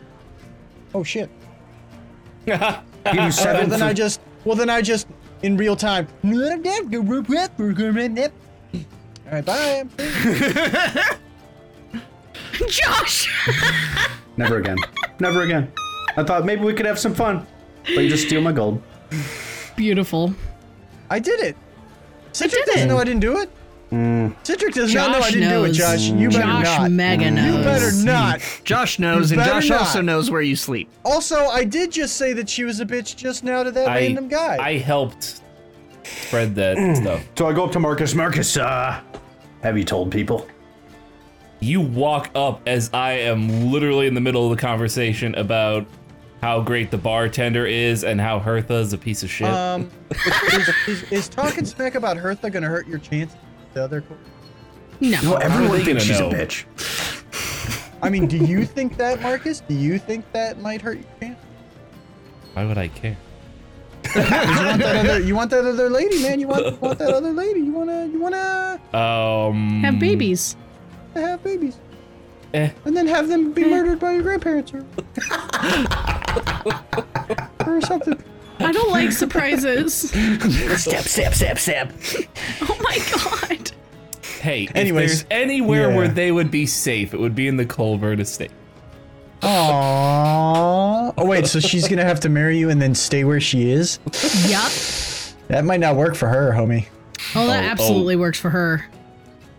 Oh shit.
I gave you
Well,
seven.
then
for-
I just. Well, then I just in real time. All right, bye.
Josh!
Never again. Never again. I thought maybe we could have some fun. But you just steal my gold.
Beautiful.
I did it. Cedric
did
doesn't
it.
know I didn't do it. Cedric does not know I
Josh
didn't do it,
knows.
Josh. You better
Josh
not.
mega knows.
You better not.
Josh knows, and
better
Josh
not.
also knows where you sleep.
Also, I did just say that she was a bitch just now to that
I,
random guy.
I helped spread
[CLEARS THROAT]
that stuff.
So I go up to Marcus. Marcus, uh, have you told people?
You walk up as I am literally in the middle of the conversation about how great the bartender is and how Hertha is a piece of shit.
Um, is, is, is talking smack about Hertha gonna hurt your chance? at The other, co-
No,
No.
everyone
they
thinks
gonna
she's
know?
a bitch.
I mean, do you think that, Marcus? Do you think that might hurt your chance?
Why would I care?
'Cause You want that other, you want that other lady, man. You want, you want that other lady. You wanna, you wanna
Um,
Have babies.
have babies
eh.
and then have them be murdered by your grandparents
[LAUGHS]
or, or something.
I don't like
[LAUGHS]
surprises.
Step, step, step, step.
oh my god.
Hey, if
Anyways,
there's anywhere
yeah.
where they would be safe, it would be in the Colbert estate.
Aww. Oh wait, so she's gonna have to marry you and then stay where she is?
Yup.
That might not work for her, homie.
Oh, that
Oh, oh.
absolutely works for her.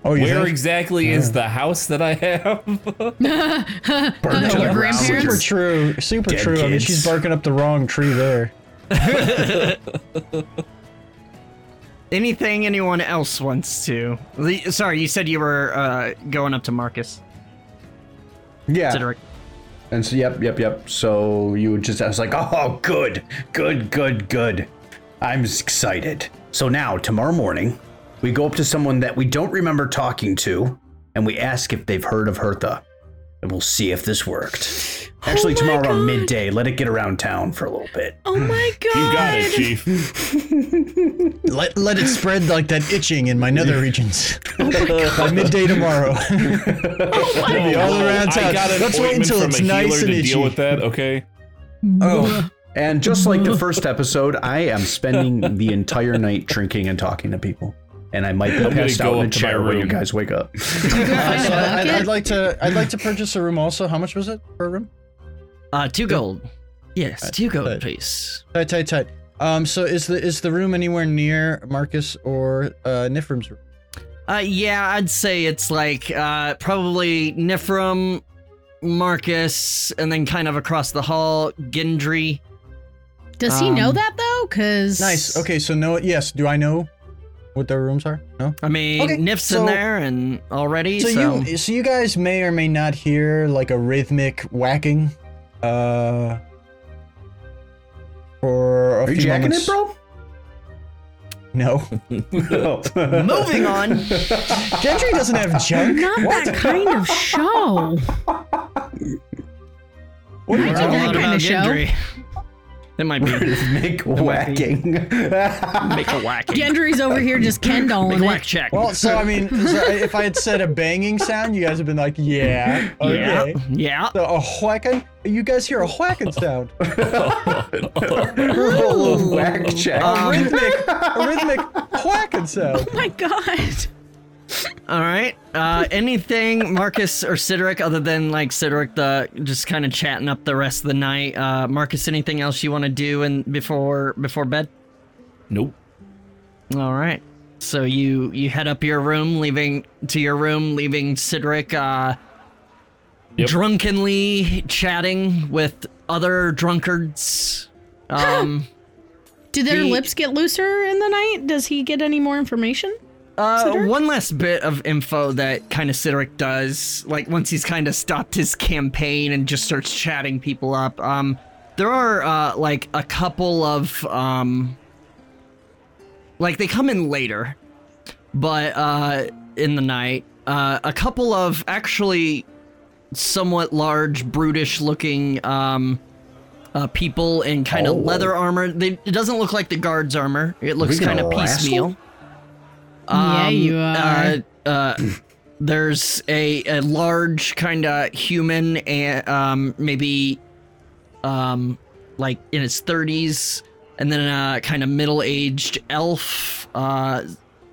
Oh, you
Where
think?
exactly is the house that I have?
Uh,
to the
your
ground.
Super
grandparents?
true. Super
Dead
true. I mean,
kids.
she's barking up the wrong tree there.
Anything anyone else wants to? Le- Sorry, you said you were uh, going up to Marcus.
Yeah.
Cedric.
And so, yep, yep, yep. So you would just, I was like, oh, good, good, good, good. I'm s- excited. So now, tomorrow morning, we go up to someone that we don't remember talking to and we ask if they've heard of Hertha. And we'll see if this worked. Actually,
my
tomorrow around
God.
midday, let it get around town for a little bit.
Oh [LAUGHS] my god. [LAUGHS]
[LAUGHS] Chief.
Let let it spread like that itching in my nether [LAUGHS] regions. By midday [LAUGHS] tomorrow.
Whoa,
all
whoa,
around
Oh, I
town.
got an
Let's wait
ointment
until
from
it's
a
nice
healer
and
to
itchy.
deal with that. Okay.
Oh, and just like
[LAUGHS]
the first episode, I am spending the entire night drinking and talking to people. And I might be
gonna
passed out
go
in a
up to my
chair when you
room.
guys wake up.
Find a
So I'd, I'd
bucket?
like to I'd like to purchase a room also. How much was it per room?
Uh, two gold. Yes, two gold,
but-
please.
Tight, tight, tight. Um, so is the is the room anywhere near Marcus or uh, Nifrim's room?
Uh, yeah, I'd say it's like uh, probably Nifrim, Marcus, and then kind of across the hall, Gendry.
Does he know
Um,
that though? Cause
Nice. Okay, so no. Yes. Do I know what their rooms are? No.
I mean,
Okay,
Nif's in
so-
there and already.
So
So,
you so you guys may or may not hear like a rhythmic whacking, uh, for a
Are you
few
jacking
moments.
it, bro? [LAUGHS]
No.
[LAUGHS] moving on.
Gentry doesn't have junk.
Not that kind of [LAUGHS] show.
What
do you think that kinda show?
That might be
Make whacking. [LAUGHS]
make a whack.
Gendry's over here [LAUGHS] just Ken
Make
dolling
a
it.
whack check.
Well, so I mean, so uh, if I had said a banging sound, you guys have been like, yeah,
yeah,
okay.
yeah.
So a whacking. You guys hear a whacking sound.
Roll a whack check.
Um,
A rhythmic, a rhythmic whacking sound.
Oh my god.
All right. Uh, anything Marcus or Cedric other than like Cedric the just kind of chatting up the rest of the night. Uh, Marcus, anything else you want to do and before before bed?
Nope.
All right. So you you head up your room, leaving to your room, leaving Cedric uh,
Yep.
drunkenly chatting with other drunkards. Um,
Do their
The-
lips get looser in the night? Does he get any more information?
Uh,
Cedric?
one last bit of info that kind of Cedric does, like once he's kind of stopped his campaign and just starts chatting people up. Um, there are uh, like a couple of um, like they come in later, but uh, in the night, uh, a couple of actually somewhat large, brutish-looking um, uh, people in kind of
Oh.
leather armor. They, it doesn't look like the guards' armor. It looks
gonna
kind of
wrestle?
piecemeal.
Um,
Yeah, you are.
Um, Uh, uh, [CLEARS THROAT] there's a, a large kind of human, and um, maybe um, like in his 30s, and then a kind of middle aged elf, uh,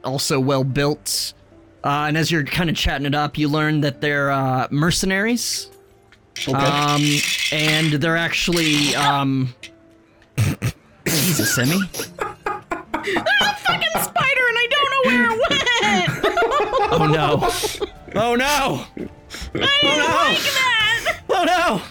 also well built. Uh, and as you're kind of chatting it up, you learn that they're uh, mercenaries. Um, and they're actually um, Jesus, Emmy.
Fucking spider, and I don't know where [LAUGHS] it went.
Oh no! Oh no!
I didn't like that.
Oh no!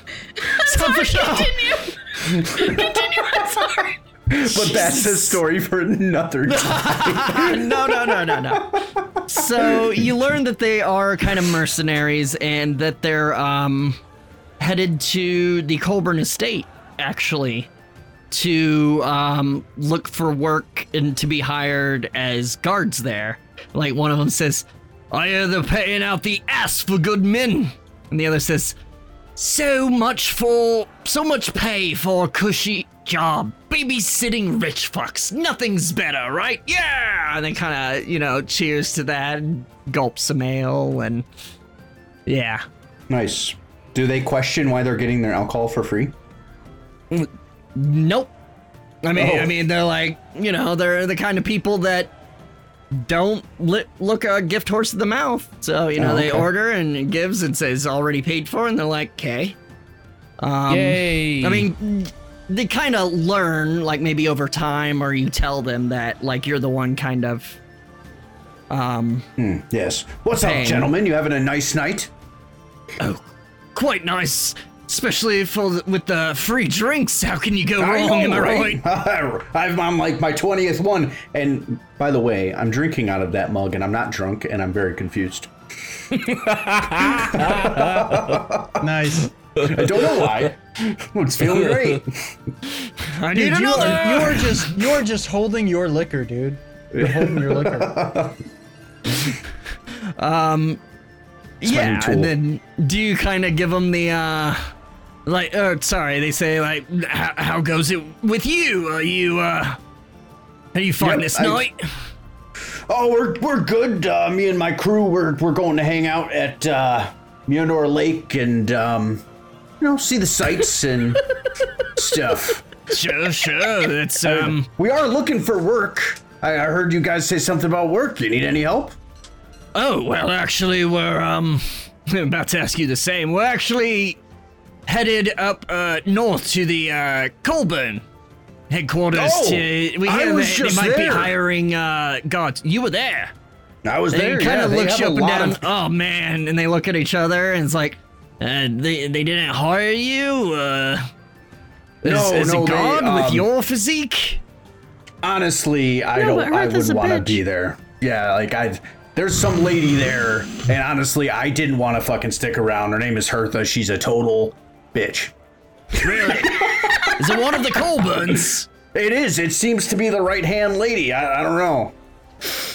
Stop the show!
[LAUGHS] Continue. Continue. I'm sorry.
but that's a story for [LAUGHS] another time.
no, no, no, no, no. So you learn that they are kind of mercenaries and that they're um, headed to the Colburn Estate, actually, to um, look for work and to be hired as guards there. Like one of them says, "I hear they're paying out the ass for good men," and the other says, "So much for so much pay for a cushy job, babysitting rich fucks. Nothing's better, right? Yeah!" And they kind of you know cheers to that, and gulp some ale, and yeah.
nice. Do they question why they're getting their alcohol for free?
Nope. I mean,
Oh.
Oh. I mean, they're like, you know, they're the kind of people that don't li- look a gift horse in the mouth. So, you know, they order and it gives and says already paid for, and they're like, okay. Um,
Yay!
I mean, they kind of learn, like maybe over time, or you tell them that, like, you're the one kind of. Um,
Yes. What's
Bang.
up, gentlemen? You having a nice night?
quite nice, especially for the, with the free drinks. How can you go wrong? am I right?
Oh, [LAUGHS] I'm on like my 20th one. And by the way, I'm drinking out of that mug and I'm not drunk and I'm very confused.
Nice.
I don't know why. It's feeling great.
I need
Dude, you
another.
are, you are just you're just holding your liquor, dude. You're holding your liquor.
my new
yeah,
tool.
and then do you kind of give them the uh, like? Uh, sorry, they say like, how, how goes it with you? Are you uh, how do you find
Yep,
this
I-
night?
[LAUGHS]
[LAUGHS]
Oh, we're we're good. Uh, me and my crew we're we're going to hang out at uh, Mjolnir Lake and um, you know see the sights and stuff.
sure, sure. That's um.
We are looking for work. I, I heard you guys say something about work. You need any help?
Oh well, actually, we're um [LAUGHS] about to ask you the same. We're actually headed up uh, north to the uh, Colburn headquarters.
Oh,
to, we
I
hear
was
that
just
they might
there.
be hiring uh, guards. You were there.
I was
They
there.
kind
yeah,
of
they
look
have
you
a
up and
lot
down.
of-
oh man! And they look at each other, and it's like, uh, they they didn't hire you. Uh,
No,
as, as
no,
a
they,
guard with
um,
your physique.
honestly, I
No, but
don't. I
Earth is
would
a
want to
bitch.
be there. Yeah, like I. There's some lady there, and honestly, I didn't want to fucking stick around. Her name is Hertha. She's a total bitch.
Is it one of the
[LAUGHS]
Colburns?
It is. It seems to be the right hand lady. I, I don't know.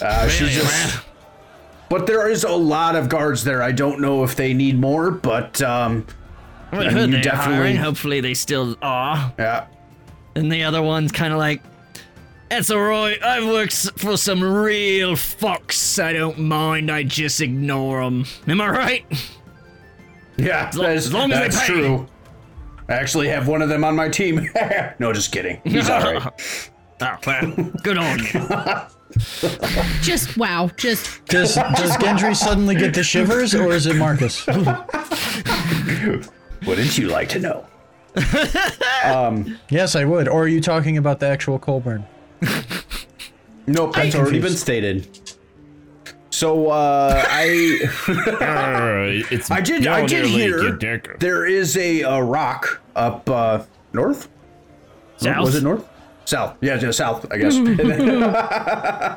Uh, she's
Really,
just.
man?
But there is a lot of guards there. I don't know if they need more, but um,
I
mean,
heard
you
they're
definitely-
hiring. Hopefully, they still are.
yeah.
And the other one's kind of like, that's alright. I've worked s- for some real fucks. I don't mind. I just ignore them. Am I right?
Yeah,
lo-
that's,
as long as they
that's
pay.
true. I actually have one of them on my team. [LAUGHS] no, just kidding. He's all right.
[LAUGHS] Oh, well, good on you.
Just wow. Just
Does does Gendry suddenly get the shivers, or is it Marcus?
Wouldn't you like to know?
Yes, I would. Or are you talking about the actual Colburn?
Nope, that's already been stated. So uh, I
Arr, it's
I did I
Mjolnir
did
Lake, you
hear
dick.
there is a, uh rock up uh, north.
South?
Was it north? South. Yeah, just south,
[LAUGHS]
I guess. [LAUGHS] uh,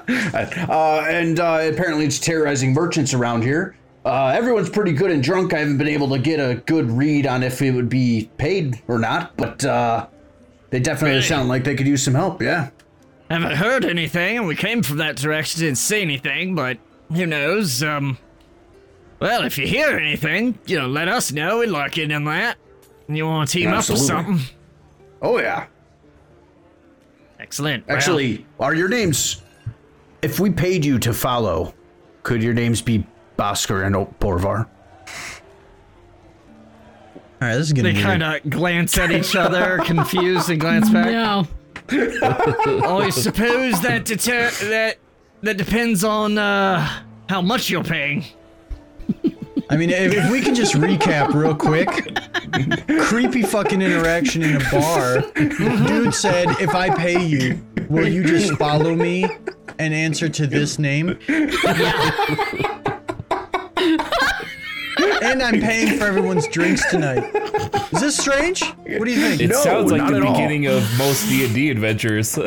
and uh, apparently it's terrorizing merchants around here. Uh, everyone's pretty good and drunk. I haven't been able to get a good read on if it would be paid or not, but uh, they definitely
Really?
sound like they could use some help. Yeah.
Haven't heard anything, and we came from that direction, didn't see anything, but who knows? Um, well, if you hear anything, you know, let us know. We'd like it in that. You want to team
Absolutely.
up or something?
Oh yeah.
Excellent. Well,
Actually, are your names? If we paid you to follow, could your names be Bosker and Borvar?
All right, this is gonna
they
be
kind
weird.
of glance at each
[LAUGHS]
other, confused, and glance back.
no.
Mm.
I suppose that deter- that that depends on uh, how much you're paying.
I mean, if, if we can just recap real quick. Creepy fucking interaction in a bar. Dude said, if I pay you, will you just follow me and answer to this name? and I'm paying for everyone's drinks tonight. Is this strange? What do you think?
It
No,
sounds like
not
the
at all.
beginning of most D and D [LAUGHS] adventures.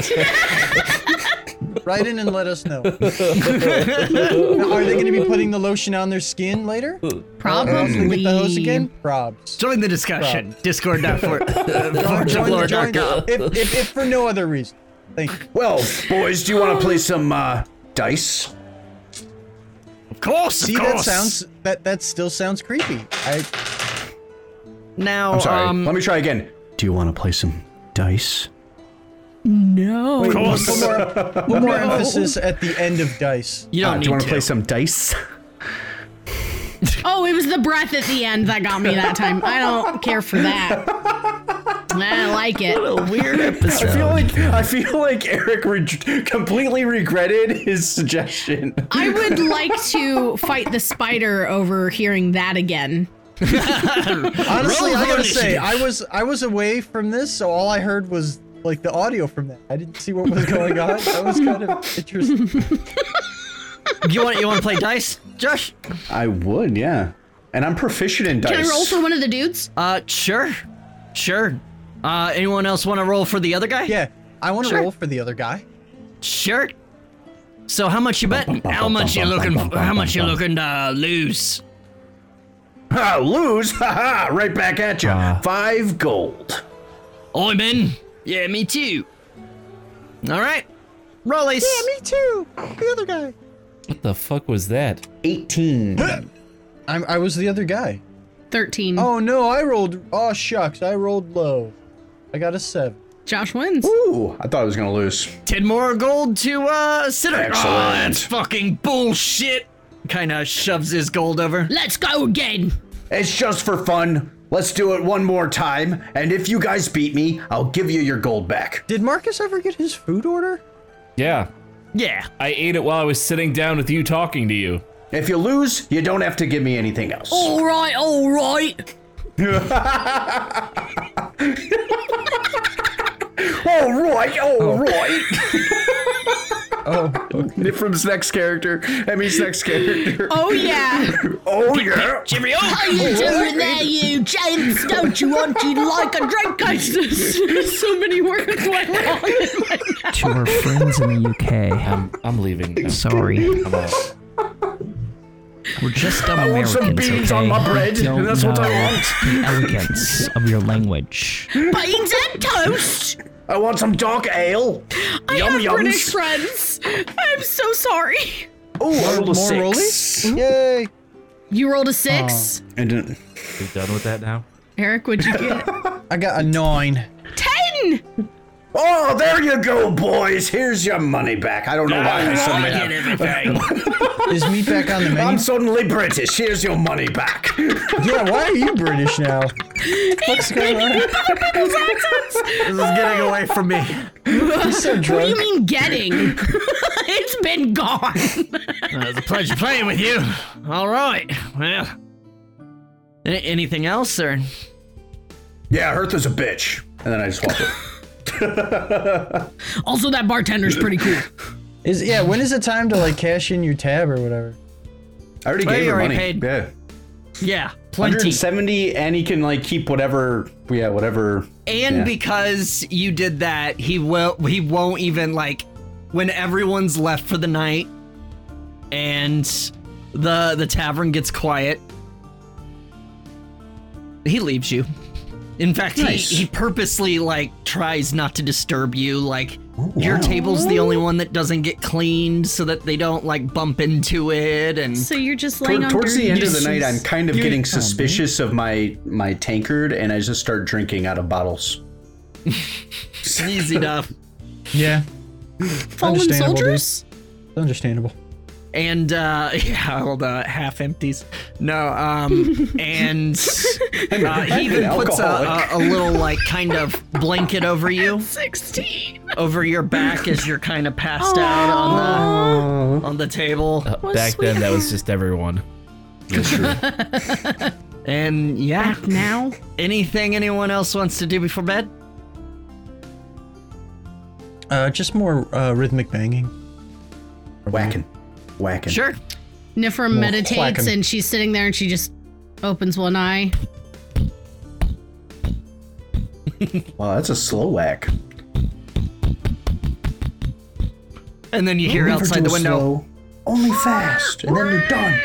Write in and let
[LAUGHS]
us know. Now, are they going to be putting the lotion on their skin later?
Probably.
With the hose again? Probs.
Join the discussion. Discord dot for
[LAUGHS]
Join- join- If, if, if for no other reason. Thank you.
Well, boys, do you want to play some uh, dice?
Of course, of
See, that
course.
sounds that that still sounds creepy. I
now.
I'm sorry.
Um,
Let me try again. Do you want to play some dice?
No.
of
course.
Put more,
[LAUGHS]
put more emphasis at the end of dice.
you don't
Uh, do
need
you want
to.
to play some dice? [LAUGHS]
[LAUGHS]
Oh, it was the breath at the end that got me that time. I don't care for that. I like it.
What a weird episode.
I
feel like I feel like Eric re- completely regretted his suggestion.
I would like to fight the spider over hearing that again.
Honestly,
Roll
I gotta
hard
say,
initiative.
I was I was away from this, so all I heard was like the audio from that. I didn't see what was going on. That was kind of interesting.
you want you want to play dice, Josh?
I would, yeah. And I'm proficient in dice.
Can I roll for one of the dudes?
Uh, sure, sure. Uh, anyone else want to roll for the other guy?
Yeah, I want to
Sure.
roll for the other guy.
Sure. So how much you betting? How much you looking? How much you looking to lose?
Ha, [LAUGHS] lose, [LAUGHS] ha ha! Right back at you. Five gold.
I'm in. Yeah, me too. All right. Roll ace.
Yeah, me too. The other guy.
What the fuck was that?
[LAUGHS] 18.
I'm, I was the other guy.
13.
Oh no, I rolled. Oh shucks, I rolled low. I got a seven.
Josh wins.
Ooh, I thought I was gonna lose.
Ten more gold to uh Sitter.
Excellent.
Aw, that's fucking bullshit. Kind of shoves his gold over.
Let's go again.
It's just for fun. Let's do it one more time, and if you guys beat me, I'll give you your gold back.
Did Marcus ever get his food order?
Yeah,
Yeah.
I ate it while I was sitting down with you talking to you.
If you lose, you don't have to give me anything else.
All right, all right.
All right, all right.
[LAUGHS]
Oh,
Nifrim's next character, Emmy's next character.
Oh, yeah. Oh,
Oh yeah.
Cheerio.
How you doing there, you James? Don't you want you like a drink? Guys, there's, there's so many words went wrong. in my-
to our friends in
[LAUGHS]
the UK.
I'm, I'm leaving. I'm,
Sorry,
I'm out.
we're just dumb I
want
Americans.
some beans
okay?
on my bread,
We don't
and that's
know
what I want.
The elegance of your language.
Beans and toast.
I want some dark ale.
I
Yum
have
yums.
British friends. I'm so sorry.
Oh, I rolled a
more
six.
rollies? Yay!
You rolled a six.
And didn't-
You done with that now?
Oh. Eric, what'd you get?
I got a nine.
[LAUGHS] Ten.
Oh, there you go, boys. Here's your money back. I don't
[LAUGHS]
know why I suddenly
I get
have-
everything.
Is meat back on the
I'm
menu?
suddenly British. Here's your money back.
yeah, why are you British now? What's going on?
this is getting away from me.
He's so
What do
drunk.
you mean getting? [LAUGHS] it's been gone.
Uh, it was a pleasure playing with you. All right. Well, [LAUGHS] a- anything else, sir?
yeah, Hertha's a bitch. And then I just walked. away.
also, that bartender's pretty cool.
Is yeah, when is it time to like cash in your tab or whatever?
I already
Well,
gave
you
her
already
money.
paid
yeah.
Yeah, plenty.
170, and he can like keep whatever. Yeah, whatever.
And
Yeah.
because you did that, he will. He won't even like when everyone's left for the night, and the the tavern gets quiet. He leaves you. In fact,
Nice.
he, he purposely like tries not to disturb you. Like your table's the only one that doesn't get cleaned, so that they don't like bump into it. And
[LAUGHS] So you're just
Tor-
laying on
towards the
dirty
end of the night,
sheets.
I'm kind of getting suspicious of my my tankard, and I just start drinking out of bottles.
easy enough.
Yeah,
fallen
understandable, dude.
soldiers.
it's understandable.
and uh [LAUGHS] yeah hold on half empties no
[LAUGHS]
um and uh, he even puts a, a,
alcoholic.
a little like kind of blanket over
[LAUGHS]
you
Sixteen.
over your back as you're kind of passed out on the on the table
What a
Uh, Back then, that was
sweetheart.
just everyone.
[LAUGHS]
and yeah
Back now.
anything anyone else wants to do before bed
Uh, just more uh, rhythmic banging.
Whacking, whacking.
uh, sure
Nifrim
whack
meditates
'em.
and she's sitting there and she just opens one eye.
Wow, that's a slow whack.
and then you hear
Never
outside the
do a
window
slow, only fast, and then you're done.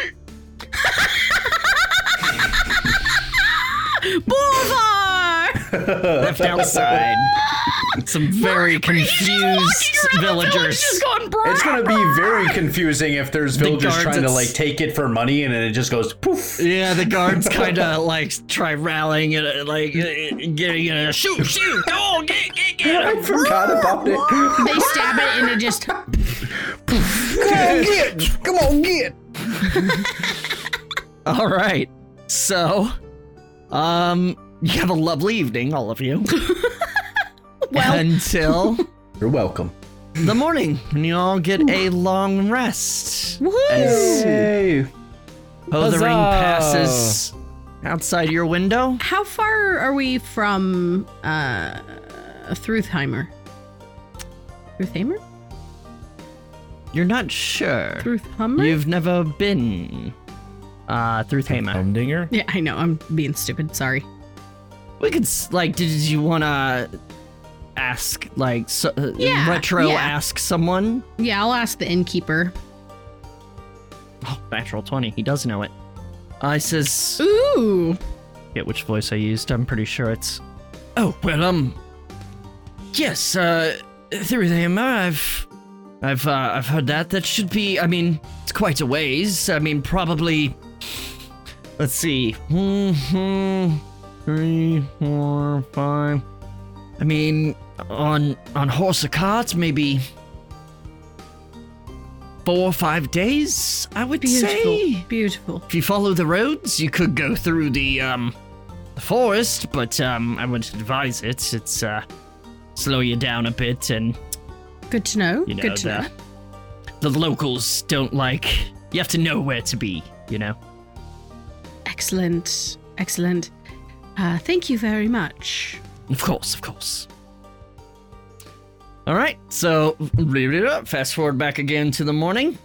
Boulevard. [LAUGHS]
left outside some very confused villagers
Just going
It's
brown.
gonna be very confusing if there's villagers
guards
trying to
at-
like take it for money, and then it just goes poof.
[LAUGHS] Yeah, the
[LAUGHS]
guards kind of like try rallying and uh, like uh, getting in a shoot, shoot, go on, get, get, get.
I forgot about it.
They stab it and it just.
Come on, get.
All right, so, um, you have a lovely evening, all of you.
[LAUGHS] Well, [LAUGHS]
until
You're welcome.
the morning when you all get a long rest.
[LAUGHS] woo!
As
Hey.
Pothering
Huzzah!
passes outside your window.
How far are we from uh Thruthheimer? Thruthheimer?
You're not sure.
Thruthhummer?
You've never been uh, through Thema.
Humdinger?
Yeah, I know. I'm being stupid. Sorry.
We could s- like, did you want to ask like so, uh,
Yeah,
retro
yeah.
ask someone?
Yeah, I'll ask the innkeeper.
Oh, natural twenty. He does know it. I says,
Ooh.
forget which voice I used. I'm pretty sure it's. Oh well, um. Yes, uh, through Thema, I've, I've, uh, I've heard that. That should be. I mean, it's quite a ways. I mean, probably. Let's see. Hmm. Three, four, five. I mean, on on horse or cart, maybe four or five days. I would
Beautiful.
say.
Beautiful.
If you follow the roads, you could go through the um the forest, but um I wouldn't advise it. It's uh slow you down a bit and
Good to know.
you know
Good to
the,
know.
the locals don't like you have to know where to be, you know.
Excellent. Excellent. Uh, thank you very much.
Of course, of course. All right, so fast forward back again to the morning.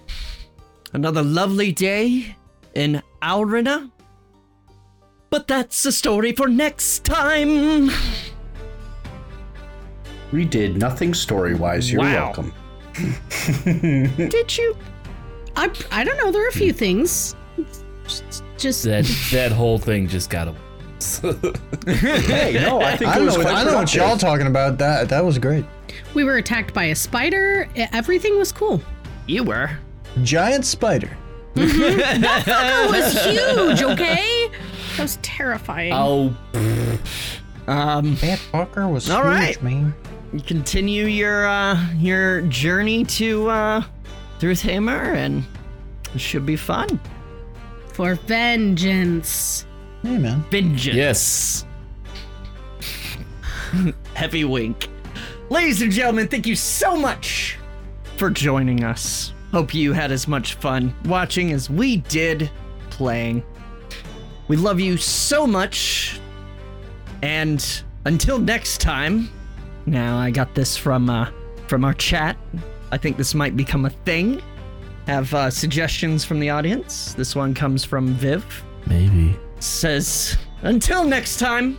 Another lovely day in Alrina. But that's a story for next time.
We did nothing story wise. You're
Wow.
welcome.
Did you
I I don't know. There are a few things. Just, just
That that whole thing just got away.
Hey, no, I think
I
it
don't
was
know. I don't know
quite
what
productive.
y'all talking about. That that was great.
we were attacked by a spider. E- Everything was cool.
You were.
Giant spider.
It was huge. Okay. That was terrifying.
Oh,
Um,
That fucker was
All
huge,
right.
man.
you continue your uh, your journey to uh, Hammer, and it should be fun.
For vengeance.
Hey man.
Vengeance.
yes.
Heavy wink. Ladies and gentlemen, thank you so much for joining us. Hope you had as much fun watching as we did playing. We love you so much. And until next time. Now I got this from uh from our chat. I think this might become a thing. Have uh, suggestions from the audience. This one comes from Viv
Maybe.
says, until next time,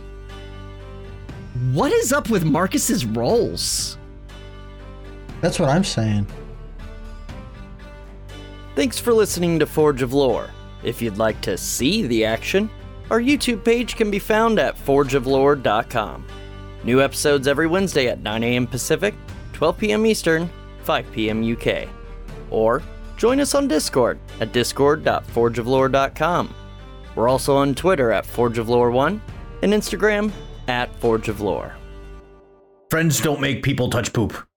what is up with Marcus's rolls?
That's what I'm saying.
Thanks for listening to Forge of Lore. If you'd like to see the action, our YouTube page can be found at forgeoflore.com. New episodes every Wednesday at 9 a.m. Pacific, 12 p.m. Eastern, 5 p.m. UK. Or join us on Discord at discord.forgeoflore.com. We're also on Twitter at forgeoflore1 and Instagram at forgeoflore.
Friends don't make people touch poop.